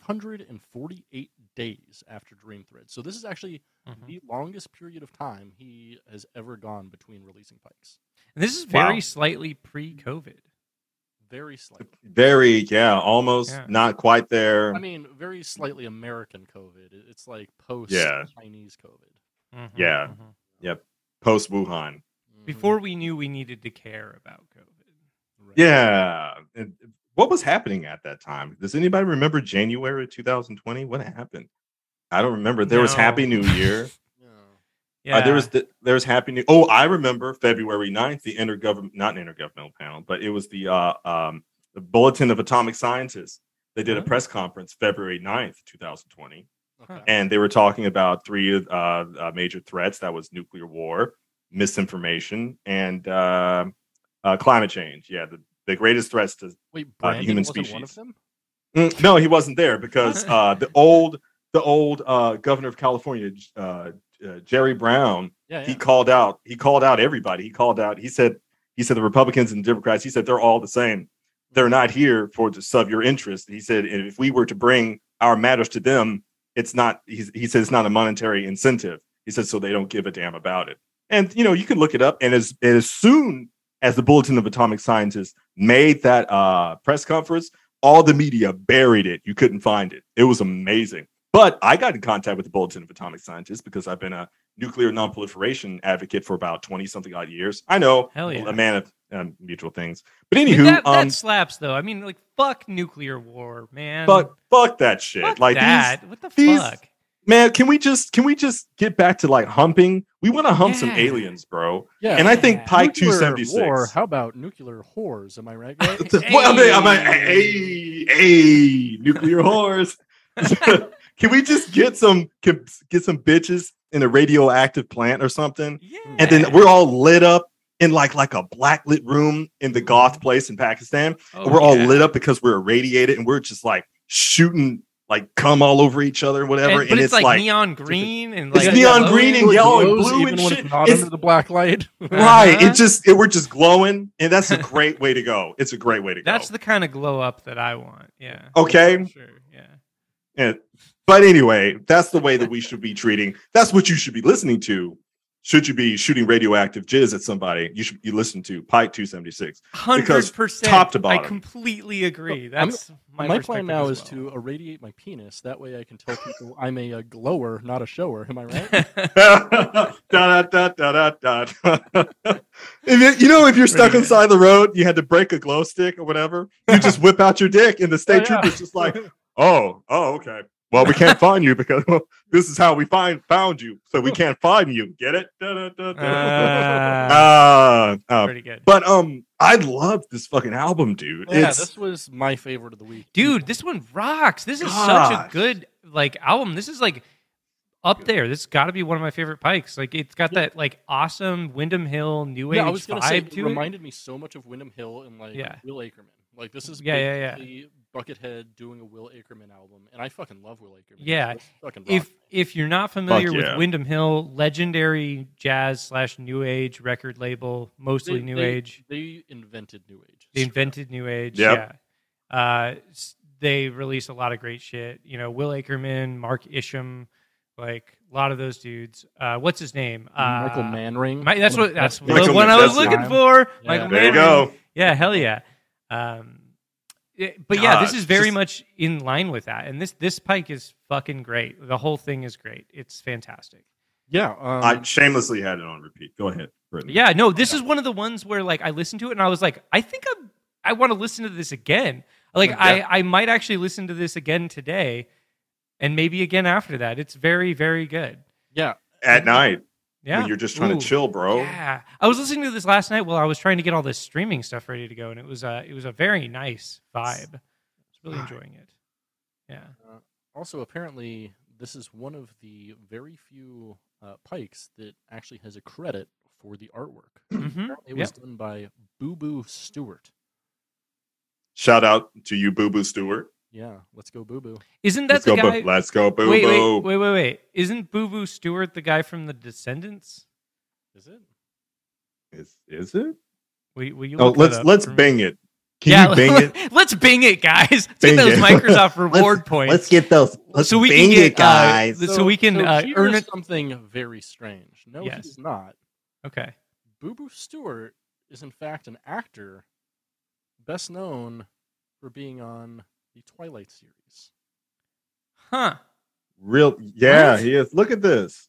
Speaker 2: 548 days after Dream Thread. So this is actually the longest period of time he has ever gone between releasing Pikes.
Speaker 1: This is very
Speaker 3: Wow.
Speaker 1: slightly pre-COVID.
Speaker 2: Very slightly.
Speaker 3: Very, yeah, almost
Speaker 1: Yeah.
Speaker 3: not quite there.
Speaker 2: I mean, very slightly American COVID. It- It's like post
Speaker 3: Yeah.
Speaker 2: Chinese COVID.
Speaker 1: Mhm,
Speaker 3: Yeah.
Speaker 1: mhm.
Speaker 3: Post Wuhan.
Speaker 2: Mhm.
Speaker 1: Before we knew we needed to care about COVID.
Speaker 3: Uh,
Speaker 2: Right.
Speaker 3: Yeah. And what was happening at that time? Does anybody remember January 2020? What happened? I don't remember. There was
Speaker 1: No.
Speaker 3: Happy New Year. Uh, there was the, there was happy news. Oh, I remember February 9th, the intergovernment not an intergovernmental panel, but it was the uh, um, the Bulletin of Atomic Scientists. They did a
Speaker 1: Oh.
Speaker 3: press conference February 9th, 2020,
Speaker 2: Okay.
Speaker 3: and they were talking about three uh, uh, major threats. That was nuclear war, misinformation, and uh, uh, climate change. Yeah, the, the greatest threats to
Speaker 2: Wait,
Speaker 3: uh,
Speaker 2: Brandon
Speaker 3: human
Speaker 2: wasn't one of
Speaker 3: species.
Speaker 2: them.
Speaker 3: Mm, No, he wasn't there because uh, the old the old uh, governor of California, uh, uh, Jerry Brown,
Speaker 2: Yeah, yeah.
Speaker 3: he called out he called out everybody. He called out. He said he said the Republicans and Democrats. He said they're all the same. They're not here for to serve your interest. He said and if we were to bring our matters to them, it's not. He's, he said it's not a monetary incentive. He said so they don't give a damn about it. And you know you can look it up. And as and as soon as the Bulletin of Atomic Scientists made that uh, press conference, all the media buried it. You couldn't find it. It was amazing. But I got in contact with the Bulletin of Atomic Scientists because I've been a nuclear nonproliferation advocate for about 20 something odd years. I know
Speaker 1: Hell yeah.
Speaker 3: a man of um, mutual things. But
Speaker 1: I mean,
Speaker 3: anywho,
Speaker 1: that, that
Speaker 3: um,
Speaker 1: slaps though. I mean, like fuck nuclear war, man.
Speaker 3: fuck, fuck that shit.
Speaker 1: Fuck
Speaker 3: like
Speaker 1: that.
Speaker 3: These,
Speaker 1: what the
Speaker 3: these-
Speaker 1: fuck?
Speaker 3: man, can we just can we just get back to like humping? We want to hump some
Speaker 1: Yeah.
Speaker 3: aliens, bro.
Speaker 2: yeah.
Speaker 3: And I think
Speaker 1: Yeah.
Speaker 3: Pike
Speaker 2: Nuclear War,
Speaker 3: 276.
Speaker 2: how about nuclear whores? Am I right? guys?
Speaker 3: What I mean, I'm like, hey, hey, nuclear whores. can we just get some can, get some bitches in a radioactive plant or something?
Speaker 1: Yeah.
Speaker 3: and then we're all lit up in like like a black lit room in the goth place in Pakistan.
Speaker 1: Mm-hmm. Oh,
Speaker 3: we're all
Speaker 1: yeah.
Speaker 3: lit up because we're irradiated and we're just like shooting like cum all over each other and whatever.
Speaker 1: And,
Speaker 3: And,
Speaker 1: but
Speaker 3: it's,
Speaker 1: like,
Speaker 3: like,
Speaker 1: neon green and
Speaker 3: It's
Speaker 1: like
Speaker 3: neon
Speaker 1: yellow.
Speaker 3: green and
Speaker 2: It
Speaker 3: yellow and
Speaker 2: glows
Speaker 3: blue
Speaker 2: even
Speaker 3: and
Speaker 2: when
Speaker 3: shit.
Speaker 2: It's not
Speaker 3: It's-
Speaker 2: under the black light.
Speaker 3: right.
Speaker 1: Uh-huh.
Speaker 3: It just it, we're just glowing, and that's a great way to go. It's a great way to go.
Speaker 1: That's the kind of glow up that I want. Yeah.
Speaker 3: Okay.
Speaker 1: For Sure. Yeah.
Speaker 3: And- but anyway, that's the way that we should be treating. That's what you should be listening to. Should you be shooting radioactive jizz at somebody, you should you listen to Pike 276. Because
Speaker 1: Hundred percent.
Speaker 3: top to
Speaker 1: I
Speaker 3: bottom.
Speaker 1: completely agree.
Speaker 2: I'm-
Speaker 1: That's my,
Speaker 2: My, plan
Speaker 1: perspective
Speaker 2: now
Speaker 1: as
Speaker 2: is
Speaker 1: well.
Speaker 2: to irradiate my penis. That way I can tell people I'm a, uh glower, not a shower. Am I right?
Speaker 3: da, da, da, da, da, da. And then, you know, if you're stuck
Speaker 1: Pretty
Speaker 3: on the side of the road, you had to break a glow stick or whatever, you just whip out your dick, and the state
Speaker 2: yeah.
Speaker 3: trooper's just like, oh, oh, okay. Well, we can't find you because well, this is how we find found you. So we can't find you. Get it? Da, da, da,
Speaker 1: Uh,
Speaker 3: da. Ah, ah.
Speaker 1: Pretty good.
Speaker 3: but um, I love this fucking album, dude.
Speaker 2: yeah,
Speaker 3: it's
Speaker 2: this was my favorite of the week.
Speaker 1: Dude, this one rocks. This is such a
Speaker 3: Gosh.
Speaker 1: good like album. This is like up there. This got to be one of my favorite Pikes. Like it's got
Speaker 2: Yeah.
Speaker 1: that like awesome Wyndham Hill new age
Speaker 2: yeah, I was gonna
Speaker 1: vibe
Speaker 2: say, it
Speaker 1: to it.
Speaker 2: reminded me so much of Wyndham Hill and like
Speaker 1: Yeah.
Speaker 2: Will Ackerman. Like this is
Speaker 1: Yeah, yeah, yeah.
Speaker 2: basically Buckethead doing a Will Ackerman album, and I fucking love Will Ackerman.
Speaker 1: Yeah,
Speaker 2: This fucking
Speaker 1: if
Speaker 2: rock.
Speaker 1: if you're not familiar
Speaker 3: yeah.
Speaker 1: with Wyndham Hill, legendary jazz slash new age record label, mostly
Speaker 2: They-
Speaker 1: new
Speaker 2: they-
Speaker 1: age.
Speaker 2: they invented new age.
Speaker 1: They invented new age.
Speaker 3: Yep.
Speaker 1: Yeah. Uh, s- they released a lot of great shit. You know, Will Ackerman, Mark Isham, like a lot of those dudes. Uh, what's his name? Uh,
Speaker 2: Michael Manring.
Speaker 1: Mi- that's
Speaker 2: one
Speaker 1: what
Speaker 2: of the
Speaker 1: that's
Speaker 2: best
Speaker 1: the
Speaker 3: Michael
Speaker 1: one I was
Speaker 3: Mann-
Speaker 1: looking
Speaker 2: that's
Speaker 1: for.
Speaker 2: Yeah.
Speaker 1: Michael
Speaker 3: there you
Speaker 1: Mann.
Speaker 3: go.
Speaker 1: Yeah, hell yeah. Um, it- but yeah, this
Speaker 3: God,
Speaker 1: is very
Speaker 3: just-
Speaker 1: much in line with that. And this this pike is fucking great. The whole thing is great. It's fantastic.
Speaker 2: Yeah, um,
Speaker 3: I shamelessly had it on repeat. Go ahead, Brittany.
Speaker 1: Yeah, no, this is one of the ones where like I listened to it and I was like, I think I'm I want to listen to this again. Like
Speaker 3: Yeah.
Speaker 1: I I might actually listen to this again today and maybe again after that. It's very very good.
Speaker 2: yeah.
Speaker 3: at night
Speaker 1: Yeah.
Speaker 3: when you're just trying
Speaker 1: Ooh.
Speaker 3: to chill, bro.
Speaker 1: Yeah. I was listening to this last night while I was trying to get all this streaming stuff ready to go and it was uh it was a very nice vibe. I was really enjoying it. Yeah.
Speaker 2: Also, apparently, this is one of the very few uh, pikes that actually has a credit for the artwork.
Speaker 1: Mhm.
Speaker 2: Apparently, It was done by Boo Boo Stewart.
Speaker 3: Shout out to you, Boo Boo Stewart.
Speaker 2: Yeah, let's go, Boo Boo.
Speaker 1: Isn't that
Speaker 3: Let's
Speaker 1: the
Speaker 3: go,
Speaker 1: guy
Speaker 3: boo. Let's go, Boo
Speaker 1: wait,
Speaker 3: Boo.
Speaker 1: wait, wait, wait, wait. Isn't Boo Boo Stewart the guy from the Descendants?
Speaker 2: Is it?
Speaker 3: Is is it?
Speaker 1: Will, will you
Speaker 3: Oh,
Speaker 1: look that
Speaker 3: let's
Speaker 1: up
Speaker 3: let's
Speaker 1: for me?
Speaker 3: bing it. Can you bing it?
Speaker 1: Let's bing it, guys. Let's
Speaker 3: Bing
Speaker 1: get those
Speaker 3: it.
Speaker 1: Microsoft reward points.
Speaker 3: get those.
Speaker 1: so we can get, uh, so, we can uh,
Speaker 2: he
Speaker 1: earn
Speaker 2: was
Speaker 1: it.
Speaker 2: something very strange. No,
Speaker 1: Yes.
Speaker 2: he's not.
Speaker 1: Okay.
Speaker 2: Boo Boo Stewart is in fact an actor, best known for being on the Twilight series.
Speaker 1: Huh.
Speaker 3: Real, yeah,
Speaker 1: What?
Speaker 3: he is. Look at this.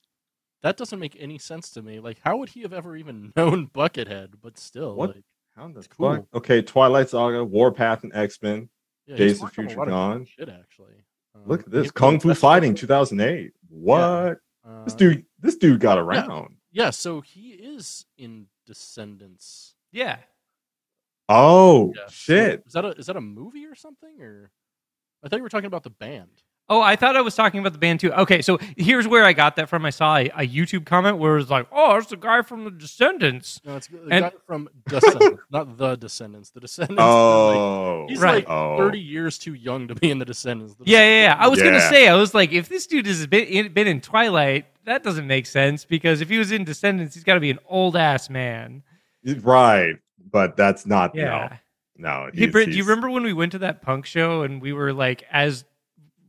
Speaker 2: That doesn't make any sense to me. Like, how would he have ever even known Buckethead? But still,
Speaker 3: What?
Speaker 2: like,
Speaker 3: How the
Speaker 2: Cool.
Speaker 3: fuck? Mm-hmm. Okay, Twilight Saga, Warpath, and X Men.
Speaker 2: yeah, he's
Speaker 3: Days of
Speaker 2: worked on a
Speaker 3: Future
Speaker 2: lot of
Speaker 3: Gone.
Speaker 2: good Shit, actually. Um,
Speaker 3: Look at
Speaker 2: he
Speaker 3: this.
Speaker 2: was
Speaker 3: Kung Fu
Speaker 2: best
Speaker 3: Fighting
Speaker 2: picture.
Speaker 3: 2008. What?
Speaker 2: Uh,
Speaker 3: This dude, this dude got around.
Speaker 2: Yeah, so he is in Descendants.
Speaker 1: Yeah.
Speaker 3: Oh
Speaker 2: Yeah, so
Speaker 3: shit!
Speaker 2: Is that a is that a movie or something? Or I thought you were talking about the band.
Speaker 1: Oh, I thought I was talking about the band too. Okay, so here's where I got that from. I saw a, a YouTube comment where it was like, "Oh, it's the guy from the Descendants."
Speaker 2: No, it's the
Speaker 1: And-
Speaker 2: guy from Descendants, not the Descendants. The Descendants. are like-
Speaker 3: Oh,
Speaker 2: he's
Speaker 1: Right.
Speaker 2: like
Speaker 3: oh,
Speaker 2: thirty years too young to be in the Descendants. The
Speaker 1: Yeah, yeah, yeah. I was gonna
Speaker 3: Yeah.
Speaker 1: say, I was like, if this dude has been in, been in Twilight, that doesn't make sense because if he was in Descendants, he's got to be an old ass man.
Speaker 3: right. But that's not
Speaker 1: Yeah.
Speaker 3: no, no.
Speaker 1: Hey,
Speaker 3: he's-
Speaker 1: Britt, do you
Speaker 3: he's-
Speaker 1: remember when we went to that punk show and we were like, as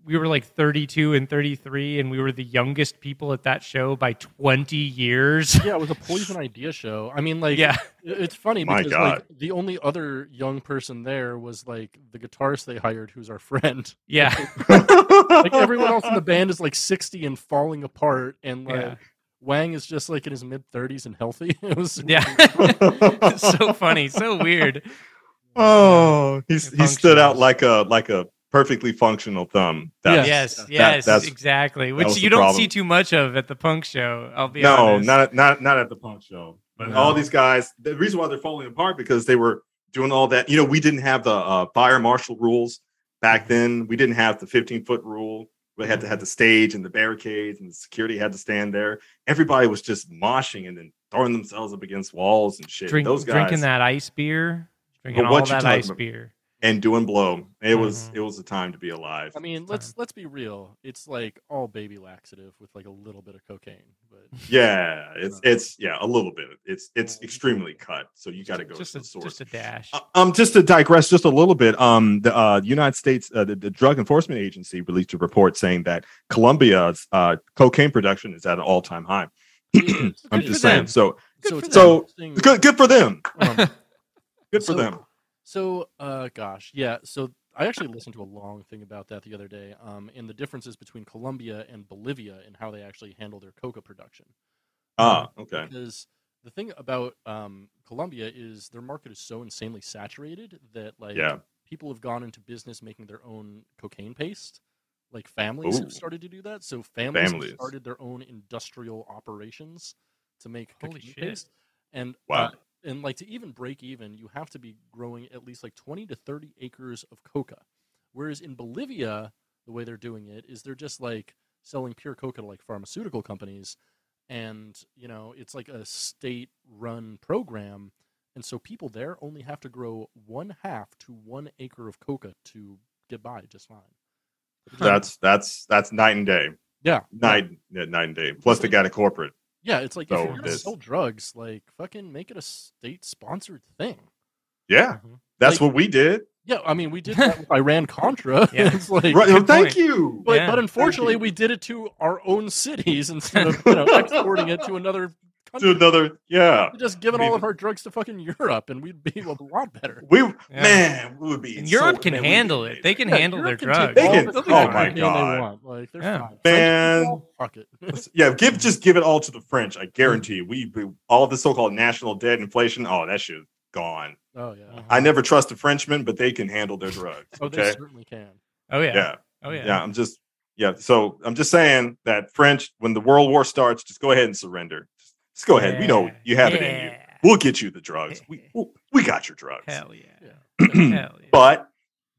Speaker 1: we were like 32 and 33, and we were the youngest people at that show by 20 years?
Speaker 2: Yeah, it was a Poison Idea show. I mean, like,
Speaker 1: yeah.
Speaker 2: it- it's funny
Speaker 3: My
Speaker 2: because like the only other young person there was like the guitarist they hired, who's our friend.
Speaker 1: Yeah.
Speaker 2: Like everyone else in the band is like sixty and falling apart, and like
Speaker 1: Yeah.
Speaker 2: Wang is just like in his mid thirties and healthy. It was
Speaker 1: Yeah. It's so funny. So weird.
Speaker 3: Oh, he
Speaker 1: It
Speaker 3: he stood out
Speaker 1: functions.
Speaker 3: like a like a perfectly functional thumb. That's,
Speaker 1: yes,
Speaker 2: that-
Speaker 1: yes,
Speaker 3: that's-
Speaker 1: exactly. Which
Speaker 3: was the
Speaker 1: you don't see
Speaker 3: problem.
Speaker 1: too much of at the punk show. I'll be
Speaker 3: no,
Speaker 1: honest.
Speaker 3: not not not at the punk show. But
Speaker 1: No.
Speaker 3: all these guys, the reason why they're falling apart because they were doing all that. You know, we didn't have the uh, fire marshal rules back
Speaker 1: Mm-hmm.
Speaker 3: then. We didn't have the 15 foot rule. We had to have the stage and the barricades, and the security had to stand there. Everybody was just moshing and then throwing themselves up against walls and shit.
Speaker 1: Drink,
Speaker 3: Those guys
Speaker 1: drinking that ice beer, drinking all
Speaker 3: what you
Speaker 1: that
Speaker 3: talking
Speaker 1: ice
Speaker 3: about?
Speaker 1: beer.
Speaker 3: and doing blow. It was
Speaker 1: Mhm.
Speaker 3: it was a time to be alive.
Speaker 2: I mean, let's let's be real. It's like all baby laxative with like a little bit of cocaine, but
Speaker 3: Yeah, it's it's yeah a little bit. It's it's extremely cut, so you got to go
Speaker 1: just
Speaker 3: to
Speaker 1: a,
Speaker 3: the source.
Speaker 1: just a dash.
Speaker 3: Uh, Um, just to digress just a little bit, um, the uh, United States, uh, the, the Drug Enforcement Agency released a report saying that Colombia's uh, cocaine production is at an all-time high.
Speaker 2: Good
Speaker 3: I'm
Speaker 1: Mm. for
Speaker 3: just
Speaker 1: them.
Speaker 3: saying. So
Speaker 1: Good for
Speaker 2: it's
Speaker 3: them.
Speaker 2: interesting,
Speaker 3: good, good for them.
Speaker 2: um,
Speaker 3: Good for
Speaker 2: So-
Speaker 3: them.
Speaker 2: So, uh, gosh, yeah. So I actually listened to a long thing about that the other day, um, and the differences between Colombia and Bolivia and how they actually handle their coca production.
Speaker 3: Ah, okay.
Speaker 2: Because the thing about um, Colombia is their market is so insanely saturated that like
Speaker 3: Yeah.
Speaker 2: people have gone into business making their own cocaine paste. Like families
Speaker 3: Ooh.
Speaker 2: have started to do that. So families,
Speaker 3: Families.
Speaker 2: Have started their own industrial operations to make
Speaker 1: Holy
Speaker 2: cocaine
Speaker 1: shit.
Speaker 2: paste. And
Speaker 3: Wow.
Speaker 2: uh, and like to even break even, you have to be growing at least like 20 to 30 acres of coca. Whereas in Bolivia, the way they're doing it is they're just like selling pure coca to like pharmaceutical companies and you know, it's like a state run program and so people there only have to grow one half to one acre of coca to get by just fine.
Speaker 3: That's that's that's night and day.
Speaker 2: Yeah.
Speaker 3: Night yeah, night and day. Plus they got a corporate.
Speaker 2: Yeah, it's like if
Speaker 3: So
Speaker 2: you're gonna
Speaker 3: this-
Speaker 2: sell drugs, like fucking make it a state sponsored thing.
Speaker 3: Yeah,
Speaker 1: Mm-hmm.
Speaker 2: Like-
Speaker 3: that's what we did.
Speaker 2: Yeah, I mean, we did that with Iran Contra.
Speaker 1: Yeah.
Speaker 2: it's like,
Speaker 3: Right.
Speaker 1: good
Speaker 3: Thank
Speaker 1: point.
Speaker 3: you.
Speaker 2: but,
Speaker 1: Yeah,
Speaker 2: but
Speaker 1: thank
Speaker 2: unfortunately,
Speaker 3: you.
Speaker 2: we did it to our own cities instead of you know, exporting it to another
Speaker 3: To
Speaker 2: country.
Speaker 3: another. Yeah.
Speaker 2: We'd just giving
Speaker 3: I
Speaker 2: all
Speaker 3: mean-
Speaker 2: of our drugs to fucking Europe, and we'd be a lot better.
Speaker 3: We man, we would be.
Speaker 1: And Europe
Speaker 3: so-
Speaker 1: can
Speaker 3: man, we'd be
Speaker 1: handle it. They
Speaker 3: amazing.
Speaker 1: can
Speaker 2: Yeah,
Speaker 1: handle their
Speaker 2: Europe
Speaker 1: drugs.
Speaker 2: take
Speaker 3: They
Speaker 2: all
Speaker 3: can-
Speaker 2: the
Speaker 1: They'll be
Speaker 3: oh
Speaker 1: fine.
Speaker 3: my
Speaker 2: cocaine they
Speaker 3: God.
Speaker 2: want. like they're
Speaker 1: Yeah.
Speaker 2: fine. French
Speaker 3: Man.
Speaker 2: people, fuck it.
Speaker 3: Yeah, give just give it all to the French. I guarantee you, we we- all the so-called national debt, inflation. Oh, that shit gone.
Speaker 2: oh yeah,
Speaker 3: I never trust the Frenchmen, but they can handle their drugs.
Speaker 2: oh they
Speaker 3: okay,
Speaker 2: certainly can.
Speaker 1: Oh yeah.
Speaker 3: yeah.
Speaker 1: Oh
Speaker 3: yeah,
Speaker 1: yeah.
Speaker 3: I'm just yeah. So I'm just saying that French, when the World War starts, just go ahead and surrender. Just, just go ahead. We know
Speaker 1: Yeah.
Speaker 3: you have it in you.
Speaker 1: Yeah.
Speaker 3: We'll get you the drugs. We we'll, we got your drugs.
Speaker 1: Hell yeah.
Speaker 2: Yeah.
Speaker 1: Hell yeah.
Speaker 3: But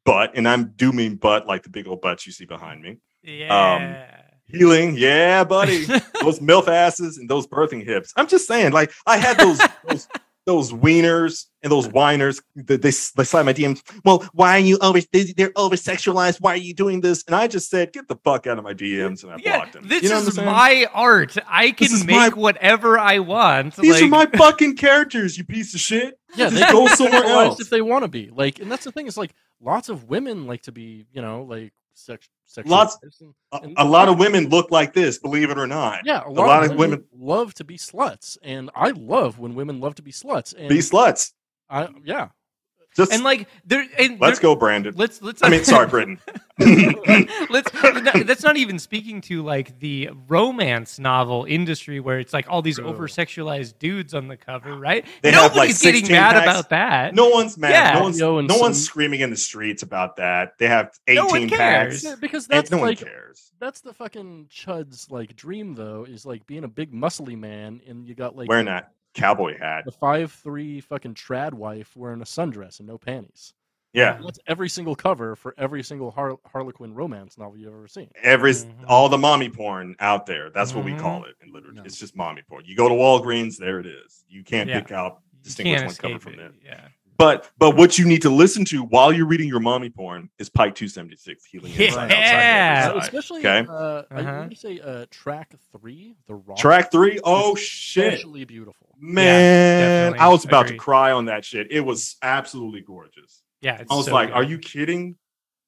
Speaker 3: but, and I'm do mean but like the big old butts you see behind me.
Speaker 1: yeah.
Speaker 3: Healing, yeah, Um, buddy. those milf asses and those birthing hips. I'm just saying, like I had those those, those wieners and those whiners. They, they they slide my DMs. Well, why are you always they, they're over sexualized? Why are you doing this? And I just said, get the fuck out of my DMs, and I
Speaker 1: Yeah,
Speaker 3: blocked them.
Speaker 1: this
Speaker 3: you know
Speaker 1: is
Speaker 3: what I'm saying?
Speaker 1: my art. I
Speaker 3: This
Speaker 1: can
Speaker 3: is my-
Speaker 1: make whatever I want.
Speaker 3: These are
Speaker 1: like-
Speaker 3: my fucking characters, you piece of shit.
Speaker 2: Yeah, they
Speaker 3: Just go somewhere
Speaker 2: sexualized
Speaker 3: else.
Speaker 2: if they want to be. Like, and that's the thing is like lots of women like to be, you know, like sex, sexual.
Speaker 3: Lots-
Speaker 2: and,
Speaker 3: A, a lot of women look like this, believe it or not.
Speaker 2: yeah, a lot,
Speaker 3: lot
Speaker 2: of,
Speaker 3: of
Speaker 2: women love to be sluts, and I love when women love to be sluts. And
Speaker 3: Be sluts.
Speaker 2: I, yeah,
Speaker 3: Just
Speaker 1: and like there. And
Speaker 3: let's
Speaker 1: there-
Speaker 3: go, Brandon.
Speaker 1: Let's let's.
Speaker 3: I mean, sorry, Britain.
Speaker 1: Let's. no, That's not even speaking to like the romance novel industry where it's like all these
Speaker 2: Bro.
Speaker 1: over sexualized dudes on the cover, right?
Speaker 3: They have, like,
Speaker 1: Nobody's getting
Speaker 3: 16
Speaker 1: mad
Speaker 3: packs.
Speaker 1: about that.
Speaker 3: No one's mad.
Speaker 1: Yeah.
Speaker 3: no one's
Speaker 2: Yo, and
Speaker 3: no one's
Speaker 2: some-
Speaker 3: screaming in the streets about that. They have
Speaker 1: No one
Speaker 3: eighteen packs.
Speaker 1: cares.
Speaker 2: Yeah, because
Speaker 3: and
Speaker 2: that's
Speaker 3: no
Speaker 2: like
Speaker 3: one cares.
Speaker 2: that's the fucking chud's like dream though is like being a big muscly man and you got like
Speaker 3: Wearing that cowboy hat.
Speaker 2: the five three fucking trad wife wearing a sundress and no panties.
Speaker 3: Yeah.
Speaker 2: That's every single cover for every single Har- Harlequin romance novel you've ever seen.
Speaker 3: Every
Speaker 1: Mhm.
Speaker 3: all the mommy porn out there. That's what
Speaker 1: Mhm.
Speaker 3: we call it in literature.
Speaker 2: No.
Speaker 3: It's just mommy porn. You go to Walgreens, there it is. You can't
Speaker 1: Yeah.
Speaker 3: pick out
Speaker 1: You
Speaker 3: distinguish
Speaker 1: can't
Speaker 3: one cover
Speaker 1: escape
Speaker 3: from
Speaker 1: it.
Speaker 3: that.
Speaker 1: Yeah.
Speaker 3: But but what you need to listen to while you're reading your mommy porn is Pike 276 healing.
Speaker 1: Yeah.
Speaker 3: Inside,
Speaker 1: Yeah.
Speaker 3: outside,
Speaker 2: Uh,
Speaker 3: Outside.
Speaker 2: especially
Speaker 3: Okay.
Speaker 2: uh, I
Speaker 1: Uh-huh.
Speaker 2: want to say uh, track three, the rock.
Speaker 3: Track three. Oh
Speaker 2: It's
Speaker 3: shit.
Speaker 2: Especially beautiful.
Speaker 3: Man,
Speaker 1: definitely.
Speaker 3: I was about
Speaker 1: Agree.
Speaker 3: to cry on that shit. It was absolutely gorgeous.
Speaker 1: Yeah. it's
Speaker 3: I was
Speaker 1: so
Speaker 3: like,
Speaker 1: good.
Speaker 3: "Are you kidding?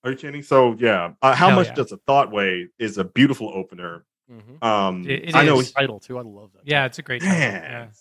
Speaker 3: Are you kidding?" So yeah, uh, how
Speaker 1: Hell
Speaker 3: much
Speaker 1: yeah.
Speaker 3: does a thought weigh is a beautiful opener.
Speaker 2: Mm-hmm.
Speaker 3: Um,
Speaker 1: It- it
Speaker 3: I know.
Speaker 1: is.
Speaker 2: title too. I love that.
Speaker 1: Yeah, it's a great. title. Yeah.
Speaker 3: Man,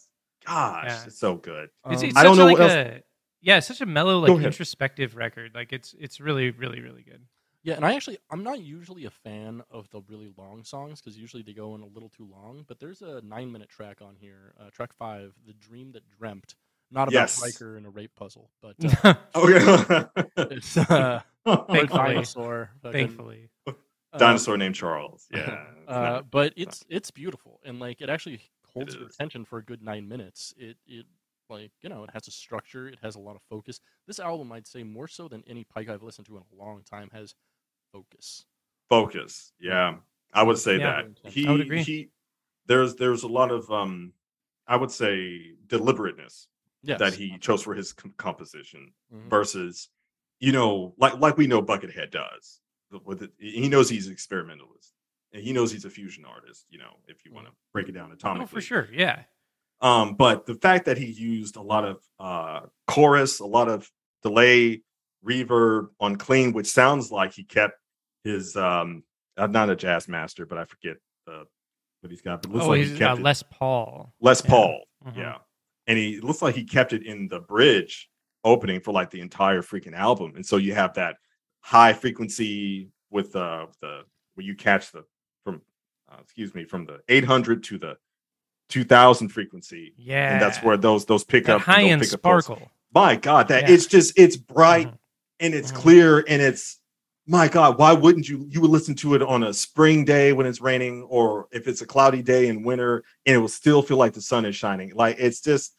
Speaker 3: gosh,
Speaker 1: Yeah.
Speaker 3: it's so good.
Speaker 1: It's, it's
Speaker 3: Um, I don't
Speaker 1: such a,
Speaker 3: know what
Speaker 1: like a yeah, it's such a mellow,
Speaker 3: Go
Speaker 1: like
Speaker 3: ahead.
Speaker 1: introspective record. Like it's it's really, really, really good.
Speaker 2: Yeah, and I actually I'm not usually a fan of the really long songs because usually they go in a little too long. But there's a nine minute track on here, uh, track five, "The Dream That Dreamt," not about
Speaker 3: Yes.
Speaker 2: Riker and a rape puzzle, but uh,
Speaker 3: Okay,
Speaker 2: it's uh, a
Speaker 1: Thankfully.
Speaker 2: dinosaur. fucking,
Speaker 1: Thankfully,
Speaker 2: uh,
Speaker 3: dinosaur named Charles. Yeah, it's
Speaker 2: Uh,
Speaker 3: not-
Speaker 2: but it's it's beautiful and like it actually holds your
Speaker 3: is.
Speaker 2: attention for a good nine minutes. It it like you know it has a structure. It has a lot of focus. This album, I'd say, more so than any Pike I've listened to in a long time, has focus.
Speaker 3: focus. Yeah, I would say
Speaker 1: Yeah.
Speaker 3: that he
Speaker 1: I would agree.
Speaker 3: he. There's there's a lot of um, I would say deliberateness
Speaker 2: Yes.
Speaker 3: that he chose for his com- composition.
Speaker 1: Mm-hmm.
Speaker 2: Mhm.
Speaker 3: versus you know like like we know buckethead does with it, he knows he's an experimentalist and he knows he's a fusion artist you know if you want to break it down atomically
Speaker 1: Mm. oh for sure, yeah,
Speaker 3: um but the fact that he used a lot of uh chorus a lot of delay reverb on clean which sounds like he kept his um i'm not a jazz master but i forget uh what he's got but it looks
Speaker 1: oh,
Speaker 3: like he
Speaker 1: he's uh,
Speaker 3: kept it- les,
Speaker 1: Les Paul. yeah.
Speaker 3: paul
Speaker 1: Mhm.
Speaker 3: yeah. And he it looks like he kept it in the bridge opening for like the entire freaking album. And so you have that high frequency with uh, the where you catch the from uh, excuse me from the 800 to the 2000 frequency.
Speaker 1: yeah,
Speaker 3: And that's where those those pick
Speaker 1: that
Speaker 3: up and
Speaker 1: high
Speaker 3: those
Speaker 1: end
Speaker 3: pick up pulse-
Speaker 1: sparkle.
Speaker 3: My God, that
Speaker 1: Yeah.
Speaker 3: it's just it's bright
Speaker 1: Mhm.
Speaker 3: and it's
Speaker 1: Mhm.
Speaker 3: clear and it's my god why wouldn't you you would listen to it on a spring day when it's raining or if it's a cloudy day in winter and it will still feel like the sun is shining like it's just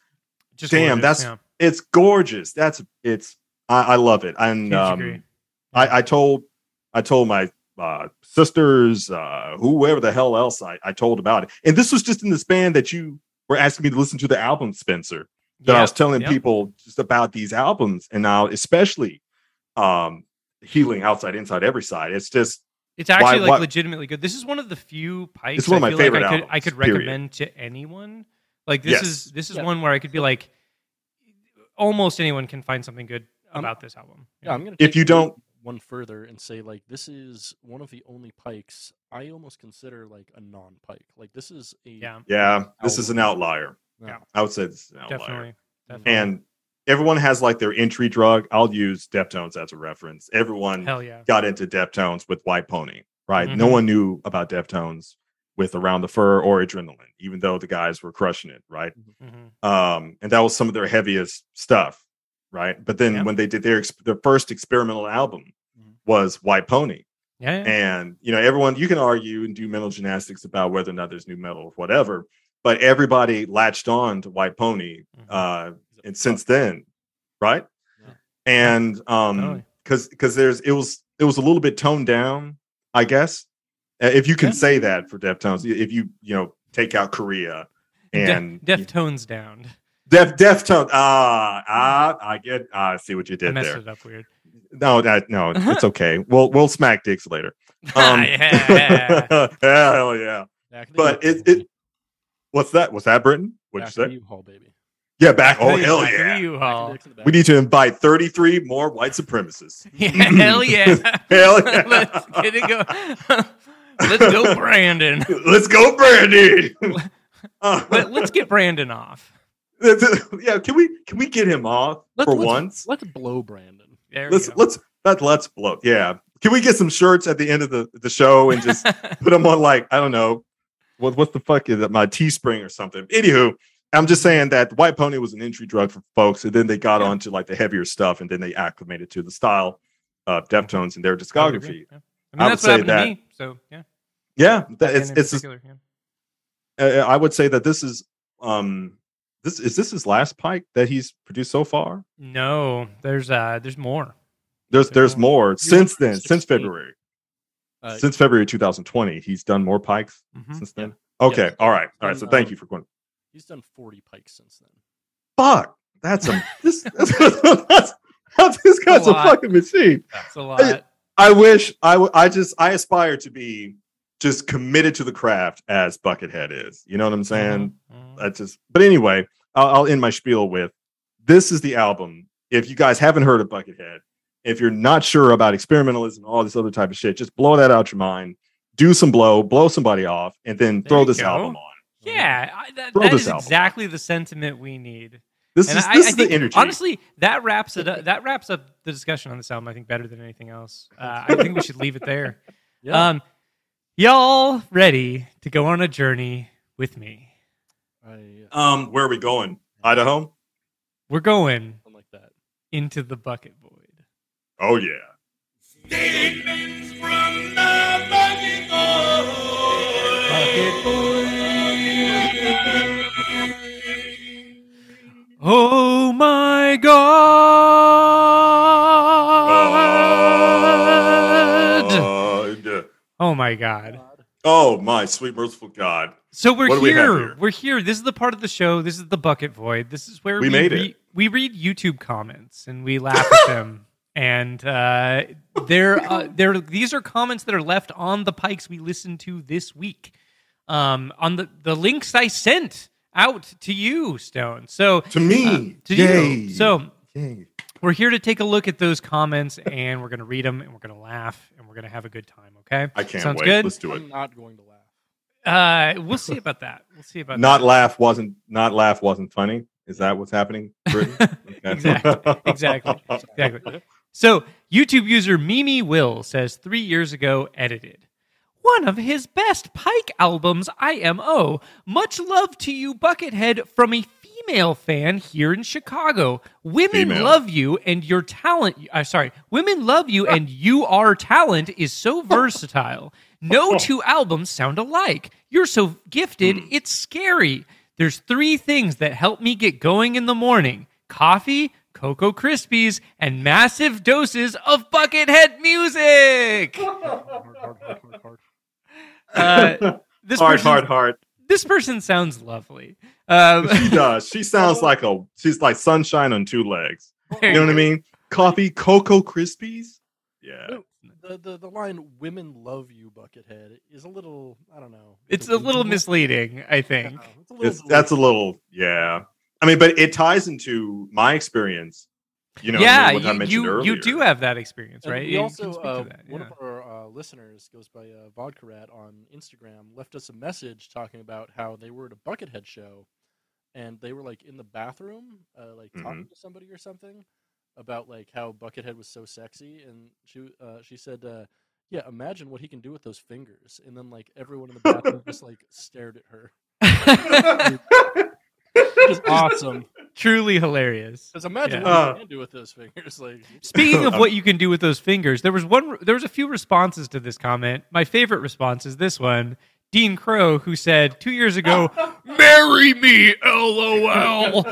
Speaker 1: Just
Speaker 3: Damn,
Speaker 1: gorgeous,
Speaker 3: that's- it's gorgeous that's it's i, I love it and
Speaker 1: Huge
Speaker 3: um,
Speaker 1: degree.
Speaker 3: I, I told i told my uh, sisters uh, whoever the hell else I, I told about it and this was just in the span that you were asking me to listen to the album spencer
Speaker 1: yeah.
Speaker 3: that I was telling
Speaker 1: Yep.
Speaker 3: people just about these albums and now especially um healing outside inside every side it's just
Speaker 1: It's actually like
Speaker 3: why-
Speaker 1: legitimately good. This is one of the few pikes
Speaker 3: It's one of
Speaker 1: I
Speaker 3: my
Speaker 1: feel
Speaker 3: favorite
Speaker 1: like I could, I
Speaker 3: albums,
Speaker 1: could
Speaker 3: period.
Speaker 1: recommend to anyone. Like this
Speaker 3: Yes.
Speaker 1: is this is
Speaker 2: Yeah.
Speaker 1: one where I could be like, almost anyone can find something good
Speaker 2: I'm-
Speaker 1: about this album.
Speaker 2: Yeah, I'm gonna.
Speaker 3: If
Speaker 2: take
Speaker 3: you
Speaker 2: it
Speaker 3: don't-
Speaker 2: one further and say like this is one of the only pikes I almost consider like a non-pike. Like this is a
Speaker 1: yeah,
Speaker 3: yeah this is an outlier
Speaker 2: no,
Speaker 1: yeah.
Speaker 3: i would say this is an outlier
Speaker 1: definitely, definitely.
Speaker 3: and everyone has like their entry drug i'll use deftones as a reference everyone
Speaker 1: Hell yeah.
Speaker 3: got into deftones with white pony right no
Speaker 1: Mhm.
Speaker 3: one knew about deftones with around the fur or adrenaline even though the guys were crushing it right
Speaker 1: Mhm.
Speaker 3: um, and that was some of their heaviest stuff, right? But then
Speaker 1: Yeah.
Speaker 3: when they did their ex- their first experimental album
Speaker 2: Mhm.
Speaker 3: was White Pony,
Speaker 1: Yeah, yeah.
Speaker 3: and you know everyone you can argue and do mental gymnastics about whether or not there's new metal or whatever, but everybody latched on to White Pony,
Speaker 1: Mhm.
Speaker 3: uh,
Speaker 2: is a
Speaker 3: and since
Speaker 2: pike.
Speaker 3: then, right?
Speaker 2: Yeah.
Speaker 3: And um,
Speaker 1: Totally.
Speaker 3: because because there's it was it was a little bit toned down, I guess, Uh, if you can
Speaker 2: Yeah.
Speaker 3: say that for Deftones, if you you know take out Korea. And
Speaker 1: Def, Deftones down.
Speaker 3: Def Deftone. Ah, ah, I get. Ah, I see what you
Speaker 1: Mm-hmm. I
Speaker 3: did
Speaker 1: messed
Speaker 3: there.
Speaker 1: it up weird.
Speaker 3: No, that no, it's okay. We'll we'll smack dicks later. Um,
Speaker 1: yeah.
Speaker 3: hell yeah.
Speaker 2: Back in the
Speaker 3: But
Speaker 2: U-Haul,
Speaker 3: it, it
Speaker 2: baby.
Speaker 3: what's that? Was that Britain? What'd
Speaker 2: Back
Speaker 3: you
Speaker 2: in
Speaker 3: say?
Speaker 2: the U-Haul, baby.
Speaker 3: Yeah, back. Oh
Speaker 1: Back
Speaker 3: hell
Speaker 1: to
Speaker 3: yeah.
Speaker 1: you,
Speaker 2: Back in
Speaker 1: Hall.
Speaker 2: the- in the
Speaker 3: We
Speaker 2: back.
Speaker 3: need to invite thirty three more white supremacists.
Speaker 1: Yeah, hell yeah.
Speaker 3: Hell yeah.
Speaker 1: Let's get it go. Let's go, Brandon.
Speaker 3: Let's go, Brandy. Uh,
Speaker 1: Let, let's get Brandon off.
Speaker 3: yeah, can we can we get him off
Speaker 2: Let's-
Speaker 3: for
Speaker 2: let's-
Speaker 3: once?
Speaker 2: Let's blow Brandon.
Speaker 1: There
Speaker 3: Let's
Speaker 1: we go.
Speaker 3: let's that let's blow. Yeah, Can we get some shirts at the end of the, the show and just put them on like I don't know what what the fuck is it my Teespring or something. Anywho, I'm just saying that the White Pony was an entry drug for folks, and then they got
Speaker 1: Yeah.
Speaker 3: onto like the heavier stuff, and then they acclimated to the style of Deftones and their discography.
Speaker 1: Yeah. I mean,
Speaker 3: I
Speaker 1: that's
Speaker 3: would
Speaker 1: what
Speaker 3: say
Speaker 1: happened
Speaker 3: that-
Speaker 1: to me. So yeah,
Speaker 3: Yeah, that-
Speaker 1: That
Speaker 3: it's
Speaker 1: band in
Speaker 3: it's
Speaker 1: particular, yeah.
Speaker 3: uh, I would say that this is um this is this his last Pike that he's produced so far.
Speaker 1: no. There's uh, there's more.
Speaker 3: There's there's
Speaker 1: Yeah.
Speaker 3: more since then, since
Speaker 2: 16.
Speaker 3: February,
Speaker 2: Uh,
Speaker 3: since February 2020, he's done more Pikes
Speaker 1: Mhm.
Speaker 3: since then.
Speaker 2: Yeah.
Speaker 3: Okay, all right, all right.
Speaker 2: And,
Speaker 3: So
Speaker 2: uh,
Speaker 3: thank you for going.
Speaker 2: he's done 40 pikes since then.
Speaker 3: Fuck, that's a this that's, that's, this guy's
Speaker 1: a
Speaker 3: a
Speaker 1: lot.
Speaker 3: fucking machine.
Speaker 1: That's a lot.
Speaker 3: I wish I w- I just I aspire to be just committed to the craft as Buckethead is. You know what I'm saying?
Speaker 1: Mhm.
Speaker 3: I just. But anyway, I'll, I'll end my spiel with this is the album. If you guys haven't heard of Buckethead, if you're not sure about experimentalism and all this other type of shit, just blow that out your mind. Do some blow, blow somebody off, and then
Speaker 1: There
Speaker 3: throw
Speaker 1: you
Speaker 3: this
Speaker 1: go.
Speaker 3: album on.
Speaker 1: yeah, I, that,
Speaker 3: Throw
Speaker 1: that
Speaker 3: this
Speaker 1: is
Speaker 3: album.
Speaker 1: exactly the sentiment we need.
Speaker 3: This
Speaker 1: And
Speaker 3: is
Speaker 1: I,
Speaker 3: this
Speaker 1: I
Speaker 3: is
Speaker 1: think,
Speaker 3: the energy.
Speaker 1: honestly, that wraps it. Up, that wraps up the discussion on this album. I think better than anything else. Uh, I think we should leave it there.
Speaker 2: Yeah.
Speaker 1: Um, y'all ready to go on a journey with me?
Speaker 2: I, uh,
Speaker 3: um, where are we going? Idaho?
Speaker 1: We're going
Speaker 2: something like that.
Speaker 1: into the bucket void.
Speaker 3: Oh yeah.
Speaker 1: Oh my god!
Speaker 3: God.
Speaker 1: Oh my god!
Speaker 3: Uh, Oh my sweet merciful God!
Speaker 1: So we're
Speaker 3: What do we have
Speaker 1: here.
Speaker 3: here?
Speaker 1: We are here. This is the part of the show. This is the bucket void. This is where
Speaker 3: We
Speaker 1: we,
Speaker 3: made
Speaker 1: re-
Speaker 3: it.
Speaker 1: We read YouTube comments and we laugh at them. And uh, they're, uh, they're, these are comments that are left on the pikes we listened to this week. Um, on the, the links I sent out to you, Stone. So
Speaker 3: To me,
Speaker 1: uh, to
Speaker 3: yay.
Speaker 1: you. So
Speaker 3: Yay.
Speaker 1: we're here to take a look at those comments and we're going to read them and we're going to laugh and we're going to have a good time. Okay.
Speaker 3: I can't
Speaker 1: Sounds
Speaker 3: wait.
Speaker 1: good.
Speaker 3: Let's do it.
Speaker 2: I'm not going to laugh.
Speaker 1: Uh, we'll see about that. We'll see about
Speaker 3: Not laugh wasn't not laugh wasn't funny. Is that what's happening? Brittany? Okay.
Speaker 1: Exactly. Exactly. Exactly. So, YouTube user Mimi Will says three years ago, edited. One of his best Pike albums, IMO. Much love to you, Buckethead, from a female fan here in Chicago. Women
Speaker 3: Female.
Speaker 1: love you and your talent. Uh, sorry, women love you and you are talent is so versatile.
Speaker 3: Oh.
Speaker 1: No two albums sound alike. You're so gifted,
Speaker 3: Hmm.
Speaker 1: it's scary. There's three things that help me get going in the morning coffee, Cocoa Krispies, and massive doses of Buckethead music.
Speaker 2: Hard, hard, hard, hard, hard.
Speaker 1: Uh, this,
Speaker 3: hard,
Speaker 1: person,
Speaker 3: hard, hard.
Speaker 1: this person sounds lovely. Um,
Speaker 3: She does. She sounds like a she's like sunshine on two legs. You know what I mean? Coffee, cocoa krispies. Yeah.
Speaker 2: The, the, the line "Women love you, Buckethead" is a little I don't know.
Speaker 1: it's a little
Speaker 2: delusional.
Speaker 1: misleading, I think.
Speaker 2: Yeah, it's a little
Speaker 3: It's, that's a little yeah. I mean, but it ties into my experience. You know, what I
Speaker 1: yeah,
Speaker 3: mean, what I
Speaker 1: you,
Speaker 3: mentioned
Speaker 1: you,
Speaker 3: earlier.
Speaker 1: you do have that experience,
Speaker 2: And
Speaker 1: right?
Speaker 2: We
Speaker 1: You can
Speaker 2: also
Speaker 1: speak to
Speaker 2: uh,
Speaker 1: that,
Speaker 2: one
Speaker 1: yeah.
Speaker 2: of our uh, listeners goes by uh, Vodka Rat on Instagram left us a message talking about how they were at a Buckethead show, and they were like in the bathroom, uh, like talking
Speaker 1: Mm-hmm.
Speaker 2: to somebody or something about like how Buckethead was so sexy, and she uh, she said. Uh, yeah, imagine what he can do with those fingers. And then, like, everyone in the bathroom just, like, stared at her. Which is awesome.
Speaker 1: Truly hilarious.
Speaker 2: Because imagine
Speaker 3: Yeah.
Speaker 2: what
Speaker 3: Uh,
Speaker 2: he can do with those fingers. Like,
Speaker 1: Speaking of
Speaker 3: Um,
Speaker 1: what you can do with those fingers, there was one. There was a few responses to this comment. My favorite response is this one. Dean Crow, who said two years ago, "Marry me, lol."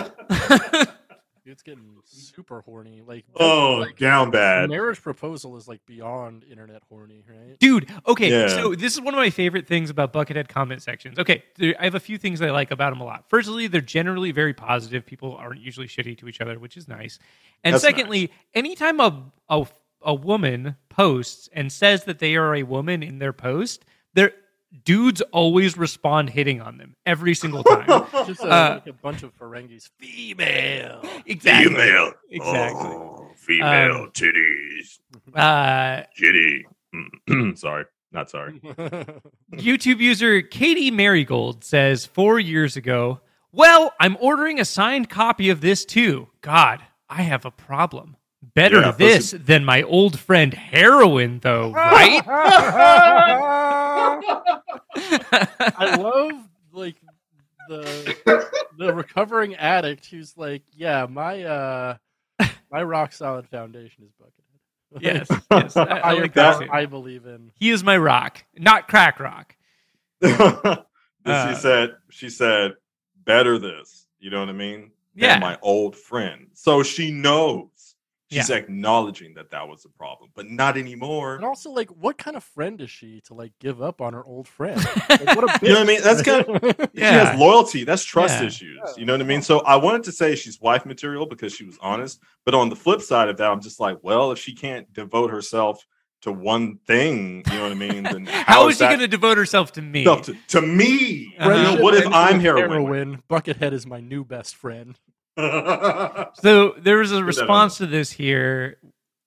Speaker 2: it's getting super horny. Like,
Speaker 3: Oh,
Speaker 2: like,
Speaker 3: down
Speaker 2: The
Speaker 3: bad.
Speaker 2: marriage proposal is like beyond internet horny, right?
Speaker 1: Dude, okay,
Speaker 3: Yeah.
Speaker 1: so this is one of my favorite things about Buckethead comment sections. Okay, there, I have a few things I like about them a lot. Firstly, they're generally very positive. People aren't usually shitty to each other, which is nice. And
Speaker 3: That's
Speaker 1: secondly, anytime a, a a woman posts and says that they are a woman in their post, their dudes always respond hitting on them every single time.
Speaker 2: It's just uh,
Speaker 1: Uh,
Speaker 2: like a bunch of Ferengis. Female.
Speaker 1: exactly.
Speaker 3: Female.
Speaker 1: Exactly.
Speaker 3: Oh, female
Speaker 1: Um,
Speaker 3: titties.
Speaker 1: Uh,
Speaker 3: Jitty. Mm-hmm. sorry. Not sorry.
Speaker 1: YouTube user Katie Marigold says four years ago, Well, I'm ordering a signed copy of this too. God, I have a problem. Better
Speaker 3: Yeah,
Speaker 1: this than my old friend heroin, though, right?
Speaker 2: I love like the the recovering addict who's like, yeah, my uh my rock solid foundation is Buckethead.
Speaker 1: yes, yes. I, I
Speaker 2: I,
Speaker 1: like
Speaker 3: that
Speaker 1: that.
Speaker 2: that
Speaker 1: too.
Speaker 2: I believe in.
Speaker 1: He is my rock, not crack rock. Uh,
Speaker 3: she said, she said, better this. You know what I mean?
Speaker 1: Yeah.
Speaker 3: Than my old friend. So she knows. She's
Speaker 1: Yeah.
Speaker 3: acknowledging that that was a problem, but not anymore.
Speaker 2: And also, like, what kind of friend is she to like give up on her old friend? Like, what a
Speaker 3: You know what I mean? That's kind of
Speaker 2: of
Speaker 3: she
Speaker 1: Yeah.
Speaker 3: has loyalty. That's trust
Speaker 1: Yeah.
Speaker 3: issues. You know what I mean? So I wanted to say she's wife material because she was honest. But on the flip side of that, I'm just like, well, if she can't devote herself to one thing, you know what I mean? Then
Speaker 1: How is she
Speaker 3: that
Speaker 1: going to devote herself to me?
Speaker 3: stuff to, to me?
Speaker 1: Uh-huh.
Speaker 3: You know, what if
Speaker 2: Friendship
Speaker 3: I'm
Speaker 2: ends with
Speaker 3: heroin?
Speaker 2: Buckethead is my new best friend.
Speaker 1: So there was a
Speaker 3: on
Speaker 1: response to this here,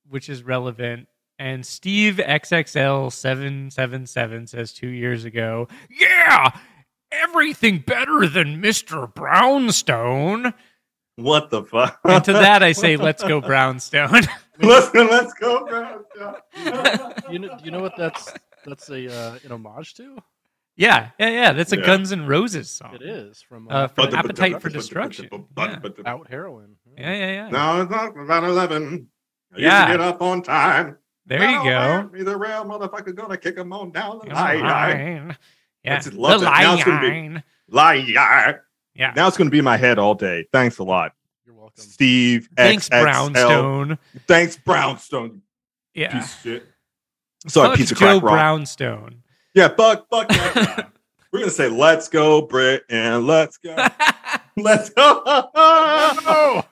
Speaker 1: which is relevant. And Steve XXL seven seven seven says two years ago, yeah, everything better than Mister Brownstone.
Speaker 3: what the fuck?
Speaker 1: And to that I say, let's go Brownstone.
Speaker 3: let's, let's go, bro.
Speaker 2: You know, you know what that's that's a uh, an homage to?
Speaker 1: yeah, yeah, yeah. That's a
Speaker 3: Yeah.
Speaker 1: Guns N' Roses song.
Speaker 2: It is from
Speaker 1: Uh,
Speaker 2: uh,
Speaker 1: from Appetite for Destruction. Yeah.
Speaker 2: out heroin. Hmm.
Speaker 1: Yeah, yeah, yeah.
Speaker 3: Now it's not about 11. I used
Speaker 1: Yeah.
Speaker 3: to get up on time.
Speaker 1: There you
Speaker 3: Now
Speaker 1: go.
Speaker 3: I'm Either rail motherfucker gonna kick him on down the line.
Speaker 1: Line. Yeah,
Speaker 3: That's it. Love
Speaker 1: the
Speaker 3: it. Now it's gonna be-
Speaker 1: line.
Speaker 3: Lie, yeah.
Speaker 1: Yeah.
Speaker 3: Now it's going to be in my head all day. Thanks a lot,
Speaker 2: You're welcome.
Speaker 3: Steve.
Speaker 1: Thanks,
Speaker 3: XXL.
Speaker 1: Brownstone.
Speaker 3: Thanks, Brownstone. you
Speaker 1: Yeah.
Speaker 3: Piece of shit. Sorry,
Speaker 1: Fuck
Speaker 3: piece of
Speaker 1: Joe
Speaker 3: crack rock.
Speaker 1: Brownstone.
Speaker 3: Yeah, fuck, fuck that guy. We're going to say, let's go, Brit, and let's go. let's go.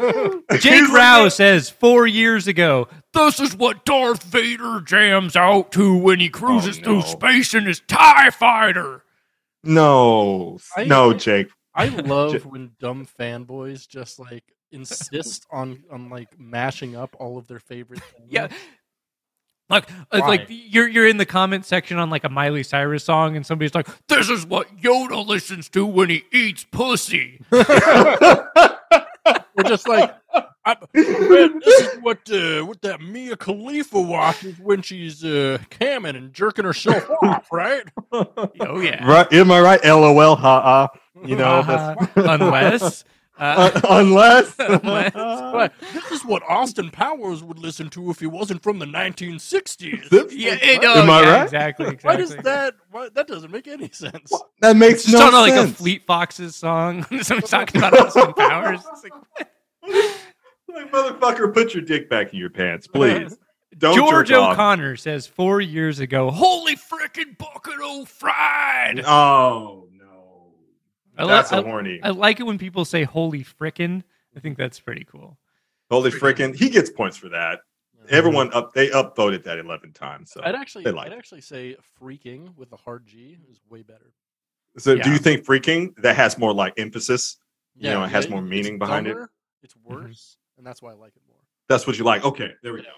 Speaker 1: Jake
Speaker 3: He's like,
Speaker 1: Rao says four years ago, this is what Darth Vader jams out to when he cruises through
Speaker 3: no.
Speaker 1: space in his TIE fighter.
Speaker 3: No,
Speaker 2: I-
Speaker 3: no, Jake.
Speaker 2: I love when dumb fanboys just like insist on on like mashing up all of their favorite things.
Speaker 1: Yeah. Like, it's
Speaker 2: Why?
Speaker 1: like you're you're in the comment section on like a Miley Cyrus song, and somebody's like, "This is what Yoda listens to when he eats pussy."
Speaker 2: We're just like I, man, this is what uh, what that Mia Khalifa watches when she's uh, camming and jerking herself off, right?
Speaker 1: oh yeah,
Speaker 3: Right, am I right? LOL, ha ha. You know,
Speaker 1: Uh-huh. unless uh,
Speaker 3: that's, unless.
Speaker 1: Unless-
Speaker 2: Right. This is what Austin Powers would listen to if he wasn't from the 1960s.
Speaker 1: yeah, it- oh,
Speaker 3: Am I
Speaker 1: yeah,
Speaker 3: right?
Speaker 1: Exactly. exactly.
Speaker 2: Why does that? Why, that doesn't make any sense.
Speaker 3: That makes
Speaker 1: Just
Speaker 3: no
Speaker 1: on like a
Speaker 3: sense.
Speaker 1: Fleet Foxes song. Somebody's talking about Austin Powers. It's like,
Speaker 3: Like, motherfucker, put your dick back in your pants, please. Don't
Speaker 1: George
Speaker 3: jerk off.
Speaker 1: O'Connor says four years ago, "Holy frickin' bucket o' fried."
Speaker 3: Oh no,
Speaker 1: I,
Speaker 3: that's
Speaker 1: li-
Speaker 3: a horny.
Speaker 1: I, I like it when people say "Holy frickin'." I think that's pretty cool.
Speaker 3: Holy frickin', he gets points for that.
Speaker 1: Mm-hmm.
Speaker 3: Everyone up, they upvoted that eleven times. So,
Speaker 2: I'd actually,
Speaker 3: They like
Speaker 2: I'd
Speaker 3: it.
Speaker 2: actually say freaking with a hard G is way better.
Speaker 3: so
Speaker 1: yeah.
Speaker 3: do you think freaking that has more like emphasis? You know, it has more
Speaker 2: it's Mm-hmm.
Speaker 3: meaning behind it.
Speaker 2: dumber, It's worse, and that's why I like it more.
Speaker 3: That's what you like. Okay, there we go.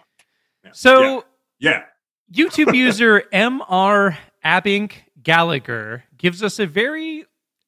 Speaker 3: Yeah.
Speaker 1: So,
Speaker 3: yeah,
Speaker 1: YouTube user Mr. Abink Gallagher gives us a very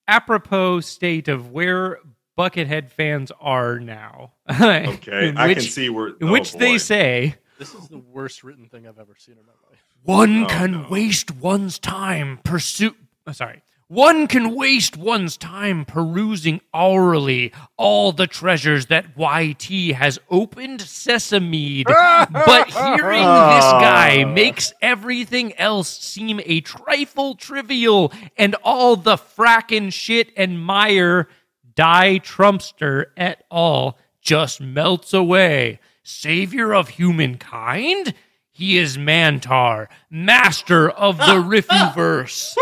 Speaker 1: apropos state of where Buckethead fans are now.
Speaker 3: yeah. okay,
Speaker 1: in
Speaker 3: I
Speaker 1: which,
Speaker 3: can see where
Speaker 1: in
Speaker 3: oh,
Speaker 1: which they
Speaker 3: boy.
Speaker 1: say.
Speaker 2: This is the worst written thing I've ever seen in my life.
Speaker 1: One
Speaker 3: Oh,
Speaker 1: can
Speaker 3: no.
Speaker 1: waste one's time pursue. uh, Sorry. One can waste one's time perusing orally all the treasures that YT has opened sesame, but hearing this guy makes everything else seem a trifle trivial and all the frackin' shit and mire, die Trumpster et al., just melts away. Savior of humankind? He is Mantar, master of the Riffiverse.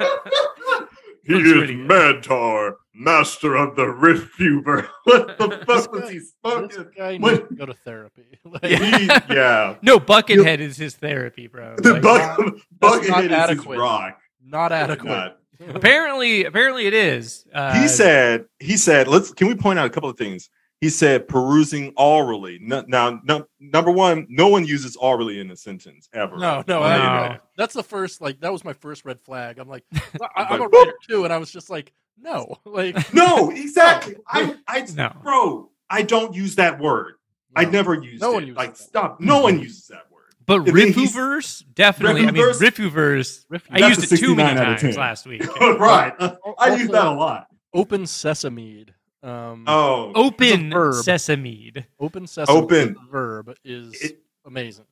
Speaker 3: He
Speaker 1: That's
Speaker 3: is
Speaker 1: pretty good.
Speaker 3: Mantar, master of the Rifuber. what the fuck was he
Speaker 2: This
Speaker 3: smoking?
Speaker 2: guy
Speaker 3: Oh, What-
Speaker 2: needs to go to therapy. Like,
Speaker 3: He, yeah,
Speaker 1: No, Buckethead is his therapy, bro.
Speaker 3: the
Speaker 1: Like,
Speaker 3: buck,
Speaker 2: that's
Speaker 3: bucket
Speaker 2: not
Speaker 3: hit is his
Speaker 2: adequate.
Speaker 3: rock.
Speaker 2: Not adequate.
Speaker 3: Not-
Speaker 1: apparently, apparently it is. Uh,
Speaker 3: he said he said let's can we point out a couple of things he said perusing orally no, now no, number one no one uses orally in a sentence ever
Speaker 2: No, no,
Speaker 1: Well,
Speaker 2: I-
Speaker 1: there you
Speaker 2: I-
Speaker 1: go.
Speaker 2: that's the first. Like that was my first red flag. I'm like, I,
Speaker 3: Like,
Speaker 2: I'm a
Speaker 3: boop.
Speaker 2: writer too, and I was just like, no, like
Speaker 3: no exactly i i
Speaker 1: No.
Speaker 3: bro I don't use that word. I never used
Speaker 2: No
Speaker 3: it.
Speaker 2: one uses
Speaker 3: like
Speaker 2: that
Speaker 3: stop. No
Speaker 1: Mm-hmm.
Speaker 3: one uses that word.
Speaker 1: But
Speaker 3: If he's-
Speaker 1: Ripuverse, definitely. I mean,
Speaker 3: Ripuverse-
Speaker 1: Ripuverse. I
Speaker 3: That's
Speaker 1: used
Speaker 3: a
Speaker 1: it too many
Speaker 4: 69 out of 10.
Speaker 1: times last week.
Speaker 3: right. I
Speaker 2: Also,
Speaker 3: use that a lot.
Speaker 2: Open sesame. Um,
Speaker 3: Oh,
Speaker 1: Open
Speaker 2: verb.
Speaker 1: sesame.
Speaker 2: Open sesame.
Speaker 3: Open.
Speaker 2: the verb is
Speaker 3: It-
Speaker 2: amazing.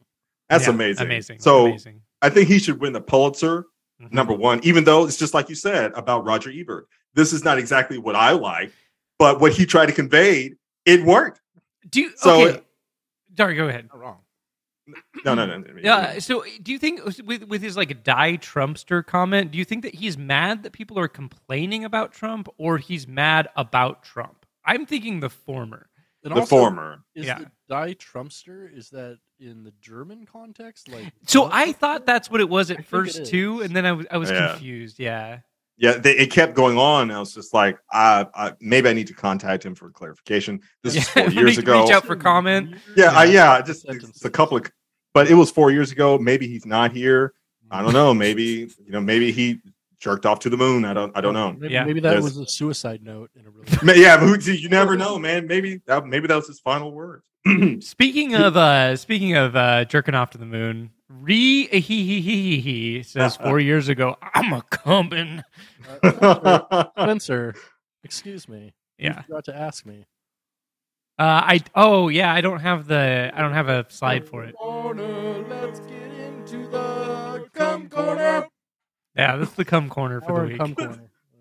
Speaker 3: that's
Speaker 1: Yeah,
Speaker 3: amazing.
Speaker 1: Amazing.
Speaker 3: So
Speaker 1: amazing.
Speaker 3: I think he should win the Pulitzer.
Speaker 1: Mhm.
Speaker 3: number one, even though it's just like you said about Roger Ebert. This is not exactly what I like, but what he tried to convey, it worked.
Speaker 1: Do you,
Speaker 3: so-
Speaker 1: okay. Sorry, go ahead.
Speaker 2: Not wrong.
Speaker 3: No, no, no. no.
Speaker 1: Yeah. So, do you think with with his like die Trumpster comment, do you think that he's mad that people are complaining about Trump, or he's mad about Trump? I'm thinking the former.
Speaker 2: And
Speaker 3: the
Speaker 2: also,
Speaker 3: former.
Speaker 2: Is
Speaker 1: Yeah.
Speaker 2: the die Trumpster, is that in the German context? Like,
Speaker 1: So
Speaker 2: Nazi
Speaker 1: I thought that's what it was
Speaker 2: I
Speaker 1: at
Speaker 2: think it
Speaker 1: first
Speaker 2: is.
Speaker 1: too, and then I was I was
Speaker 3: Yeah.
Speaker 1: confused. Yeah.
Speaker 3: Yeah, they, it kept going on. I was just like, I, I maybe I need to contact him for clarification. This was
Speaker 1: Yeah,
Speaker 3: four
Speaker 1: we
Speaker 3: years
Speaker 1: need to
Speaker 3: ago.
Speaker 1: reach out for comment.
Speaker 3: Yeah, I, yeah, just
Speaker 2: Sentences.
Speaker 3: it's a couple of, but it was four years ago. Maybe he's not here. I don't know. Maybe you know. Maybe he jerked off to the moon. I don't. I don't know.
Speaker 2: Maybe,
Speaker 1: Yeah.
Speaker 2: maybe that
Speaker 3: Yes.
Speaker 2: was a suicide note in a really.
Speaker 3: Ma- Yeah, but who, you never know, man. Maybe that. Maybe that was his final word.
Speaker 1: Speaking of uh speaking of uh jerking off to the moon, re he he he he he says four years ago, I'm a cumbin.
Speaker 2: Uh, Spencer, excuse me.
Speaker 1: Yeah.
Speaker 2: You forgot to ask me.
Speaker 1: Uh I oh yeah, I don't have the I don't have a slide for it.
Speaker 2: let's get into the cum corner.
Speaker 1: Yeah, that's the cum corner for
Speaker 2: Our
Speaker 1: the
Speaker 2: cum
Speaker 1: week.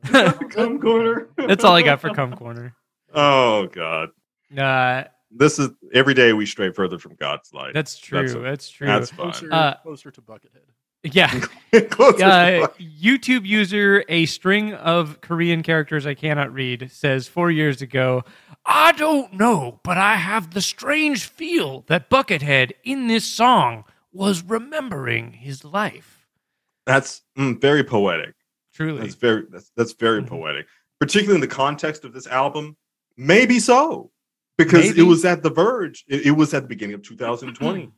Speaker 2: corner.
Speaker 3: Come corner.
Speaker 1: That's all I got for cum corner.
Speaker 3: Oh God,
Speaker 1: Uh
Speaker 3: this is every day we stray further from God's light.
Speaker 1: that's true. That's,
Speaker 3: That's-
Speaker 1: true.
Speaker 3: that's fine.
Speaker 2: Closer,
Speaker 1: Uh,
Speaker 2: closer to Buckethead.
Speaker 1: yeah.
Speaker 3: Closer to
Speaker 1: Uh,
Speaker 3: light.
Speaker 1: YouTube user, a string of Korean characters I cannot read, says four years ago, I don't know, but I have the strange feel that Buckethead in this song was remembering his life.
Speaker 3: that's mm, very poetic.
Speaker 1: Truly.
Speaker 3: That's very that's, that's very
Speaker 1: Mhm.
Speaker 3: poetic, particularly in the context of this album. Maybe so, because
Speaker 1: Maybe.
Speaker 3: it was at the verge. It, it was at the beginning of 2020.
Speaker 2: Mm-hmm.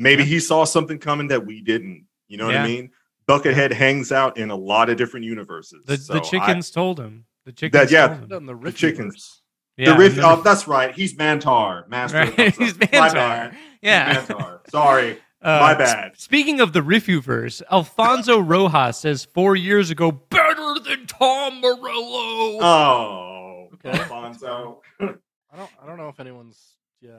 Speaker 3: Maybe he saw something coming that we didn't. You know
Speaker 1: Yeah.
Speaker 3: what I mean? Buckethead hangs out in a lot of different universes.
Speaker 1: The,
Speaker 3: So
Speaker 1: the
Speaker 3: I-
Speaker 1: chickens told him. The chickens
Speaker 3: yeah.
Speaker 1: told him.
Speaker 2: Done the rich
Speaker 3: chickens.
Speaker 2: verse.
Speaker 1: Yeah,
Speaker 3: the riff.
Speaker 1: remember-
Speaker 3: oh, that's right. He's Mantar, master. of
Speaker 1: Right, he's
Speaker 3: My
Speaker 1: Mantar.
Speaker 3: bad. He's
Speaker 1: Yeah.
Speaker 3: Mantar. Sorry. My bad.
Speaker 1: Uh, Speaking of the Riffuverse, Alfonso Rojas says four years ago, better than Tom Morello.
Speaker 3: Oh,
Speaker 2: Okay.
Speaker 3: Alfonso.
Speaker 2: I don't. I don't know if anyone's. Yeah.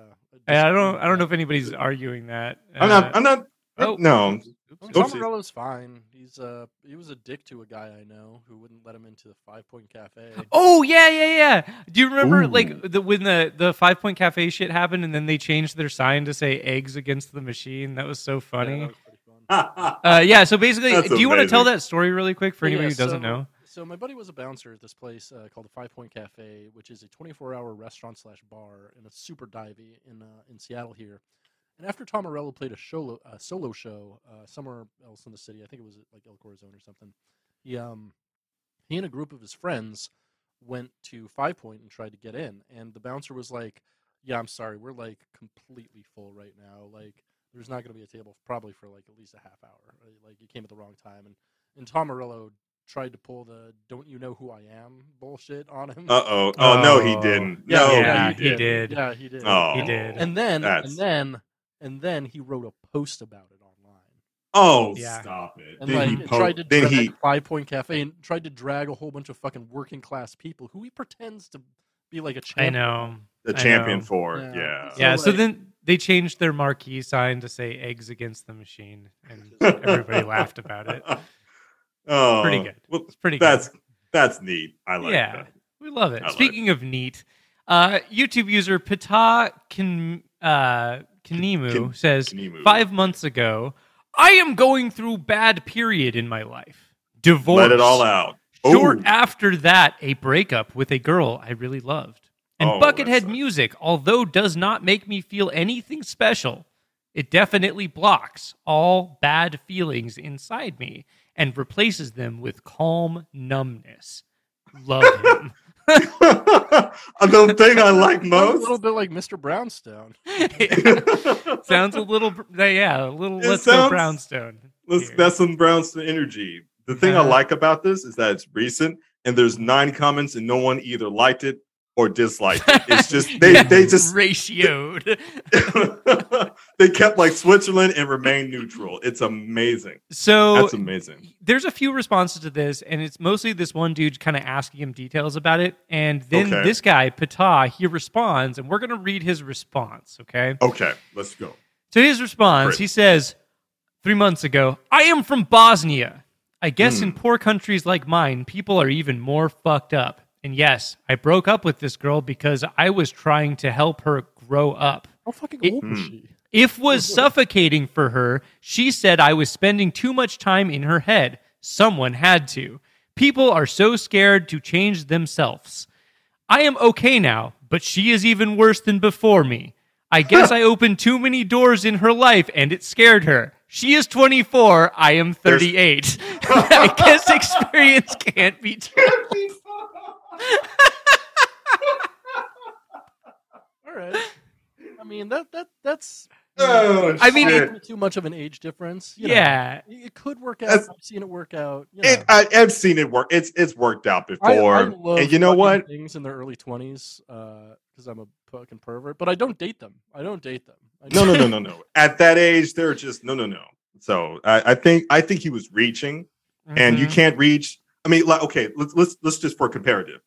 Speaker 1: Yeah, I don't. I don't know if anybody's arguing that.
Speaker 3: I'm
Speaker 1: Uh,
Speaker 3: not. I'm not.
Speaker 1: oh.
Speaker 3: No.
Speaker 2: Tom
Speaker 3: Oopsie.
Speaker 2: Morello's fine. He's uh he was a dick to a guy I know who wouldn't let him into the Five Point Cafe.
Speaker 1: Oh yeah, yeah, yeah. Do you remember
Speaker 3: Ooh.
Speaker 1: like the when the the Five Point Cafe shit happened, and then they changed their sign to say "Eggs Against the Machine"? That was so
Speaker 2: Yeah,
Speaker 1: funny.
Speaker 2: that was pretty fun.
Speaker 1: uh, yeah. So basically,
Speaker 3: That's
Speaker 1: do you want to
Speaker 3: amazing.
Speaker 1: tell that story really quick for
Speaker 2: Yeah,
Speaker 1: anybody who
Speaker 2: so-
Speaker 1: doesn't know?
Speaker 2: So my buddy was a bouncer at this place uh, called the Five Point Cafe, which is a 24-hour restaurant slash bar, and it's super divey in uh, in Seattle here. And after Tom Morello played a solo a solo show uh, somewhere else in the city, I think it was at, like El Corazon or something. He um he and a group of his friends went to Five Point and tried to get in, and the bouncer was like, "Yeah, I'm sorry, we're like completely full right now. Like, there's not going to be a table probably for like at least a half hour. Right? Like, you came at the wrong time." And and Tom Morello tried to pull the "Don't you know who I am?" bullshit on him.
Speaker 3: Uh oh. Oh no, he
Speaker 1: Oh.
Speaker 3: didn't.
Speaker 2: Yeah,
Speaker 3: no,
Speaker 1: yeah,
Speaker 3: he
Speaker 1: he
Speaker 3: did.
Speaker 1: did.
Speaker 2: Yeah, he did.
Speaker 3: Oh,
Speaker 1: He did.
Speaker 2: And then
Speaker 3: That's-
Speaker 2: and then and then he wrote a post about it online.
Speaker 3: oh,
Speaker 1: Yeah.
Speaker 3: stop it.
Speaker 2: and
Speaker 3: Then
Speaker 2: like
Speaker 3: he
Speaker 2: it
Speaker 3: po-
Speaker 2: tried to
Speaker 3: then
Speaker 2: drag
Speaker 3: he
Speaker 2: Five Point Cafe and tried to drag a whole bunch of fucking working class people who he pretends to be like a
Speaker 1: I
Speaker 2: champion.
Speaker 1: know.
Speaker 3: the
Speaker 1: I
Speaker 3: champion
Speaker 1: know.
Speaker 3: for.
Speaker 2: Yeah.
Speaker 3: it. Yeah.
Speaker 1: Yeah. So
Speaker 2: like-
Speaker 1: then they changed their marquee sign to say "Eggs Against the Machine," and everybody laughed about it.
Speaker 3: Oh,
Speaker 1: Pretty good.
Speaker 3: Well,
Speaker 1: It's pretty. good.
Speaker 3: that's that's neat. I like
Speaker 1: yeah,
Speaker 3: that.
Speaker 1: we love it.
Speaker 3: I like
Speaker 1: Speaking of neat, uh, YouTube user Pata Kin, uh, Kinimu
Speaker 3: Kin-
Speaker 1: says
Speaker 3: Can you move?
Speaker 1: five months ago, I am going through bad period in my life. Divorce.
Speaker 3: Let it all out.
Speaker 1: Short
Speaker 3: Ooh.
Speaker 1: after that, a breakup with a girl I really loved. And
Speaker 3: Oh, that
Speaker 1: Buckethead
Speaker 3: sucks.
Speaker 1: music, although does not make me feel anything special, it definitely blocks all bad feelings inside me and replaces them with calm numbness. Love him.
Speaker 3: the thing I like
Speaker 2: Sounds a little
Speaker 3: most.
Speaker 2: bit like Mr. Brownstone.
Speaker 1: sounds a little, yeah, a little.
Speaker 3: It
Speaker 1: let's go
Speaker 3: sounds-
Speaker 1: brownstone.
Speaker 3: Let's,
Speaker 1: here.
Speaker 3: that's some Brownstone energy. The thing I
Speaker 1: Yeah.
Speaker 3: like about this is that it's recent and there's nine comments and no one either liked it or disliked it. It's just they they just
Speaker 1: ratioed.
Speaker 3: they kept like Switzerland and remained neutral. It's amazing.
Speaker 1: So
Speaker 3: That's amazing.
Speaker 1: there's a few responses to this, and it's mostly this one dude kind of asking him details about it. And then
Speaker 3: Okay.
Speaker 1: this guy, Patah, he responds, and we're going to read his response, okay?
Speaker 3: Okay, let's go.
Speaker 1: To his response,
Speaker 3: Oh, Great.
Speaker 1: he says, Three months ago, I am from Bosnia. I guess
Speaker 3: Hmm.
Speaker 1: in poor countries like mine, people are even more fucked up. And yes, I broke up with this girl because I was trying to help her grow up.
Speaker 2: How fucking
Speaker 1: It-
Speaker 2: old was
Speaker 3: Hmm.
Speaker 2: she?
Speaker 1: If was suffocating for her, she said I was spending too much time in her head. Someone had to. People are so scared to change themselves. I am okay now, but she is even worse than before me. I guess I opened too many doors in her life and it scared her. She is 24, I am 38. I guess experience can't be true.
Speaker 2: All right. I mean that that that's.
Speaker 3: Oh,
Speaker 1: I mean,
Speaker 3: shit.
Speaker 2: too much of an age difference. you know.
Speaker 1: Yeah.
Speaker 2: it could work out.
Speaker 3: That's-
Speaker 2: I've seen it work out. you know.
Speaker 3: It, I, I've seen it work. It's it's worked out
Speaker 2: I- I
Speaker 3: before.
Speaker 2: love
Speaker 3: and you know
Speaker 2: fucking
Speaker 3: what?
Speaker 2: Things in their early twenties, because I'm a fucking pervert. But I don't date them. I don't date them. I
Speaker 3: No, no, no, no, no. At that age, they're just no, no, no. So I, I think I think he was reaching, and you
Speaker 1: Mhm.
Speaker 3: can't reach. I mean, like okay, let's let's let's just for comparative.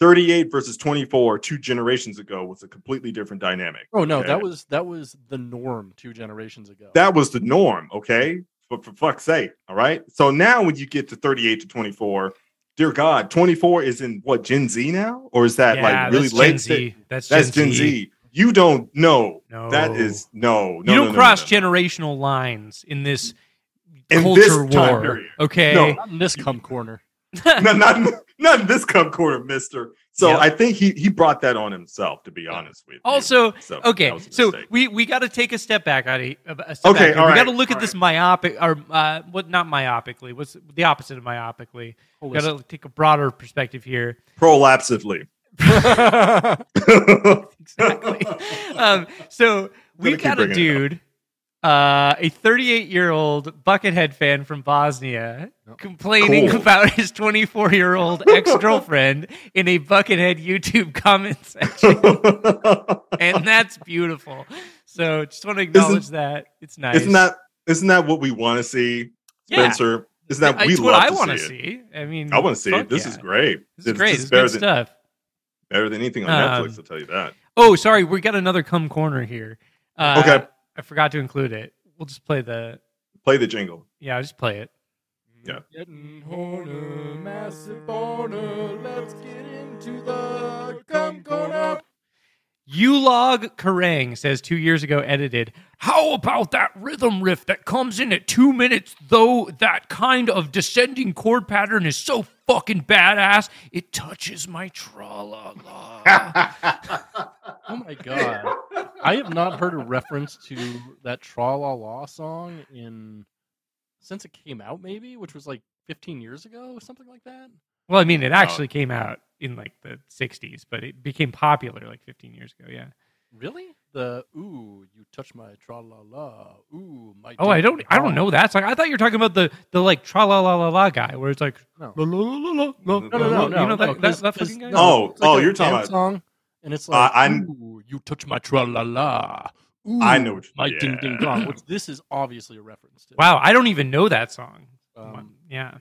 Speaker 3: 38 versus 24 two generations ago was a completely different dynamic.
Speaker 2: Oh no,
Speaker 3: Okay.
Speaker 2: that was that was the norm two generations ago.
Speaker 3: That was the norm, okay? But for fuck's sake, all right? So now when you get to 38 to 24, dear god, 24 is in what Gen Z now or is that
Speaker 1: Yeah,
Speaker 3: like really
Speaker 1: that's Gen
Speaker 3: late sta-
Speaker 1: Z. That's,
Speaker 3: That's Gen Z. You don't know.
Speaker 1: No.
Speaker 3: That is no.
Speaker 1: you
Speaker 3: no no,
Speaker 1: don't
Speaker 3: no, no,
Speaker 1: cross
Speaker 3: no.
Speaker 1: generational lines in this
Speaker 3: In
Speaker 1: culture
Speaker 3: this time
Speaker 1: war.
Speaker 3: period.
Speaker 1: Okay.
Speaker 3: No.
Speaker 2: Not in this cum corner.
Speaker 3: no, not not in this cum corner, Mister. So
Speaker 1: Yep.
Speaker 3: I think he he brought that on himself. To be honest with you.
Speaker 1: Also,
Speaker 3: so
Speaker 1: okay,
Speaker 3: that was a
Speaker 1: so
Speaker 3: mistake.
Speaker 1: we we got to take a step back, Adi. A step back
Speaker 3: Okay,
Speaker 1: here.
Speaker 3: all
Speaker 1: we got to
Speaker 3: right,
Speaker 1: look at
Speaker 3: all
Speaker 1: this myopic, or uh, what? Not myopically. What's the opposite of myopically?
Speaker 2: Holistic.
Speaker 1: Got to take a broader perspective here.
Speaker 3: prolapsively.
Speaker 1: exactly. um, so we've
Speaker 3: keep
Speaker 1: got a
Speaker 3: bringing it
Speaker 1: dude, uh, a 38 year old Buckethead fan from Bosnia,
Speaker 2: Yep.
Speaker 1: complaining
Speaker 3: Cool.
Speaker 1: about his 24 year old ex girlfriend in a Buckethead YouTube comment section. and that's beautiful. So just want to acknowledge that. It's nice.
Speaker 3: Isn't that isn't that what we want to see,
Speaker 1: Yeah.
Speaker 3: Spencer? Isn't that we
Speaker 1: it's
Speaker 3: love
Speaker 1: what I
Speaker 3: to
Speaker 1: wanna
Speaker 3: see? it?
Speaker 1: see. I mean,
Speaker 3: I want to see
Speaker 1: fuck
Speaker 3: it. This
Speaker 1: yeah.
Speaker 3: is great.
Speaker 1: This is great. This
Speaker 3: is
Speaker 1: is
Speaker 3: better
Speaker 1: good
Speaker 3: than
Speaker 1: stuff.
Speaker 3: better than anything on
Speaker 1: Um,
Speaker 3: Netflix. I'll tell you that.
Speaker 1: Oh, sorry, we got another cum corner here. Uh,
Speaker 3: Okay.
Speaker 1: I forgot to include it. We'll just play the.
Speaker 3: Play the jingle.
Speaker 1: Yeah, I'll just play it.
Speaker 3: Yeah.
Speaker 2: Getting horner, massive boner. Let's get into the cum corner.
Speaker 1: Ulog Kerrang says two years ago edited. How about that rhythm riff that comes in at two minutes? Though that kind of descending chord pattern is so fucking badass, it touches my tra la la.
Speaker 2: Oh my god, I have not heard a reference to that Tra La La song in since it came out, maybe, which was like 15 years ago or something like that.
Speaker 1: Well, I mean, it
Speaker 3: Oh.
Speaker 1: actually came out in like the 60s, but it became popular like 15 years ago. Yeah.
Speaker 2: Really? The ooh, you touch my tra la la. Ooh, my.
Speaker 1: Oh,
Speaker 2: dick
Speaker 1: I don't,
Speaker 2: is
Speaker 1: I don't
Speaker 2: hard."
Speaker 1: know that. song. I thought you were talking about the the like tra la la la la guy, where it's like
Speaker 2: No.
Speaker 1: la la la la la.
Speaker 2: No,
Speaker 3: No,
Speaker 2: no, no, no.
Speaker 1: You know
Speaker 2: no,
Speaker 1: that, that,
Speaker 2: 'cause-
Speaker 1: that
Speaker 2: 'cause-
Speaker 1: fucking guy.
Speaker 3: no. Oh,
Speaker 2: it's like
Speaker 3: oh,
Speaker 2: a
Speaker 3: you're talking
Speaker 2: damn
Speaker 3: about-
Speaker 2: song, and it's like
Speaker 3: I'm-
Speaker 2: ooh, you touch my tra la la. Ooh,
Speaker 3: I know what you-
Speaker 2: my ding ding
Speaker 3: yeah.
Speaker 2: dong. Which this is obviously a reference to.
Speaker 1: Wow, I don't even know that song.
Speaker 2: Um,
Speaker 1: yeah.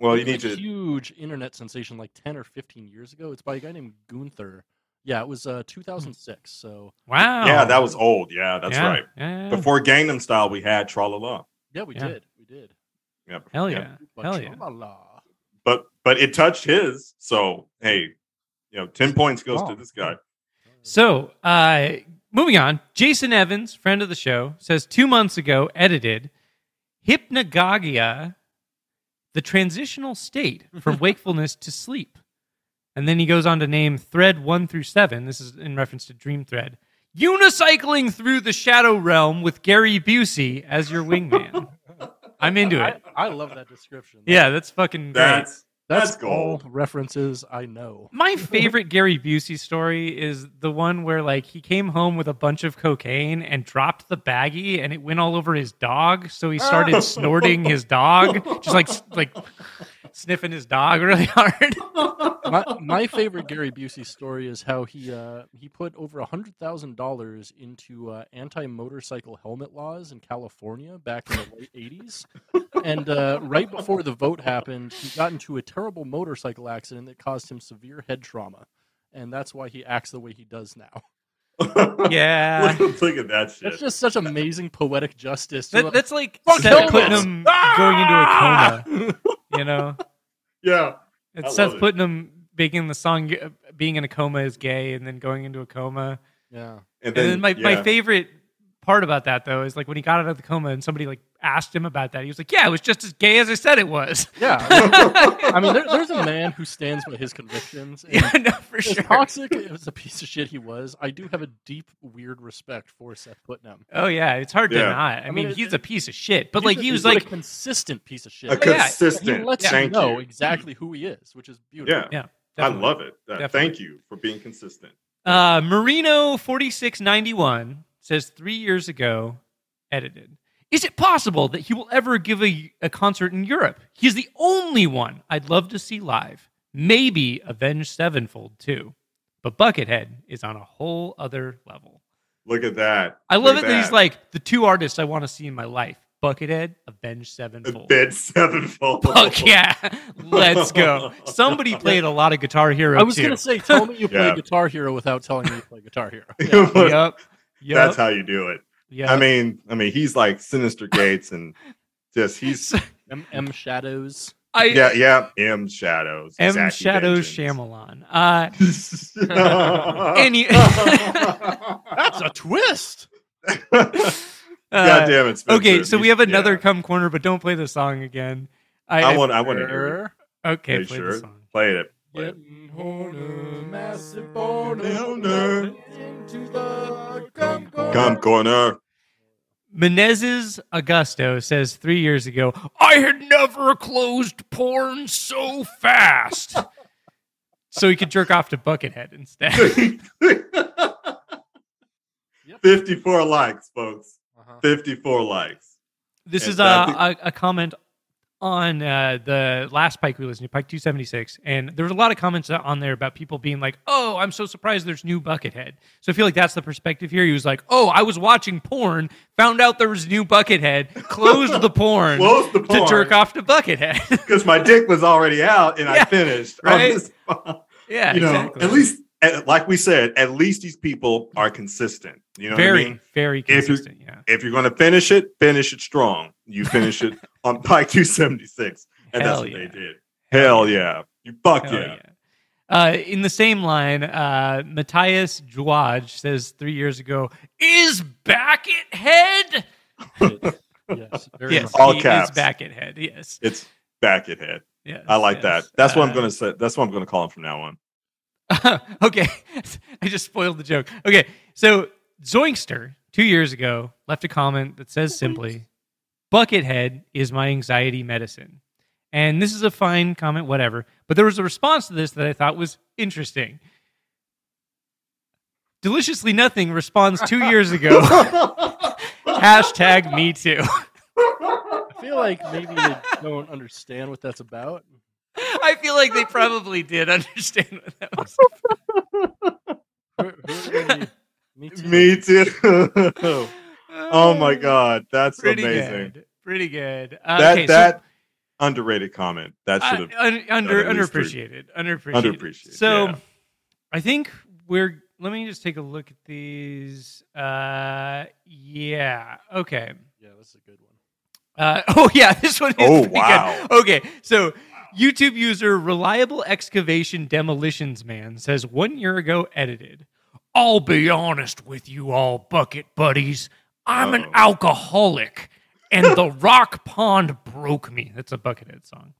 Speaker 3: Well, you
Speaker 2: it was
Speaker 3: need
Speaker 2: a
Speaker 3: to.
Speaker 2: huge internet sensation like 10 or 15 years ago. It's by a guy named Gunther. Yeah, it was uh, 2006. So
Speaker 1: Wow.
Speaker 3: Yeah, that was old. Yeah, that's
Speaker 1: Yeah,
Speaker 3: right.
Speaker 1: yeah, yeah.
Speaker 3: Before Gangnam Style, we had Tra La La.
Speaker 2: yeah, we
Speaker 1: Yeah.
Speaker 2: did. We did.
Speaker 3: Yeah.
Speaker 1: Hell
Speaker 3: yeah.
Speaker 1: yeah.
Speaker 2: But
Speaker 1: Hell yeah.
Speaker 2: tra-la-la.
Speaker 3: but but it touched his. So hey, you know, ten points goes
Speaker 1: Oh,
Speaker 2: Wow.
Speaker 3: to this guy.
Speaker 1: So, uh, moving on, Jason Evans, friend of the show, says two months ago, edited Hypnagogia, the transitional state from wakefulness to sleep. And then he goes on to name thread one through seven. This is in reference to Dream Thread. Unicycling through the shadow realm with Gary Busey as your wingman. I'm into
Speaker 2: I,
Speaker 1: it.
Speaker 2: I love that description.
Speaker 1: Yeah, that's fucking great.
Speaker 3: That's
Speaker 2: That's,
Speaker 3: That's gold.
Speaker 2: all references I know.
Speaker 1: My favorite Gary Busey story is the one where like he came home with a bunch of cocaine and dropped the baggie and it went all over his dog, so he started snorting his dog, just like like sniffing his dog really hard.
Speaker 2: my, my favorite Gary Busey story is how he uh, he put over hundred thousand dollars into uh, anti-motorcycle helmet laws in California back in the late eighties, and uh, right before the vote happened, he got into a terrible motorcycle accident that caused him severe head trauma, and that's why he acts the way he does now.
Speaker 1: yeah.
Speaker 3: look, look at that shit.
Speaker 2: That's just such amazing poetic justice.
Speaker 1: That, that's like
Speaker 2: Fuck
Speaker 1: Seth
Speaker 2: helmets.
Speaker 1: Putnam going into a coma. You know,
Speaker 3: yeah. I
Speaker 1: Ah! it's Seth
Speaker 3: love it.
Speaker 1: Putnam making the song uh, "Being in a Coma is Gay" and then going into a coma.
Speaker 2: yeah.
Speaker 3: And
Speaker 1: And then my, my
Speaker 3: yeah.
Speaker 1: favorite part about that though is like when he got out of the coma and somebody like asked him about that. He was like, "Yeah, it was just as gay as I said it was."
Speaker 2: Yeah, I mean, there, there's a man who stands by his convictions. And
Speaker 1: yeah, no, for
Speaker 2: As
Speaker 1: sure.
Speaker 2: toxic as a piece of shit he was, I do have a deep, weird respect for Seth Putnam.
Speaker 1: Oh yeah, it's hard to
Speaker 3: Yeah.
Speaker 1: not. I,
Speaker 2: mean,
Speaker 1: mean,
Speaker 2: it-
Speaker 1: he's a piece of shit, but
Speaker 2: He's
Speaker 1: like
Speaker 2: a-
Speaker 1: he was
Speaker 2: he's
Speaker 1: like,
Speaker 2: a consistent piece of shit.
Speaker 3: a
Speaker 1: yeah,
Speaker 2: he
Speaker 3: consistent.
Speaker 2: lets you
Speaker 3: Thank
Speaker 2: know
Speaker 3: you.
Speaker 2: exactly who he is, which is beautiful.
Speaker 3: Yeah,
Speaker 1: Yeah.
Speaker 3: I
Speaker 1: definitely.
Speaker 3: love it. Uh,
Speaker 1: Definitely.
Speaker 3: thank you for being consistent.
Speaker 1: Uh, Marino forty six ninety one says three years ago, edited. Is it possible that he will ever give a, a concert in Europe? He's the only one I'd love to see live. Maybe Avenged Sevenfold too, but Buckethead is on a whole other level.
Speaker 3: Look at that.
Speaker 1: I love
Speaker 3: Look
Speaker 1: it
Speaker 3: at
Speaker 1: that he's like the two artists I want to see in my life: Buckethead, Avenged Sevenfold.
Speaker 3: bed sevenfold.
Speaker 1: Fuck yeah, let's go. Somebody played a lot of Guitar Hero.
Speaker 2: I was
Speaker 1: too.
Speaker 2: going to say, tell me you play
Speaker 3: Yeah.
Speaker 2: Guitar Hero without telling me you play Guitar Hero.
Speaker 1: Yep. Yep.
Speaker 3: That's how you do it.
Speaker 1: yep.
Speaker 3: I mean, I mean, he's like Sinister Gates and just he's
Speaker 2: M, M Shadows.
Speaker 1: I,
Speaker 3: yeah, yeah, M Shadows.
Speaker 1: M
Speaker 3: Zacky
Speaker 1: Shadow
Speaker 3: Vengeance.
Speaker 1: Shyamalan. Uh, any,
Speaker 2: That's a twist.
Speaker 3: God
Speaker 1: uh,
Speaker 3: damn it, Spencer.
Speaker 1: okay, so
Speaker 3: You-
Speaker 1: we have another
Speaker 3: yeah.
Speaker 1: come corner, but don't play the song again.
Speaker 3: I want. I want to hear it.
Speaker 2: Err,
Speaker 1: Okay,
Speaker 3: Hey,
Speaker 1: play
Speaker 3: sure.
Speaker 1: the song.
Speaker 3: Play it.
Speaker 2: Getting horner, massive boner,
Speaker 3: Boner.
Speaker 2: into the cum
Speaker 3: Come corner.
Speaker 1: Menezes Augusto says three years ago, I had never closed porn so fast. so he could jerk off to Buckethead instead.
Speaker 3: Fifty-four likes, folks.
Speaker 2: Uh-huh.
Speaker 3: Fifty-four likes.
Speaker 1: This is a, a,
Speaker 3: Exactly.
Speaker 1: a comment on uh, the last Pike we listened to, Pike 276. And there was a lot of comments on there about people being like, oh, I'm so surprised there's new Buckethead. So I feel like that's the perspective here. He was like, oh, I was watching porn, found out there was new Buckethead, closed the porn
Speaker 3: Close the
Speaker 1: to jerk
Speaker 3: porn
Speaker 1: off to Buckethead.
Speaker 3: because my dick was already out and
Speaker 1: Yeah,
Speaker 3: I finished. I'm
Speaker 1: right?
Speaker 3: just-
Speaker 1: yeah,
Speaker 3: you know,
Speaker 1: exactly.
Speaker 3: at least, at- like we said, at least these people are consistent. You know, what I
Speaker 1: very,
Speaker 3: mean?
Speaker 1: very
Speaker 3: you're-
Speaker 1: consistent. Yeah.
Speaker 3: if you're going to finish it, finish it strong. You finish it on Pike 276. And
Speaker 1: Hell
Speaker 3: that's what
Speaker 1: yeah.
Speaker 3: they did. Hell yeah. You fuck
Speaker 1: Hell
Speaker 3: yeah.
Speaker 1: yeah. Uh, in the same line, uh, Matthias Juaj says three years ago, is Buckethead? head?
Speaker 2: Yes, very
Speaker 1: yes,
Speaker 2: much.
Speaker 3: All
Speaker 1: he
Speaker 3: caps.
Speaker 1: is back at head. Yes,
Speaker 3: It's back at head.
Speaker 1: yes.
Speaker 3: I
Speaker 1: yes.
Speaker 3: like that. That's what I'm
Speaker 1: Uh,
Speaker 3: going to say. That's what I'm going to call him from now on.
Speaker 1: okay, I just spoiled the joke. Okay, so Zoinkster two years ago left a comment that says simply, "Buckethead is my anxiety medicine," and this is a fine comment, whatever. But there was a response to this that I thought was interesting. Deliciously nothing responds two years ago. Hashtag me too.
Speaker 2: I feel like maybe they don't understand what that's about.
Speaker 1: I feel like they probably did understand what that was.
Speaker 2: Who- who are they? Me too.
Speaker 3: Me too. oh my God. That's
Speaker 1: Pretty
Speaker 3: amazing.
Speaker 1: good. Pretty good. Uh,
Speaker 3: That,
Speaker 1: okay, so,
Speaker 3: that underrated comment. That
Speaker 1: uh,
Speaker 3: should have.
Speaker 1: un- under
Speaker 3: at least three.
Speaker 1: underappreciated. Underappreciated.
Speaker 3: Underappreciated,
Speaker 1: So
Speaker 3: yeah.
Speaker 1: I think we're let me just take a look at these. Uh yeah. Okay.
Speaker 2: Yeah, that's a good one.
Speaker 1: Uh, oh yeah, this one is
Speaker 3: Oh,
Speaker 1: pretty
Speaker 3: wow.
Speaker 1: good. Okay, so YouTube user reliable excavation demolitions man says one year ago edited. I'll be honest with you all, bucket buddies. I'm an
Speaker 3: Uh-oh.
Speaker 1: alcoholic, and the rock pond broke me. That's a buckethead song.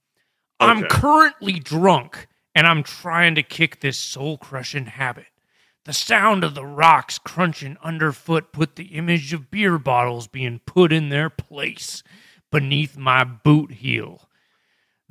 Speaker 1: I'm
Speaker 3: Okay.
Speaker 1: currently drunk, and I'm trying to kick this soul crushing habit. The sound of the rocks crunching underfoot put the image of beer bottles being put in their place beneath my boot heel.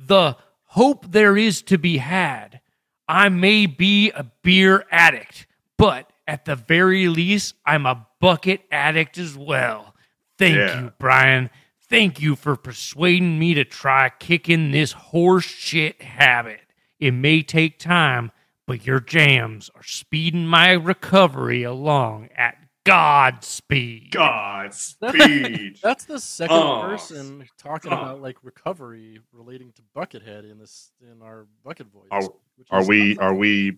Speaker 1: The hope there is to be had. I may be a beer addict, but at the very least, I'm a bucket addict as well. Thank
Speaker 3: Yeah.
Speaker 1: you, Brian. Thank you for persuading me to try kicking this horse shit habit. It may take time, but your jams are speeding my recovery along at Godspeed.
Speaker 3: God speed.
Speaker 2: That's the second
Speaker 3: Oh.
Speaker 2: person talking
Speaker 3: Oh.
Speaker 2: about like recovery relating to Buckethead in this in our Bucket voice.
Speaker 3: Are-
Speaker 2: which
Speaker 3: are
Speaker 2: is-
Speaker 3: we are we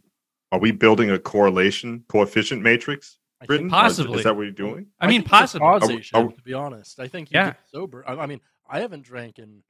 Speaker 3: are we building a correlation coefficient matrix?
Speaker 2: I think
Speaker 3: Britain?
Speaker 2: that's-
Speaker 1: Possibly.
Speaker 3: Is that what you're doing?
Speaker 1: I mean,
Speaker 2: think it's a
Speaker 1: possibly.
Speaker 3: we-
Speaker 2: causation,
Speaker 3: are we-
Speaker 2: to be honest, I think you
Speaker 1: Yeah.
Speaker 2: get sober. I, I mean, I haven't drank in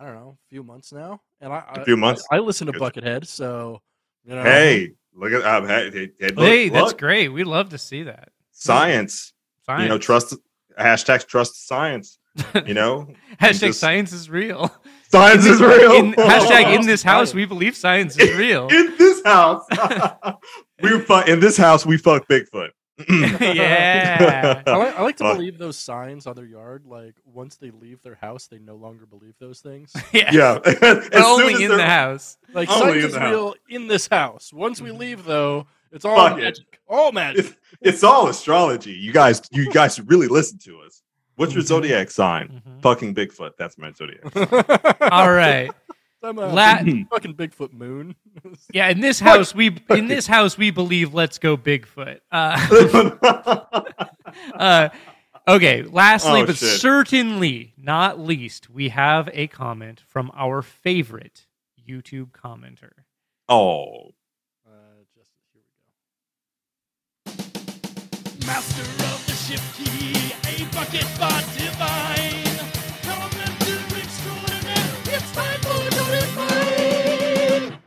Speaker 2: I don't know a few months now, and I, I
Speaker 1: Uh,
Speaker 3: A few months?
Speaker 2: I, I listen to
Speaker 3: Good.
Speaker 2: Buckethead, so you know.
Speaker 3: Hey, look at um, hey, hey, hey, look,
Speaker 1: Uh-huh. hey, that's
Speaker 3: look.
Speaker 1: great. We love to see that.
Speaker 3: science.
Speaker 1: Science.
Speaker 3: You know, trust hashtag trust science. You know,
Speaker 1: hashtag
Speaker 3: just-
Speaker 1: science is real.
Speaker 3: science is real.
Speaker 1: In, hashtag in this house,
Speaker 2: Science.
Speaker 1: we believe science is real.
Speaker 3: in this house. we fuck in this house. We fuck Bigfoot.
Speaker 1: yeah.
Speaker 2: I like, I like to
Speaker 3: Fuck.
Speaker 2: believe those signs on their yard. Like once they leave their house, they no longer believe those things.
Speaker 1: yeah.
Speaker 3: yeah. As
Speaker 1: But
Speaker 3: soon as
Speaker 1: only in the
Speaker 3: they're-
Speaker 1: house.
Speaker 2: Like
Speaker 3: Only
Speaker 2: science
Speaker 3: in
Speaker 2: is
Speaker 3: the house. Mm.
Speaker 2: real in this house. Once we
Speaker 1: Mhm.
Speaker 2: leave, though, it's all
Speaker 3: Fuck it.
Speaker 2: magic. All magic.
Speaker 3: It's all astrology. You guys, you guys really listen to us. What's
Speaker 1: Mm-hmm.
Speaker 3: your zodiac sign?
Speaker 1: Mhm.
Speaker 3: Fucking Bigfoot. That's my zodiac.
Speaker 1: All right.
Speaker 2: I'm a
Speaker 1: La-
Speaker 2: uh, fucking Bigfoot moon. Uh,
Speaker 1: Yeah, in this house we in this house we believe let's go Bigfoot. Uh, uh, okay, lastly
Speaker 3: Oh,
Speaker 1: but
Speaker 3: shit.
Speaker 1: certainly not least, we have a comment from our favorite YouTube commenter.
Speaker 3: oh,
Speaker 2: uh, just here we go.
Speaker 5: Master of the ship key, a bucket bot divine. Comment is extraordinary. It's time for the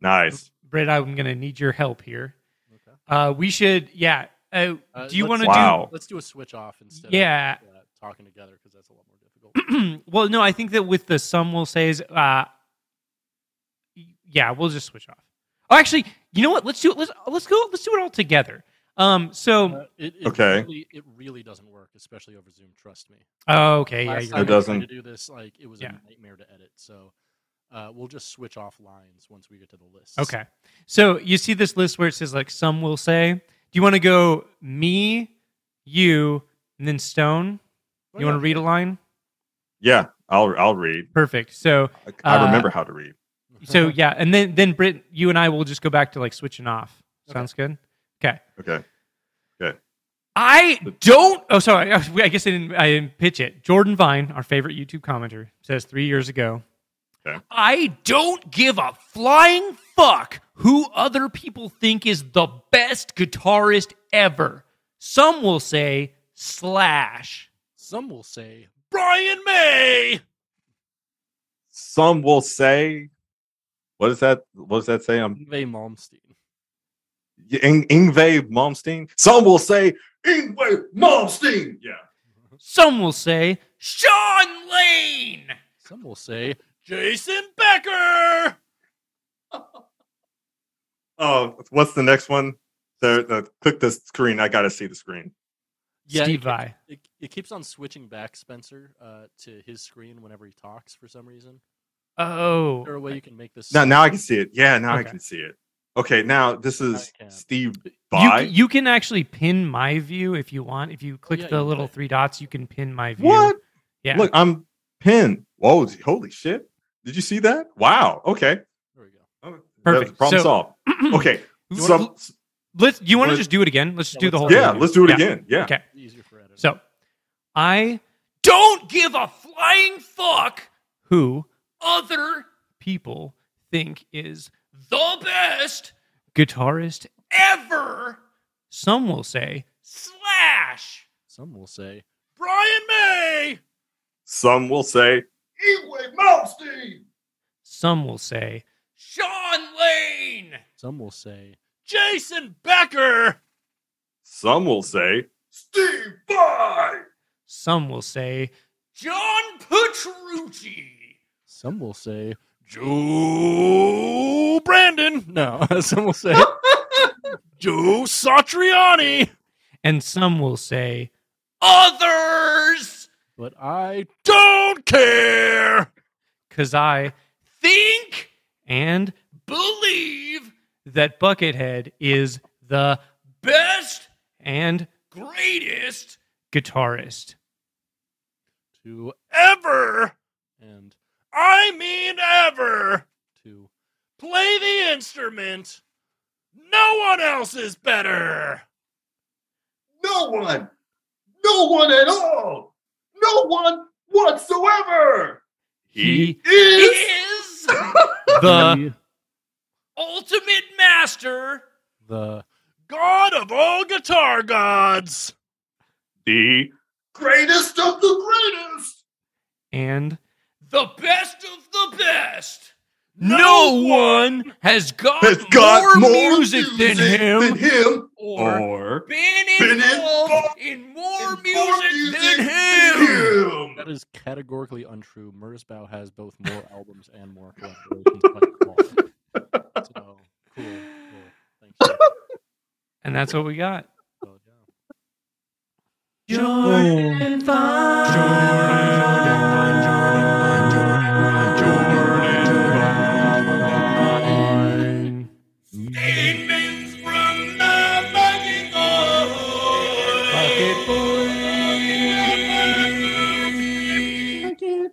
Speaker 3: nice.
Speaker 1: Britt, I'm going to need your help here.
Speaker 2: Okay.
Speaker 1: Uh, we should yeah, uh,
Speaker 2: Uh,
Speaker 1: do you
Speaker 2: let's-
Speaker 1: want to
Speaker 3: Wow.
Speaker 2: Let's do a switch off instead.
Speaker 1: do Yeah.
Speaker 2: Of, uh, talking together because that's a lot more difficult.
Speaker 1: well, no, I think that with the some will says, uh, y- yeah, we'll just switch off. Oh, actually, you know what? Let's do it. Let's let's go. Let's do it all together. Um. So,
Speaker 2: Uh, it, it
Speaker 3: Okay.
Speaker 2: Really, it really doesn't work, especially over Zoom. Trust me.
Speaker 1: oh, okay, yeah,
Speaker 2: Last
Speaker 1: you're
Speaker 2: time I
Speaker 1: right.
Speaker 3: It doesn't-
Speaker 2: tried To do this, like it was
Speaker 1: Yeah.
Speaker 2: a nightmare to edit. So uh, we'll just switch off lines once we get to the list.
Speaker 1: okay. So you see this list where it says like some will say. Do you want to go me, you, and then Stone?
Speaker 2: Oh,
Speaker 1: You want to read a line?
Speaker 3: Yeah, I'll I'll read.
Speaker 1: Perfect. So
Speaker 3: I, I
Speaker 1: Uh,
Speaker 3: remember how to read.
Speaker 1: so yeah, and then then Britt, you and I will just go back to like switching off.
Speaker 2: Okay.
Speaker 1: Sounds good.
Speaker 3: Okay.
Speaker 1: I don't. Oh, sorry. I guess I didn't, I didn't pitch it. Jordan Vine, our favorite YouTube commenter, says three years ago
Speaker 3: Okay.
Speaker 1: I don't give a flying fuck who other people think is the best guitarist ever. Some will say Slash.
Speaker 2: Some will say
Speaker 5: Brian May.
Speaker 3: Some will say, what does that? What does that say? I'm
Speaker 2: Ingve Malmsteen.
Speaker 3: In- Ingve Malmsteen. Some will say Ingve Malmsteen. Yeah.
Speaker 1: Some will say Sean Lane.
Speaker 2: Some will say
Speaker 5: Jason Becker.
Speaker 3: Oh, what's the next one? The, the click the screen. I gotta see the screen.
Speaker 2: yeah.
Speaker 1: Steve
Speaker 2: It,
Speaker 1: Vai.
Speaker 2: it, it keeps on switching back Spencer uh, to his screen whenever he talks for some reason. Is there a
Speaker 1: Oh.
Speaker 2: way you can make this?
Speaker 3: Now, now I can see it. Yeah, now I
Speaker 1: Okay.
Speaker 3: can see it. Okay, now this is
Speaker 2: I can.
Speaker 3: Steve
Speaker 1: You,
Speaker 3: Vai.
Speaker 1: you can actually pin my view if you want. If you click
Speaker 2: Oh, yeah, you
Speaker 1: the
Speaker 2: can.
Speaker 1: little three dots, you can pin my view.
Speaker 3: What?
Speaker 1: Yeah.
Speaker 3: Look, I'm pinned. Whoa! Holy shit! Did you see that? Wow. Okay.
Speaker 2: There we go.
Speaker 3: Oh,
Speaker 1: Perfect.
Speaker 3: that's Problem
Speaker 1: So-
Speaker 3: solved. Okay.
Speaker 1: You wanna-
Speaker 3: Some,
Speaker 1: Let's. You want to
Speaker 3: Let's-
Speaker 1: just do it again? Let's just
Speaker 2: Yeah,
Speaker 1: do the whole.
Speaker 2: let's-
Speaker 3: yeah.
Speaker 1: thing.
Speaker 3: Let's do it
Speaker 1: Yeah.
Speaker 3: again. Yeah.
Speaker 1: Okay.
Speaker 2: Easier for editing.
Speaker 1: So, I don't give a flying fuck who other people think is the best guitarist ever. Some will say slash.
Speaker 2: some will say
Speaker 5: Brian May.
Speaker 3: Some will say Ingve Malmsteen.
Speaker 1: Some will say Sean Lane.
Speaker 2: Some will say
Speaker 5: Jason Becker.
Speaker 3: Some will say Steve Vai.
Speaker 1: Some will say John Petrucci.
Speaker 2: some will say
Speaker 5: Joe Brandon.
Speaker 2: no. some will say
Speaker 5: Joe Satriani.
Speaker 1: And some will say others.
Speaker 2: but I
Speaker 5: Don't care.
Speaker 1: because I think and believe that Buckethead is the best and greatest guitarist.
Speaker 2: to ever, and I mean ever, to play the instrument. No one else is better.
Speaker 3: No one, no one at all, no one whatsoever.
Speaker 1: He
Speaker 3: is.
Speaker 5: Is
Speaker 1: the
Speaker 5: ultimate master.
Speaker 2: the god of all guitar gods.
Speaker 3: the greatest of the greatest.
Speaker 1: and
Speaker 5: The best of the best.
Speaker 1: no one has got,
Speaker 3: Has got
Speaker 1: more,
Speaker 3: more,
Speaker 1: music, than him,
Speaker 3: than him,
Speaker 5: Or,
Speaker 3: or
Speaker 5: been
Speaker 3: been
Speaker 5: involved
Speaker 3: involved
Speaker 5: in more
Speaker 3: in
Speaker 5: music, than him.
Speaker 3: him.
Speaker 2: That is categorically untrue. Mersbow has both more albums and more collaborations. like Paul. so cool. cool. Thank you.
Speaker 1: and that's what we got.
Speaker 2: So, yeah.
Speaker 4: Jordan
Speaker 5: Statements from the bucket boy. Bucket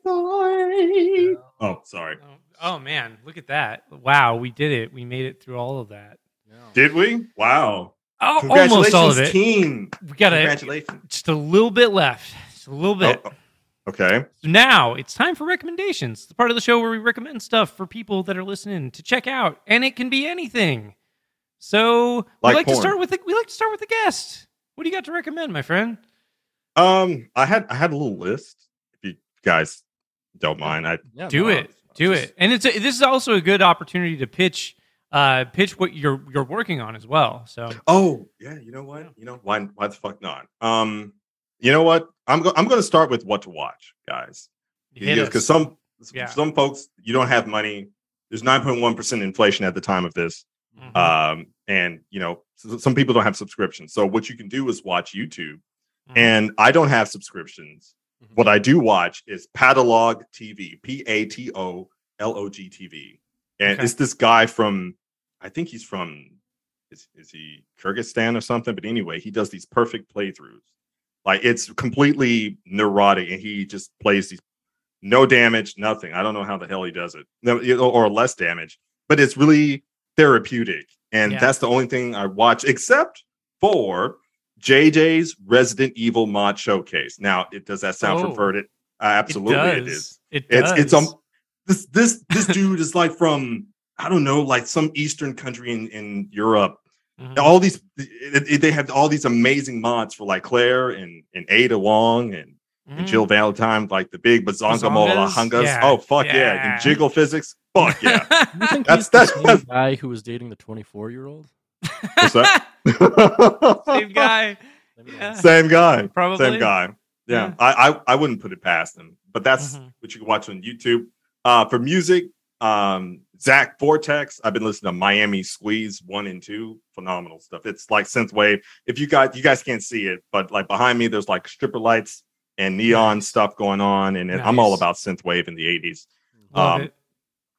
Speaker 5: boy.
Speaker 3: Oh, sorry.
Speaker 1: Oh man, look at that! Wow, we did it. We made it through all of that.
Speaker 2: Yeah.
Speaker 3: Did we? Wow.
Speaker 1: Oh, almost all of
Speaker 3: Congratulations,
Speaker 1: it.
Speaker 3: team.
Speaker 1: We got a,
Speaker 3: Congratulations.
Speaker 1: just a little bit left. Just a little bit.
Speaker 3: Oh, okay.
Speaker 1: So now it's time for recommendations. The part of the show where we recommend stuff for people that are listening to check out, and it can be anything. So we
Speaker 3: Like
Speaker 1: like to
Speaker 3: porn.
Speaker 1: start with the, we like to start with the guest. What do you got to recommend, my friend?
Speaker 3: Um, I had I had a little list. If you guys don't mind, I
Speaker 2: Yeah,
Speaker 1: do
Speaker 2: no,
Speaker 1: it, do
Speaker 2: just-
Speaker 1: it, and it's a, this is also a good opportunity to pitch, uh, pitch what you're you're working on as well. So
Speaker 3: Oh, yeah, you know what? You know why why the fuck not? Um, you know what? I'm go- I'm going to start with what to watch, guys.
Speaker 1: hit us.
Speaker 3: Because some
Speaker 1: Yeah.
Speaker 3: some folks you don't have money. There's 9.1% inflation at the time of this.
Speaker 2: Mm-hmm.
Speaker 1: Mhm.
Speaker 3: Um, and you know, s- some people don't have subscriptions. So what you can do is watch YouTube.
Speaker 1: Mhm.
Speaker 3: And I don't have subscriptions.
Speaker 1: Mm-hmm.
Speaker 2: Mhm.
Speaker 3: What I do watch is Patalog TV, P A T O L O G TV. And
Speaker 1: Okay.
Speaker 3: it's this guy from I think he's from is, is he Kyrgyzstan or something? But anyway, he does these perfect playthroughs. Like it's completely neurotic, and he just plays these no damage, nothing. I don't know how the hell he does it, No, you know, or less damage, but it's really therapeutic, and
Speaker 1: Yeah.
Speaker 3: that's the only thing I watch, except for JJ's Resident Evil mod showcase. Now, it does that sound
Speaker 1: Oh.
Speaker 3: perverted? Uh, absolutely, it
Speaker 1: does.
Speaker 3: is.
Speaker 1: It does.
Speaker 3: It's it's um this this this dude is like from I don't know like some Eastern country in in Europe
Speaker 1: Mhm.
Speaker 3: all these it- it- they have all these amazing mods for like Claire and and Ada Wong and, and
Speaker 1: Mm.
Speaker 3: Jill Valentine, like the big Bazonga Mola
Speaker 1: Bazongas?
Speaker 3: Hungas.
Speaker 1: Yeah.
Speaker 3: Oh fuck yeah.
Speaker 1: Yeah.
Speaker 3: And jiggle physics. Fuck yeah.
Speaker 1: Uh, Mm-hmm.
Speaker 2: You think
Speaker 3: That's-
Speaker 2: he's the
Speaker 3: that's-
Speaker 2: same
Speaker 3: that's-
Speaker 2: guy who was dating the 24 year old?
Speaker 3: What's that?
Speaker 1: Same guy. Yeah.
Speaker 3: Same guy.
Speaker 1: Probably.
Speaker 3: Same guy. Yeah.
Speaker 1: Yeah.
Speaker 3: I, I I wouldn't put it past him. But that's
Speaker 1: Mhm.
Speaker 3: what you can watch on YouTube. Uh for music, um Zach Vortex. I've been listening to Miami Squeeze one and two. Phenomenal stuff. It's like synthwave. If you guys you guys can't see it, but like behind me, there's like stripper lights and neon stuff going on. And I'm all
Speaker 1: Nice.
Speaker 3: about synthwave in the 80s.
Speaker 1: Love
Speaker 3: Um,
Speaker 1: it.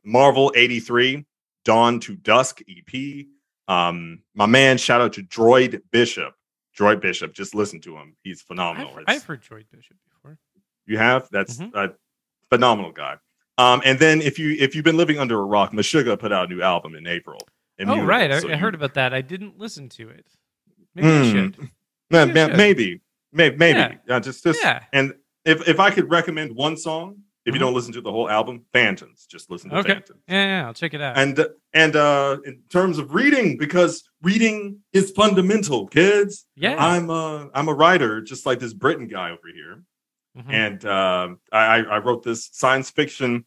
Speaker 3: Marvel 83, Dawn to Dusk EP. Um, my man, shout out to Droid Bishop. Droid Bishop, just listen to him. He's
Speaker 1: I've,
Speaker 3: phenomenal. It's-
Speaker 1: I've heard Troy Bishop before.
Speaker 3: you have that's
Speaker 1: Mhm.
Speaker 3: a phenomenal guy. Um, and then if you if you've been living under a rock, Meshuggah put out a new album in April.
Speaker 1: Oh
Speaker 3: Immutable.
Speaker 1: right, I,
Speaker 3: So
Speaker 1: I
Speaker 3: you-
Speaker 1: heard about that. I didn't listen to it. Maybe I
Speaker 3: Mm.
Speaker 1: should.
Speaker 3: Ma-
Speaker 1: you
Speaker 3: ma-
Speaker 1: should.
Speaker 3: maybe, maybe, maybe.
Speaker 1: Yeah.
Speaker 3: Uh, just just
Speaker 1: Yeah.
Speaker 3: and if if I could recommend one song, if
Speaker 1: Mhm.
Speaker 3: you don't listen to the whole album, Phantoms. Just listen to
Speaker 1: Okay.
Speaker 3: Phantoms.
Speaker 1: yeah, yeah, I'll check it out.
Speaker 3: and and uh in terms of reading because reading is fundamental kids
Speaker 1: yeah,
Speaker 3: i'm a i'm a writer just like this britain guy over here
Speaker 1: Mhm.
Speaker 3: and um i i I wrote this science fiction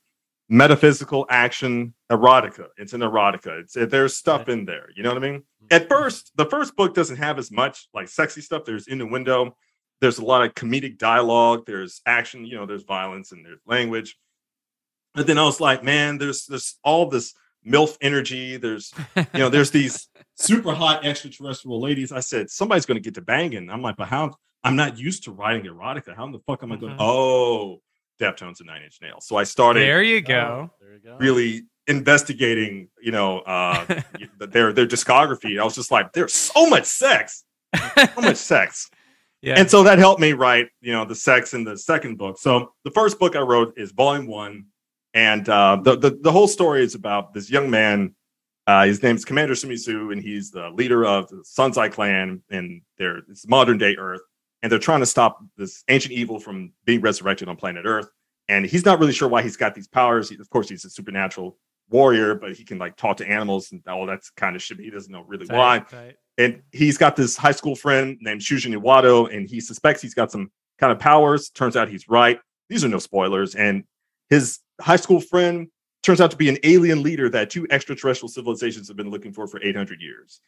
Speaker 3: metaphysical action erotica it's an erotica it's there's stuff in there you know what i mean at first the first book doesn't have as much like sexy stuff there's innuendo there's a lot of comedic dialogue there's action you know there's violence and there's language but then i was like man there's there's all this milf energy there's you know there's these super hot extraterrestrial ladies i said somebody's going to get to banging i'm like but how i'm not used to writing erotica how in the fuck am i going
Speaker 1: Mhm.
Speaker 3: to oh deftones and nine inch nails so i started
Speaker 1: there you go.
Speaker 2: Oh, There you go.
Speaker 3: really investigating, you know, uh, their their discography. I was just like, there's so much sex, so much sex.
Speaker 1: Yeah.
Speaker 3: And so that helped me write, you know, the sex in the second book. So the first book I wrote is volume one. And uh, the, the, the whole story is about this young man. Uh, his name's Commander Sumisu, and he's the leader of the Sunsai clan in their it's modern day Earth. And they're trying to stop this ancient evil from being resurrected on planet Earth. And he's not really sure why he's got these powers. He, of course, he's a supernatural warrior, but he can like talk to animals and all that kind of shit. He doesn't know really
Speaker 1: Tight,
Speaker 3: why
Speaker 1: tight.
Speaker 3: and he's got this high school friend named Shujin Iwado, and he suspects he's got some kind of powers. Turns out he's right. These are no spoilers. And his high school friend turns out to be an alien leader that two extraterrestrial civilizations have been looking for for 800 years.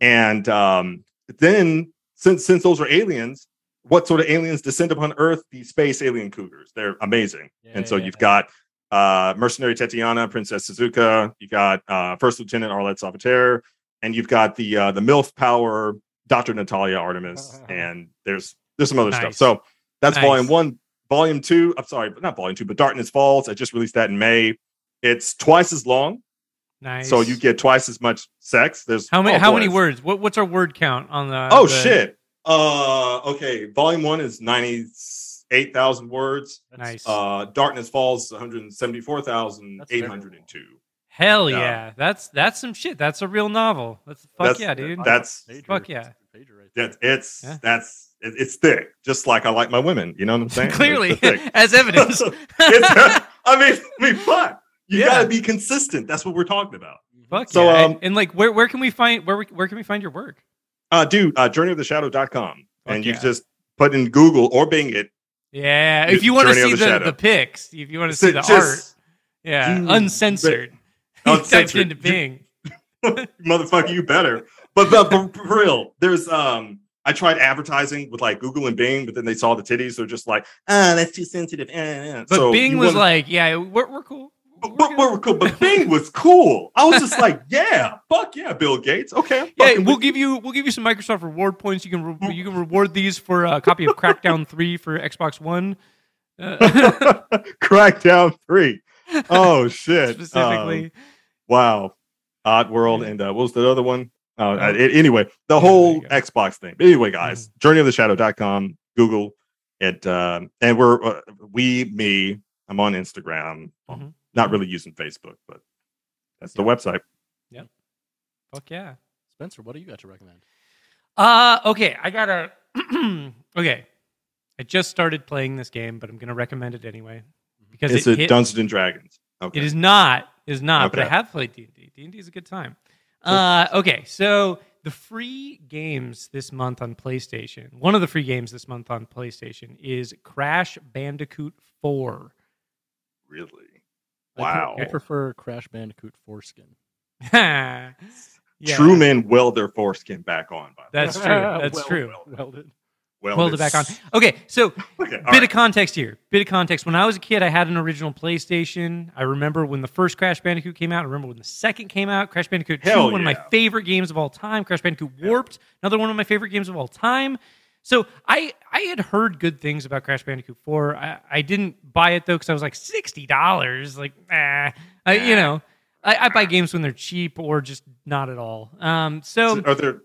Speaker 3: And um, then, since since those are aliens, what sort of aliens descend upon Earth? The space alien cougars. They're amazing. and so
Speaker 1: Yeah.
Speaker 3: you've got uh, mercenary Tatiana, Princess Suzuka. You got uh, First Lieutenant Arlette Sabater, and you've got the uh, the MILF power, Doctor Natalia Artemis, and there's there's some other stuff.
Speaker 1: Nice.
Speaker 3: So that's
Speaker 1: Nice.
Speaker 3: volume one. Volume two. I'm sorry, but not volume two, but Darkness Falls. I just released that in May. It's twice as long,
Speaker 1: Nice.
Speaker 3: so you get twice as much sex. There's
Speaker 1: how many?
Speaker 3: oh,
Speaker 1: how
Speaker 3: boy,
Speaker 1: many
Speaker 3: it's-
Speaker 1: words? What, what's our word count on the?
Speaker 3: oh
Speaker 1: the-
Speaker 3: shit. Uh, okay. Volume one is ninety eight thousand words.
Speaker 1: Nice.
Speaker 3: Uh, Darkness Falls, one hundred seventy-four thousand eight hundred and two.
Speaker 1: Hell
Speaker 3: yeah.
Speaker 1: yeah. That's that's some shit. That's a real novel. That's fuck
Speaker 3: That's-
Speaker 1: yeah, dude.
Speaker 3: That's
Speaker 2: Pager.
Speaker 1: Fuck yeah.
Speaker 2: Pager right there.
Speaker 3: that it's
Speaker 1: Yeah.
Speaker 3: that's it, it's thick. Just like I like my women. You know what I'm saying?
Speaker 1: Clearly,
Speaker 3: it's thick.
Speaker 1: as evidence.
Speaker 3: It's- I mean, I mean, fun. You
Speaker 1: Yeah.
Speaker 3: gotta be consistent. That's what we're talking about.
Speaker 2: Mm-hmm.
Speaker 1: Fuck
Speaker 3: So,
Speaker 1: yeah.
Speaker 3: um,
Speaker 1: and, and, like, where where can we find where we- where can we find your work?
Speaker 3: Uh, dude, uh, journeyoftheshadow.com. and
Speaker 1: Fuck
Speaker 3: you
Speaker 1: yeah.
Speaker 3: just put in Google or Bing it.
Speaker 1: Yeah,
Speaker 3: Ju-
Speaker 1: if you want to
Speaker 3: Journey of
Speaker 1: see
Speaker 3: the
Speaker 1: the,
Speaker 3: Shadow.
Speaker 1: the pics, if you want to
Speaker 3: It's
Speaker 1: see the
Speaker 3: just-
Speaker 1: art, yeah,
Speaker 3: you-
Speaker 1: uncensored. You typed
Speaker 3: Uncensored.
Speaker 1: into
Speaker 3: You-
Speaker 1: Bing.
Speaker 3: Motherfucker, you better. But the, for, for real, there's um I tried advertising with like Google and Bing, but then they saw the titties. They're just like, ah, that's too sensitive. eh, eh, eh."
Speaker 1: But
Speaker 3: So
Speaker 1: Bing
Speaker 3: you
Speaker 1: was
Speaker 3: wanna-
Speaker 1: like, yeah, we're, we're cool.
Speaker 3: but,
Speaker 1: good.
Speaker 3: but, but, cool. but Bing was cool. I was just like, yeah, fuck yeah, Bill Gates. Okay, I'm
Speaker 1: yeah,
Speaker 3: fucking
Speaker 1: we'll
Speaker 3: with
Speaker 1: give you we'll give you some Microsoft reward points. You can re- you can reward these for a copy of Crackdown Three for Xbox One. Uh,
Speaker 3: Crackdown three. Oh shit! Um,
Speaker 1: specifically,
Speaker 3: wow, Odd World, and uh, what was the other one? Uh,
Speaker 1: Oh.
Speaker 3: uh, it- anyway, the
Speaker 1: Yeah, Mm.
Speaker 3: whole
Speaker 1: there you go.
Speaker 3: Xbox thing. But anyway, guys, journeyoftheshadow.com, Google it, um, and we're uh, we me. I'm on Instagram.
Speaker 1: Mhm.
Speaker 3: Not really using Facebook, but that's the website.
Speaker 1: fuck yeah.
Speaker 2: Spencer, what do you got to recommend?
Speaker 1: Uh okay, I gotta Okay. I just started playing this game, but I'm gonna recommend it anyway. Because
Speaker 3: It's
Speaker 1: it
Speaker 3: a
Speaker 1: hit-
Speaker 3: Dungeons and Dragons. Okay.
Speaker 1: it is not, it is not, but I
Speaker 3: Okay.
Speaker 1: have played D and D. D and D is a good time. Uh okay, so the free games this month on PlayStation, one of the free games this month on PlayStation is Crash Bandicoot 4.
Speaker 3: really
Speaker 2: I
Speaker 3: wow.
Speaker 2: pre- I prefer Crash Bandicoot foreskin.
Speaker 1: yeah,
Speaker 3: True men weld their foreskin back on. By the
Speaker 1: That's true. That's
Speaker 2: Well-
Speaker 1: true.
Speaker 2: well- Welded.
Speaker 3: way.
Speaker 1: Weld it back on. Okay, so
Speaker 3: Okay, all
Speaker 1: bit
Speaker 3: right.
Speaker 1: of context here. Bit of context. When I was a kid, I had an original PlayStation. I remember when the first Crash Bandicoot came out. I remember when the second came out. Crash Bandicoot 2,
Speaker 3: Hell
Speaker 1: one of my
Speaker 3: yeah.
Speaker 1: favorite games of all time. Crash Bandicoot Warped, another one of my favorite games of all time. So I I had heard good things about Crash Bandicoot 4. I, I didn't buy it though because I was like sixty dollars. Like, nah. I, you know, I, I buy games when they're cheap or just not at all. Um, so
Speaker 3: are there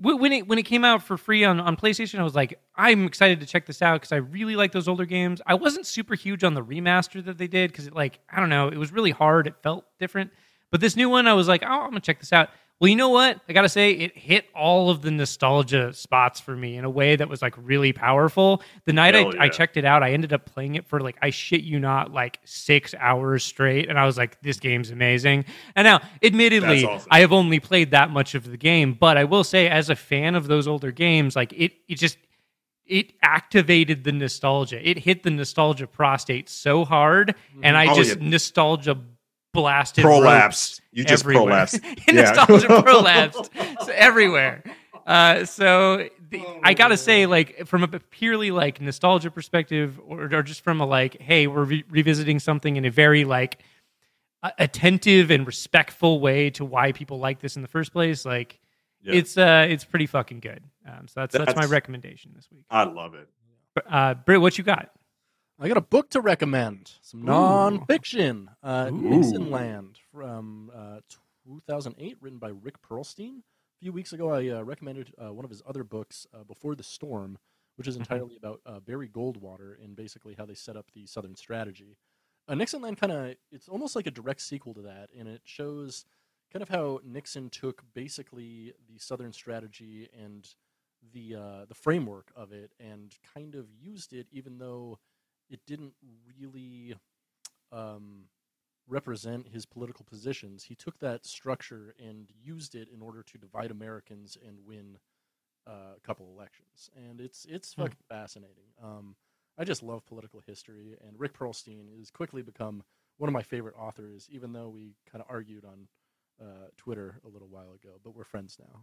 Speaker 1: Wh- when it when it came out for free on, on PlayStation, I was like, I'm excited to check this out because I really like those older games. I wasn't super huge on the remaster that they did because it like I don't know, it was really hard. It felt different. But this new one, I was like, oh, I'm gonna check this out. Well, you know what? I gotta say, it hit all of the nostalgia spots for me in a way that was like really powerful. The night I,
Speaker 3: Hell yeah.
Speaker 1: I checked it out, I ended up playing it for like I shit you not, like six hours straight, and I was like, this game's amazing. And now, admittedly,
Speaker 3: That's awesome.
Speaker 1: I have only played that much of the game, but I will say, as a fan of those older games, like it, it just it activated the nostalgia. It hit the nostalgia prostate so hard,
Speaker 2: Mm-hmm.
Speaker 1: and I
Speaker 3: Oh,
Speaker 1: just
Speaker 3: yeah.
Speaker 1: nostalgia blasted ropes
Speaker 3: prolapse? You just
Speaker 1: everywhere.
Speaker 3: prolapsed. Yeah.
Speaker 1: nostalgia prolapsed so everywhere. Uh, so the, I gotta say, like from a purely like nostalgia perspective, or, or just from a like, hey, we're re- revisiting something in a very like a- attentive and respectful way to why people like this in the first place. Like
Speaker 3: Yeah.
Speaker 1: it's uh, it's pretty fucking good. Um, so that's, that's my
Speaker 3: That's-
Speaker 1: recommendation this week.
Speaker 3: I love it.
Speaker 1: Uh, Britt, what you got?
Speaker 2: I got a book to recommend. Some nonfiction. Uh,
Speaker 1: Ooh.
Speaker 2: Mason Land from uh, 2008, written by Rick Perlstein. A few weeks ago, I uh, recommended uh, one of his other books, uh, Before the Storm, which is entirely about uh, Barry Goldwater and basically how they set up the Southern strategy. Uh, Nixon then kind of it's almost like a direct sequel to that, and it shows kind of how Nixon took basically the Southern strategy and the uh, the framework of it and kind of used it, even though it didn't really um, represent his political positions. He took that structure and used it in order to divide Americans and win uh, a couple elections. And it's it's
Speaker 1: Hmm.
Speaker 2: fucking fascinating. Um, I just love political history, and Rick Perlstein has quickly become one of my favorite authors, even though we kind of argued on uh, Twitter a little while ago, but we're friends now.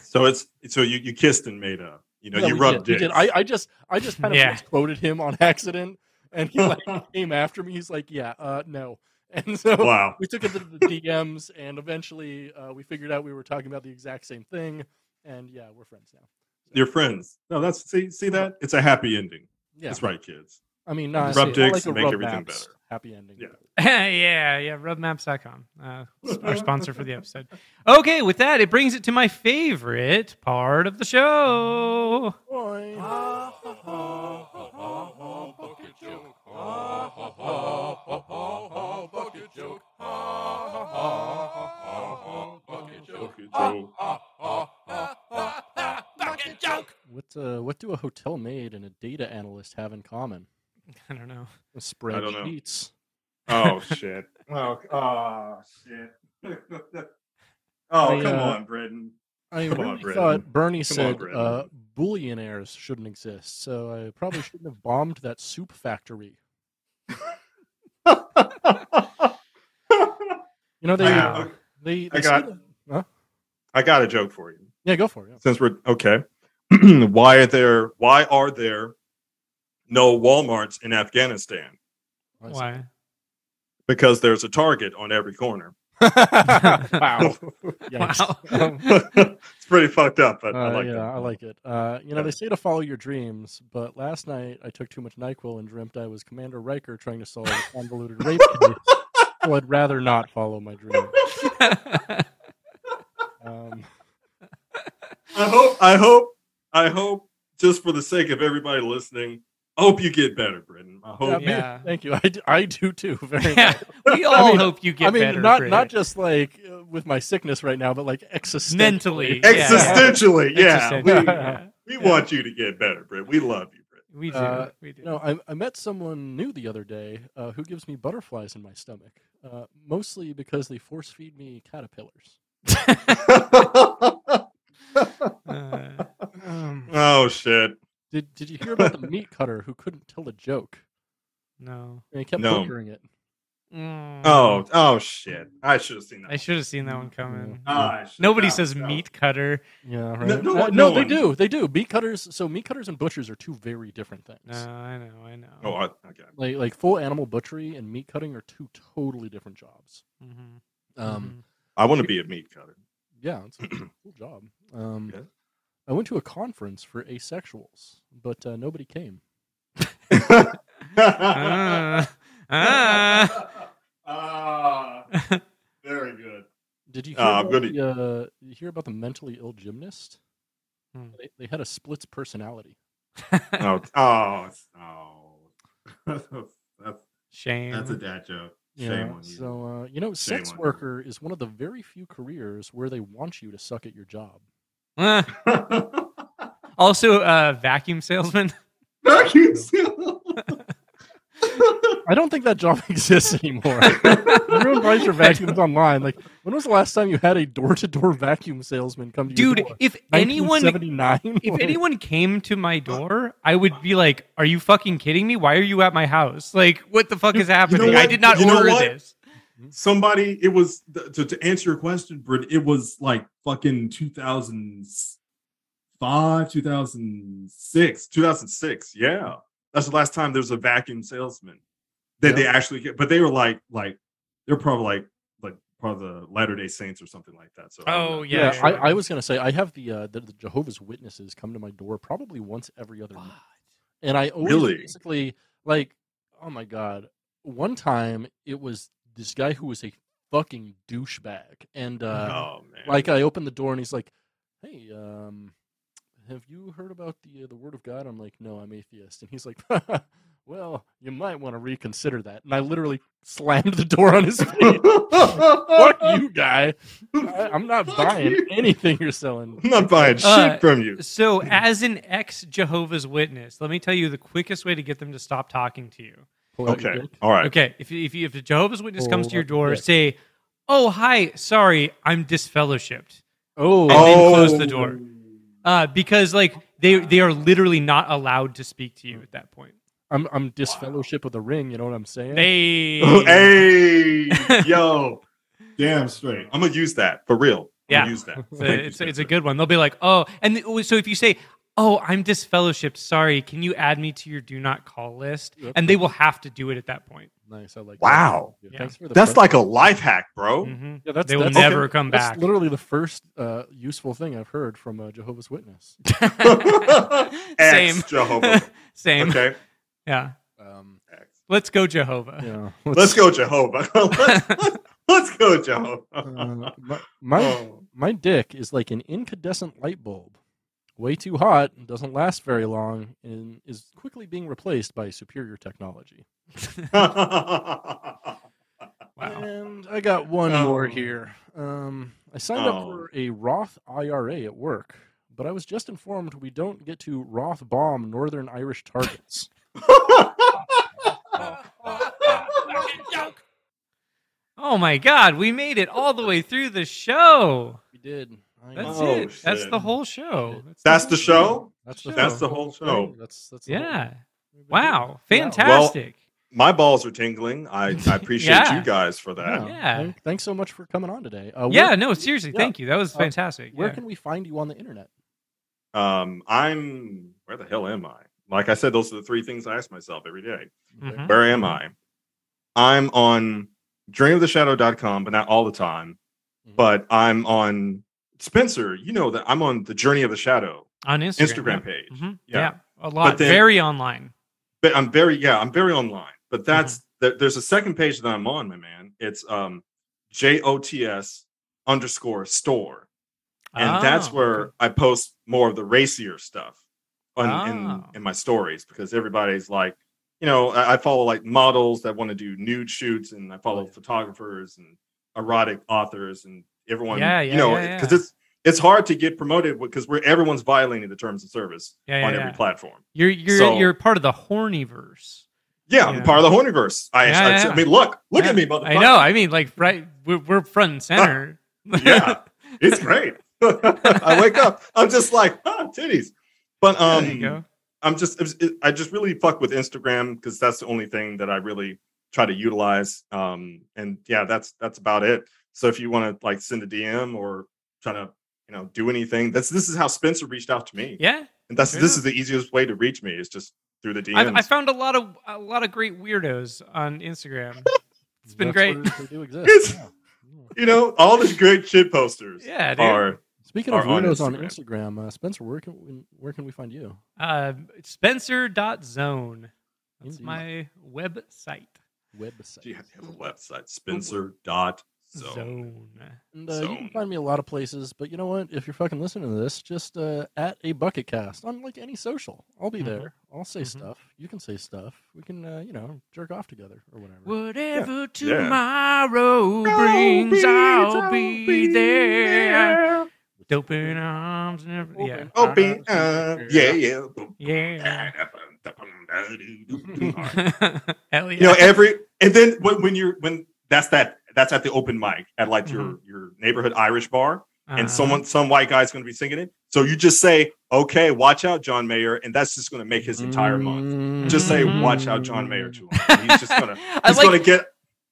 Speaker 3: So it's so you, you kissed and made up. You know,
Speaker 2: No,
Speaker 3: you
Speaker 2: we
Speaker 3: rubbed
Speaker 2: did, we
Speaker 3: it.
Speaker 2: did. I, I just I just kind of
Speaker 1: Yeah.
Speaker 2: misquoted him on accident, and he like came after me. He's like, "Yeah, uh, no," and so
Speaker 3: wow.
Speaker 2: we took it to the DMs, and eventually uh, we figured out we were talking about the exact same thing. And yeah, we're friends now.
Speaker 3: Your friends. No, that's see see that? It's a happy ending.
Speaker 2: Yeah,
Speaker 3: That's right, kids.
Speaker 2: I mean, not,
Speaker 3: Rub
Speaker 2: not
Speaker 3: dicks
Speaker 2: like a
Speaker 3: and make
Speaker 2: rub
Speaker 3: everything
Speaker 2: maps
Speaker 3: better.
Speaker 2: Happy ending.
Speaker 3: Yeah.
Speaker 1: yeah, yeah, rubmaps.com. Uh, it's our sponsor for the episode. Okay, with that, it brings it to my favorite part of the show. Ah.
Speaker 4: Ah,
Speaker 5: Bucket joke.
Speaker 2: What uh, what do a hotel maid and a data analyst have in common?
Speaker 1: I don't know.
Speaker 2: Spreadsheets.
Speaker 3: don't know. Oh shit.
Speaker 4: Oh, oh shit.
Speaker 3: Oh
Speaker 2: I,
Speaker 3: come
Speaker 2: uh,
Speaker 3: on, Brendan.
Speaker 2: I
Speaker 3: Come on,
Speaker 2: really
Speaker 3: Brendan.
Speaker 2: thought Bernie
Speaker 3: Come on,
Speaker 2: said
Speaker 3: Brendan.
Speaker 2: uh, billionaires shouldn't exist, so I probably shouldn't have bombed that soup factory. You know they
Speaker 1: Wow.
Speaker 2: they,
Speaker 3: I
Speaker 2: they say
Speaker 3: got-
Speaker 2: that-
Speaker 3: I got a joke for you.
Speaker 2: yeah go for it. yeah.
Speaker 3: Since we're okay. why are there why are there no Walmarts in Afghanistan?
Speaker 2: I see.
Speaker 1: Why?
Speaker 3: Because there's a target on every corner.
Speaker 2: wow. Yikes.
Speaker 1: Wow.
Speaker 2: Um,
Speaker 3: it's pretty fucked up, but I
Speaker 2: uh,
Speaker 3: like
Speaker 2: yeah,
Speaker 3: that.
Speaker 2: I like it. Uh, you know,
Speaker 3: Yeah.
Speaker 2: they say to follow your dreams, but last night I took too much NyQuil and dreamt I was Commander Riker trying to solve a convoluted rape case. So I'd rather not follow my dream. Um,
Speaker 3: I hope, I hope, I hope, just for the sake of everybody listening, I hope you get better, Brendan. I hope.
Speaker 2: yeah, man,
Speaker 1: Yeah.
Speaker 2: thank you. I, d- I do too. Very much.
Speaker 1: Yeah, we all
Speaker 2: mean-
Speaker 1: hope you get
Speaker 2: I mean,
Speaker 1: better.
Speaker 2: not
Speaker 1: Britt.
Speaker 2: not just like uh, with my sickness right now, but like existentially.
Speaker 1: Mentally. Yeah.
Speaker 3: Existentially, yeah,
Speaker 1: Existential,
Speaker 3: we,
Speaker 1: yeah.
Speaker 3: we want you to get better, Brendan. We love you, Brendan.
Speaker 1: We do.
Speaker 2: Uh,
Speaker 1: we do.
Speaker 2: You know, I, I met someone new the other day uh, who gives me butterflies in my stomach, uh, mostly because they force feed me caterpillars.
Speaker 1: Uh, um,
Speaker 3: Oh shit!
Speaker 2: Did Did you hear about the meat cutter who couldn't tell a joke
Speaker 1: no.
Speaker 2: and he kept
Speaker 3: No.
Speaker 2: butchering it?
Speaker 1: Mm.
Speaker 3: Oh, oh shit! I should have seen that.
Speaker 1: I should have seen that one coming.
Speaker 2: Mm.
Speaker 3: Oh, I should-
Speaker 1: Nobody
Speaker 3: no,
Speaker 1: says
Speaker 3: no.
Speaker 1: meat cutter.
Speaker 2: Yeah, right.
Speaker 3: No-
Speaker 2: Uh,
Speaker 3: no
Speaker 2: No,
Speaker 3: one- no
Speaker 2: they
Speaker 3: one-
Speaker 2: do. They do. Meat cutters. So meat cutters and butchers are two very different things.
Speaker 1: No, I know, I know.
Speaker 3: Oh, I, okay.
Speaker 2: Like like full animal butchery and meat cutting are two totally different jobs.
Speaker 1: Mhm,
Speaker 2: Um,
Speaker 1: mhm.
Speaker 3: I want to be a meat cutter.
Speaker 2: yeah, it's a cool job. Um,
Speaker 3: Yeah.
Speaker 2: I went to a conference for asexuals, but uh, nobody came.
Speaker 4: Uh,
Speaker 1: Ah, ah.
Speaker 4: Ah, very good.
Speaker 2: Did you
Speaker 3: Uh,
Speaker 2: hear,
Speaker 3: I'm
Speaker 2: about,
Speaker 3: gonna-
Speaker 2: the, uh, you hear about the mentally ill gymnast?
Speaker 1: Hmm.
Speaker 2: They, they had a splits personality.
Speaker 3: oh,
Speaker 4: Oh, oh. that's,
Speaker 1: Shame.
Speaker 4: that's a dad joke.
Speaker 2: you
Speaker 4: Shame
Speaker 2: know?
Speaker 4: on you.
Speaker 2: So uh, you know,
Speaker 3: Shame
Speaker 2: sex
Speaker 3: on you.
Speaker 2: worker is one of the very few careers where they want you to suck at your job.
Speaker 1: Ah, also, uh, vacuum salesman.
Speaker 4: Vacuum
Speaker 2: I don't think that job exists anymore. Everyone buys your vacuums online. Like, when was the last time you had a door-to-door vacuum salesman come to your
Speaker 1: Dude,
Speaker 2: door?
Speaker 1: if anyone
Speaker 2: 1979?
Speaker 1: if
Speaker 2: Like-
Speaker 1: anyone came to my door, I would be like, "Are you fucking kidding me? Why are you at my house? Like, what the fuck is happening? I
Speaker 3: what?
Speaker 1: did not
Speaker 3: You know
Speaker 1: order
Speaker 3: what?
Speaker 1: this."
Speaker 3: somebody it was th- to, to answer your question Brit, it was like fucking 2005 2006 2006 yeah that's the last time there was a vacuum salesman that they
Speaker 2: Yeah.
Speaker 3: actually get but they were like like they're probably like like part of the latter day saints or something like that so I don't
Speaker 1: Oh
Speaker 3: know.
Speaker 1: yeah,
Speaker 2: Yeah,
Speaker 1: sure.
Speaker 2: I, I was gonna say I have the, uh, the the Jehovah's Witnesses come to my door probably once every other month, and I always
Speaker 3: Really?
Speaker 2: basically like, oh my god. One time it was this guy who was a fucking douchebag, and uh,
Speaker 3: oh man
Speaker 2: like I opened the door and he's like, "Hey, um, have you heard about the uh, the Word of God?" I'm like, "No, I'm atheist." And he's like, "Well, you might want to reconsider that." And I literally slammed the door on his face. Fuck you, guy! I, am not
Speaker 4: Fuck
Speaker 2: buying
Speaker 4: you.
Speaker 2: anything you're selling.
Speaker 3: I'm not buying
Speaker 1: Uh,
Speaker 3: shit from you.
Speaker 1: So, as an ex Jehovah's Witness, let me tell you the quickest way to get them to stop talking to you.
Speaker 2: Pull out your
Speaker 3: Okay.
Speaker 2: dick.
Speaker 3: All right.
Speaker 1: Okay, if you, if, you, if a Jehovah's Witness comes to your
Speaker 2: Oh,
Speaker 1: door,
Speaker 2: yes.
Speaker 1: say, "Oh hi, sorry, I'm disfellowshipped,"
Speaker 2: Oh,
Speaker 1: and
Speaker 3: Oh.
Speaker 1: then close the door uh, because like they they are literally not allowed to speak to you at that point.
Speaker 2: I'm I'm disfellowship of the ring. You know what I'm saying?
Speaker 1: They
Speaker 3: Oh, Hey, yo,
Speaker 4: Damn straight.
Speaker 3: I'm gonna use that for real. I'm
Speaker 1: Yeah.
Speaker 3: gonna use that.
Speaker 1: it's
Speaker 3: Thank you,
Speaker 1: a, it's, a, it's a
Speaker 3: Spencer.
Speaker 1: good one. They'll be like, "Oh," and th- so if you say. Oh, I'm disfellowshipped. Sorry. Can you add me to your do not call list?
Speaker 2: Yep.
Speaker 1: And they will have to do it at that point.
Speaker 2: nice. I like. that.
Speaker 3: Wow.
Speaker 2: Yeah,
Speaker 1: Yeah.
Speaker 2: Thanks for the
Speaker 3: That's
Speaker 2: pre-
Speaker 3: like a life hack, bro.
Speaker 1: hmm
Speaker 2: Yeah, that's,
Speaker 1: They will
Speaker 2: that's-
Speaker 1: never come
Speaker 2: that's
Speaker 1: back.
Speaker 2: literally the first uh, useful thing I've heard from a Jehovah's Witness.
Speaker 1: Same.
Speaker 3: Ex Jehovah.
Speaker 1: Same.
Speaker 3: Okay.
Speaker 1: Yeah.
Speaker 2: Um,
Speaker 1: Let's go, Jehovah.
Speaker 2: yeah,
Speaker 3: Let's go, Jehovah. let's, let's, let's go, Jehovah.
Speaker 2: Uh, my my,
Speaker 3: Oh.
Speaker 2: my dick is like an incandescent light bulb, way too hot, and doesn't last very long, and is quickly being replaced by superior technology.
Speaker 1: Wow.
Speaker 2: And I got one more
Speaker 3: Oh.
Speaker 2: here. Um, I signed up
Speaker 3: Oh.
Speaker 2: for a Roth IRA at work, but I was just informed we don't get to Roth bomb Northern Irish targets.
Speaker 5: Fucking joke.
Speaker 1: Oh my God. We made it all the way through the show.
Speaker 2: we did. I
Speaker 1: That's
Speaker 2: know.
Speaker 1: it. That's
Speaker 3: Oh, shit.
Speaker 1: the whole show.
Speaker 3: That's
Speaker 1: whole
Speaker 3: the
Speaker 1: show.
Speaker 3: show.
Speaker 2: That's
Speaker 1: Sure.
Speaker 3: That's the whole show.
Speaker 2: thing. That's that's the whole-
Speaker 1: Yeah.
Speaker 2: we've been doing
Speaker 1: Wow.
Speaker 2: it. Yeah.
Speaker 1: Fantastic.
Speaker 3: My balls are tingling. I, I appreciate
Speaker 1: Yeah.
Speaker 3: you guys for
Speaker 2: Yeah.
Speaker 3: that.
Speaker 1: Yeah.
Speaker 2: Thank- thanks so much for coming on today. Uh,
Speaker 1: yeah.
Speaker 2: Where,
Speaker 1: No, seriously.
Speaker 2: yeah.
Speaker 1: Thank you. That was
Speaker 2: Uh,
Speaker 1: fantastic.
Speaker 2: where
Speaker 1: yeah.
Speaker 2: can we find you on the internet?
Speaker 3: Um, I'm where the hell am I? Like I said, those are the three things I ask myself every day.
Speaker 1: Mhm.
Speaker 3: Where am I? I'm on journeyoftheshadow.com, but not all the time.
Speaker 1: Mm-hmm.
Speaker 2: Mhm.
Speaker 3: But I'm on Spencer, you know that I'm on the Journey of the Shadow
Speaker 1: On Instagram.
Speaker 3: Instagram page.
Speaker 1: yeah. Mhm.
Speaker 3: Yeah.
Speaker 1: Yeah. A lot.
Speaker 3: then-
Speaker 1: Very online.
Speaker 3: But I'm very, yeah, I'm very online. But
Speaker 1: Mm-hmm.
Speaker 3: that's there- there's a second page that I'm on, my man. It's um J O T S underscore store. and that's
Speaker 1: Oh,
Speaker 3: where
Speaker 1: okay.
Speaker 3: I post more of the racier stuff on, in
Speaker 1: Oh.
Speaker 3: in my stories because everybody's like, you know, I, I follow like models that want to do nude shoots, and I follow
Speaker 2: Oh, yeah.
Speaker 3: photographers and erotic authors, and everyone,
Speaker 1: Yeah, yeah,
Speaker 3: you know,
Speaker 1: yeah,
Speaker 3: because
Speaker 1: yeah.
Speaker 3: it's it's hard to get promoted because we're everyone's violating the terms of service
Speaker 1: Yeah, yeah,
Speaker 3: on every
Speaker 1: yeah.
Speaker 3: platform.
Speaker 1: You're you're
Speaker 3: So-
Speaker 1: you're part of the horny verse.
Speaker 3: Yeah, I'm
Speaker 1: Yeah.
Speaker 3: part of the hornyverse. I,
Speaker 1: Yeah,
Speaker 3: I,
Speaker 1: yeah,
Speaker 3: I mean, look, look
Speaker 1: Yeah.
Speaker 3: at me, motherfucker.
Speaker 1: I know. I mean, like, right? We're, we're front and center.
Speaker 3: yeah, it's great. I wake up, I'm just like, ah, titties. But um,
Speaker 1: there you go.
Speaker 3: I'm just it was- it- I just really fuck with Instagram because that's the only thing that I really try to utilize. Um, and yeah, that's that's about it. So if you want to like send a DM or try to you know do anything, that's this is how Spencer reached out to me.
Speaker 1: Yeah.
Speaker 3: and that's
Speaker 1: fair
Speaker 3: this
Speaker 1: enough.
Speaker 3: is the easiest way to reach me is just through the DMs.
Speaker 1: I've, I found a lot of a lot of great weirdos on Instagram. It's been
Speaker 2: That's
Speaker 1: great.
Speaker 2: where they do exist.
Speaker 3: It's-
Speaker 2: Yeah. Yeah.
Speaker 3: you know all these great shit posters
Speaker 1: Yeah, dude.
Speaker 3: are
Speaker 2: Speaking
Speaker 3: Or
Speaker 2: of
Speaker 3: on
Speaker 2: weirdos on
Speaker 3: Instagram.
Speaker 2: Instagram, uh, Spencer, where can we, where can we find you?
Speaker 1: Uh, Spencer.zone. That's
Speaker 2: Indeed.
Speaker 1: my website.
Speaker 2: Website.
Speaker 3: do you have you have a website Spencer dot zone.
Speaker 1: Zone.
Speaker 2: And, uh, you
Speaker 3: Zone.
Speaker 2: can find me a lot of places, but you know what? If you're fucking listening to this, just uh, at a bucket cast on like any social. I'll be
Speaker 1: Mhm.
Speaker 2: there. I'll say
Speaker 1: Mhm.
Speaker 2: stuff. You can say stuff. We can, uh, you know, jerk off together or whatever.
Speaker 1: Whatever
Speaker 3: Yeah.
Speaker 1: tomorrow brings, I'll, be, there. Open arms and everything. Yeah.
Speaker 3: Open up, Oh, yeah, yeah.
Speaker 1: Yeah.
Speaker 3: All right.
Speaker 1: Hell yeah.
Speaker 3: you know every and then when, when you're when that's that that's at the open mic at like your your neighborhood irish bar
Speaker 1: Uh-huh.
Speaker 3: and someone some white guy's going to be singing it so you just say okay watch out john mayer and that's just going to make his entire month
Speaker 2: Mm-hmm.
Speaker 3: just say watch out john mayer to him and he's just going to
Speaker 1: Uh-huh. I
Speaker 3: he's
Speaker 1: like
Speaker 3: going to get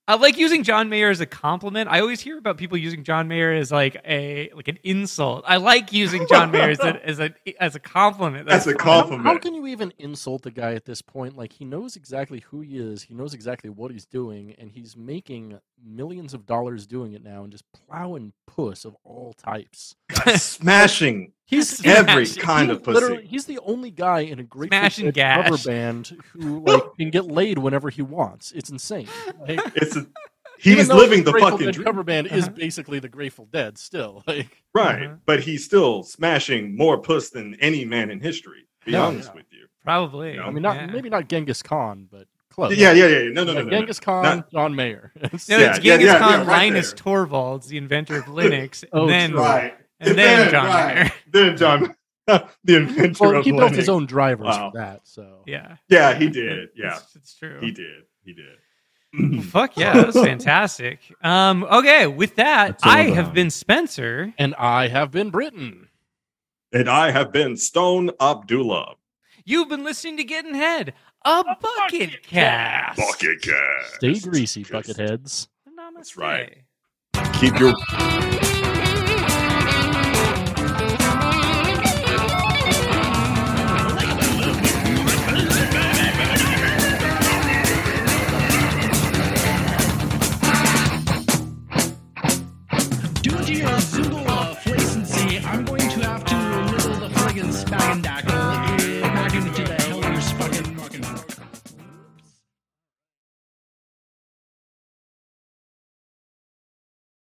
Speaker 1: I like using John Mayer as a compliment. I always hear about people using John Mayer as like a like an insult. I like using John Mayer as a as a as a compliment.
Speaker 3: that's a
Speaker 2: How- How,
Speaker 3: compliment
Speaker 2: can you even insult the guy at this point? Like he knows exactly who he is, he knows exactly what he's doing, and he's making millions of dollars doing it now, and just plowing puss of all types.
Speaker 3: smashing
Speaker 2: He's
Speaker 3: every
Speaker 1: Smash.
Speaker 3: kind
Speaker 2: he
Speaker 3: of pussy
Speaker 2: literally- He's the only guy in a great
Speaker 1: Smash and gash.
Speaker 2: cover band who like can get laid whenever he wants. It's insane. Like,
Speaker 3: it's a
Speaker 2: Even
Speaker 3: he's
Speaker 2: though
Speaker 3: living the
Speaker 2: Grateful
Speaker 3: fucking
Speaker 2: Dead
Speaker 3: dream.
Speaker 2: cover band is
Speaker 1: Uh-huh.
Speaker 2: basically the Grateful Dead still. Like
Speaker 3: Right.
Speaker 1: Uh-huh.
Speaker 3: But he's still smashing more puss than any man in history, to be
Speaker 2: Yeah.
Speaker 3: honest with you.
Speaker 1: Probably.
Speaker 3: Yeah,
Speaker 2: I mean, not
Speaker 1: Oh, Yeah.
Speaker 2: maybe not Genghis Khan, but close.
Speaker 3: Yeah, yeah, yeah. yeah. No, no, no.
Speaker 2: Like
Speaker 3: no, no.
Speaker 2: Genghis Khan,
Speaker 3: Not-
Speaker 2: John Mayer.
Speaker 1: No,
Speaker 3: Yeah,
Speaker 1: it's
Speaker 3: yeah,
Speaker 1: Genghis
Speaker 4: yeah,
Speaker 1: Khan
Speaker 4: yeah, right
Speaker 1: Linus
Speaker 4: there.
Speaker 1: Torvalds, the inventor of Linux, and
Speaker 2: Oh,
Speaker 1: then
Speaker 2: true.
Speaker 4: Right.
Speaker 1: and then
Speaker 4: Then,
Speaker 1: John
Speaker 4: right.
Speaker 1: Mayer.
Speaker 3: Then John, the inventor
Speaker 2: well,
Speaker 3: of
Speaker 2: he built his
Speaker 3: Linux.
Speaker 2: own drivers
Speaker 3: Wow.
Speaker 2: for that. So
Speaker 1: Yeah.
Speaker 3: Yeah, he did. Yeah,
Speaker 1: It's, it's true.
Speaker 3: he did. He did.
Speaker 1: Well, Fuck yeah, that was fantastic. Um, okay, with that,
Speaker 6: That's all
Speaker 1: I
Speaker 6: done.
Speaker 1: have been Spencer.
Speaker 2: and I have been Britain.
Speaker 3: And I have been Stone Abdullah.
Speaker 1: You've been listening to Getting Head, a bucket cast.
Speaker 3: Bucket cat.
Speaker 2: Stay greasy, bucketheads.
Speaker 1: Namaste.
Speaker 3: right. Keep your
Speaker 5: Thank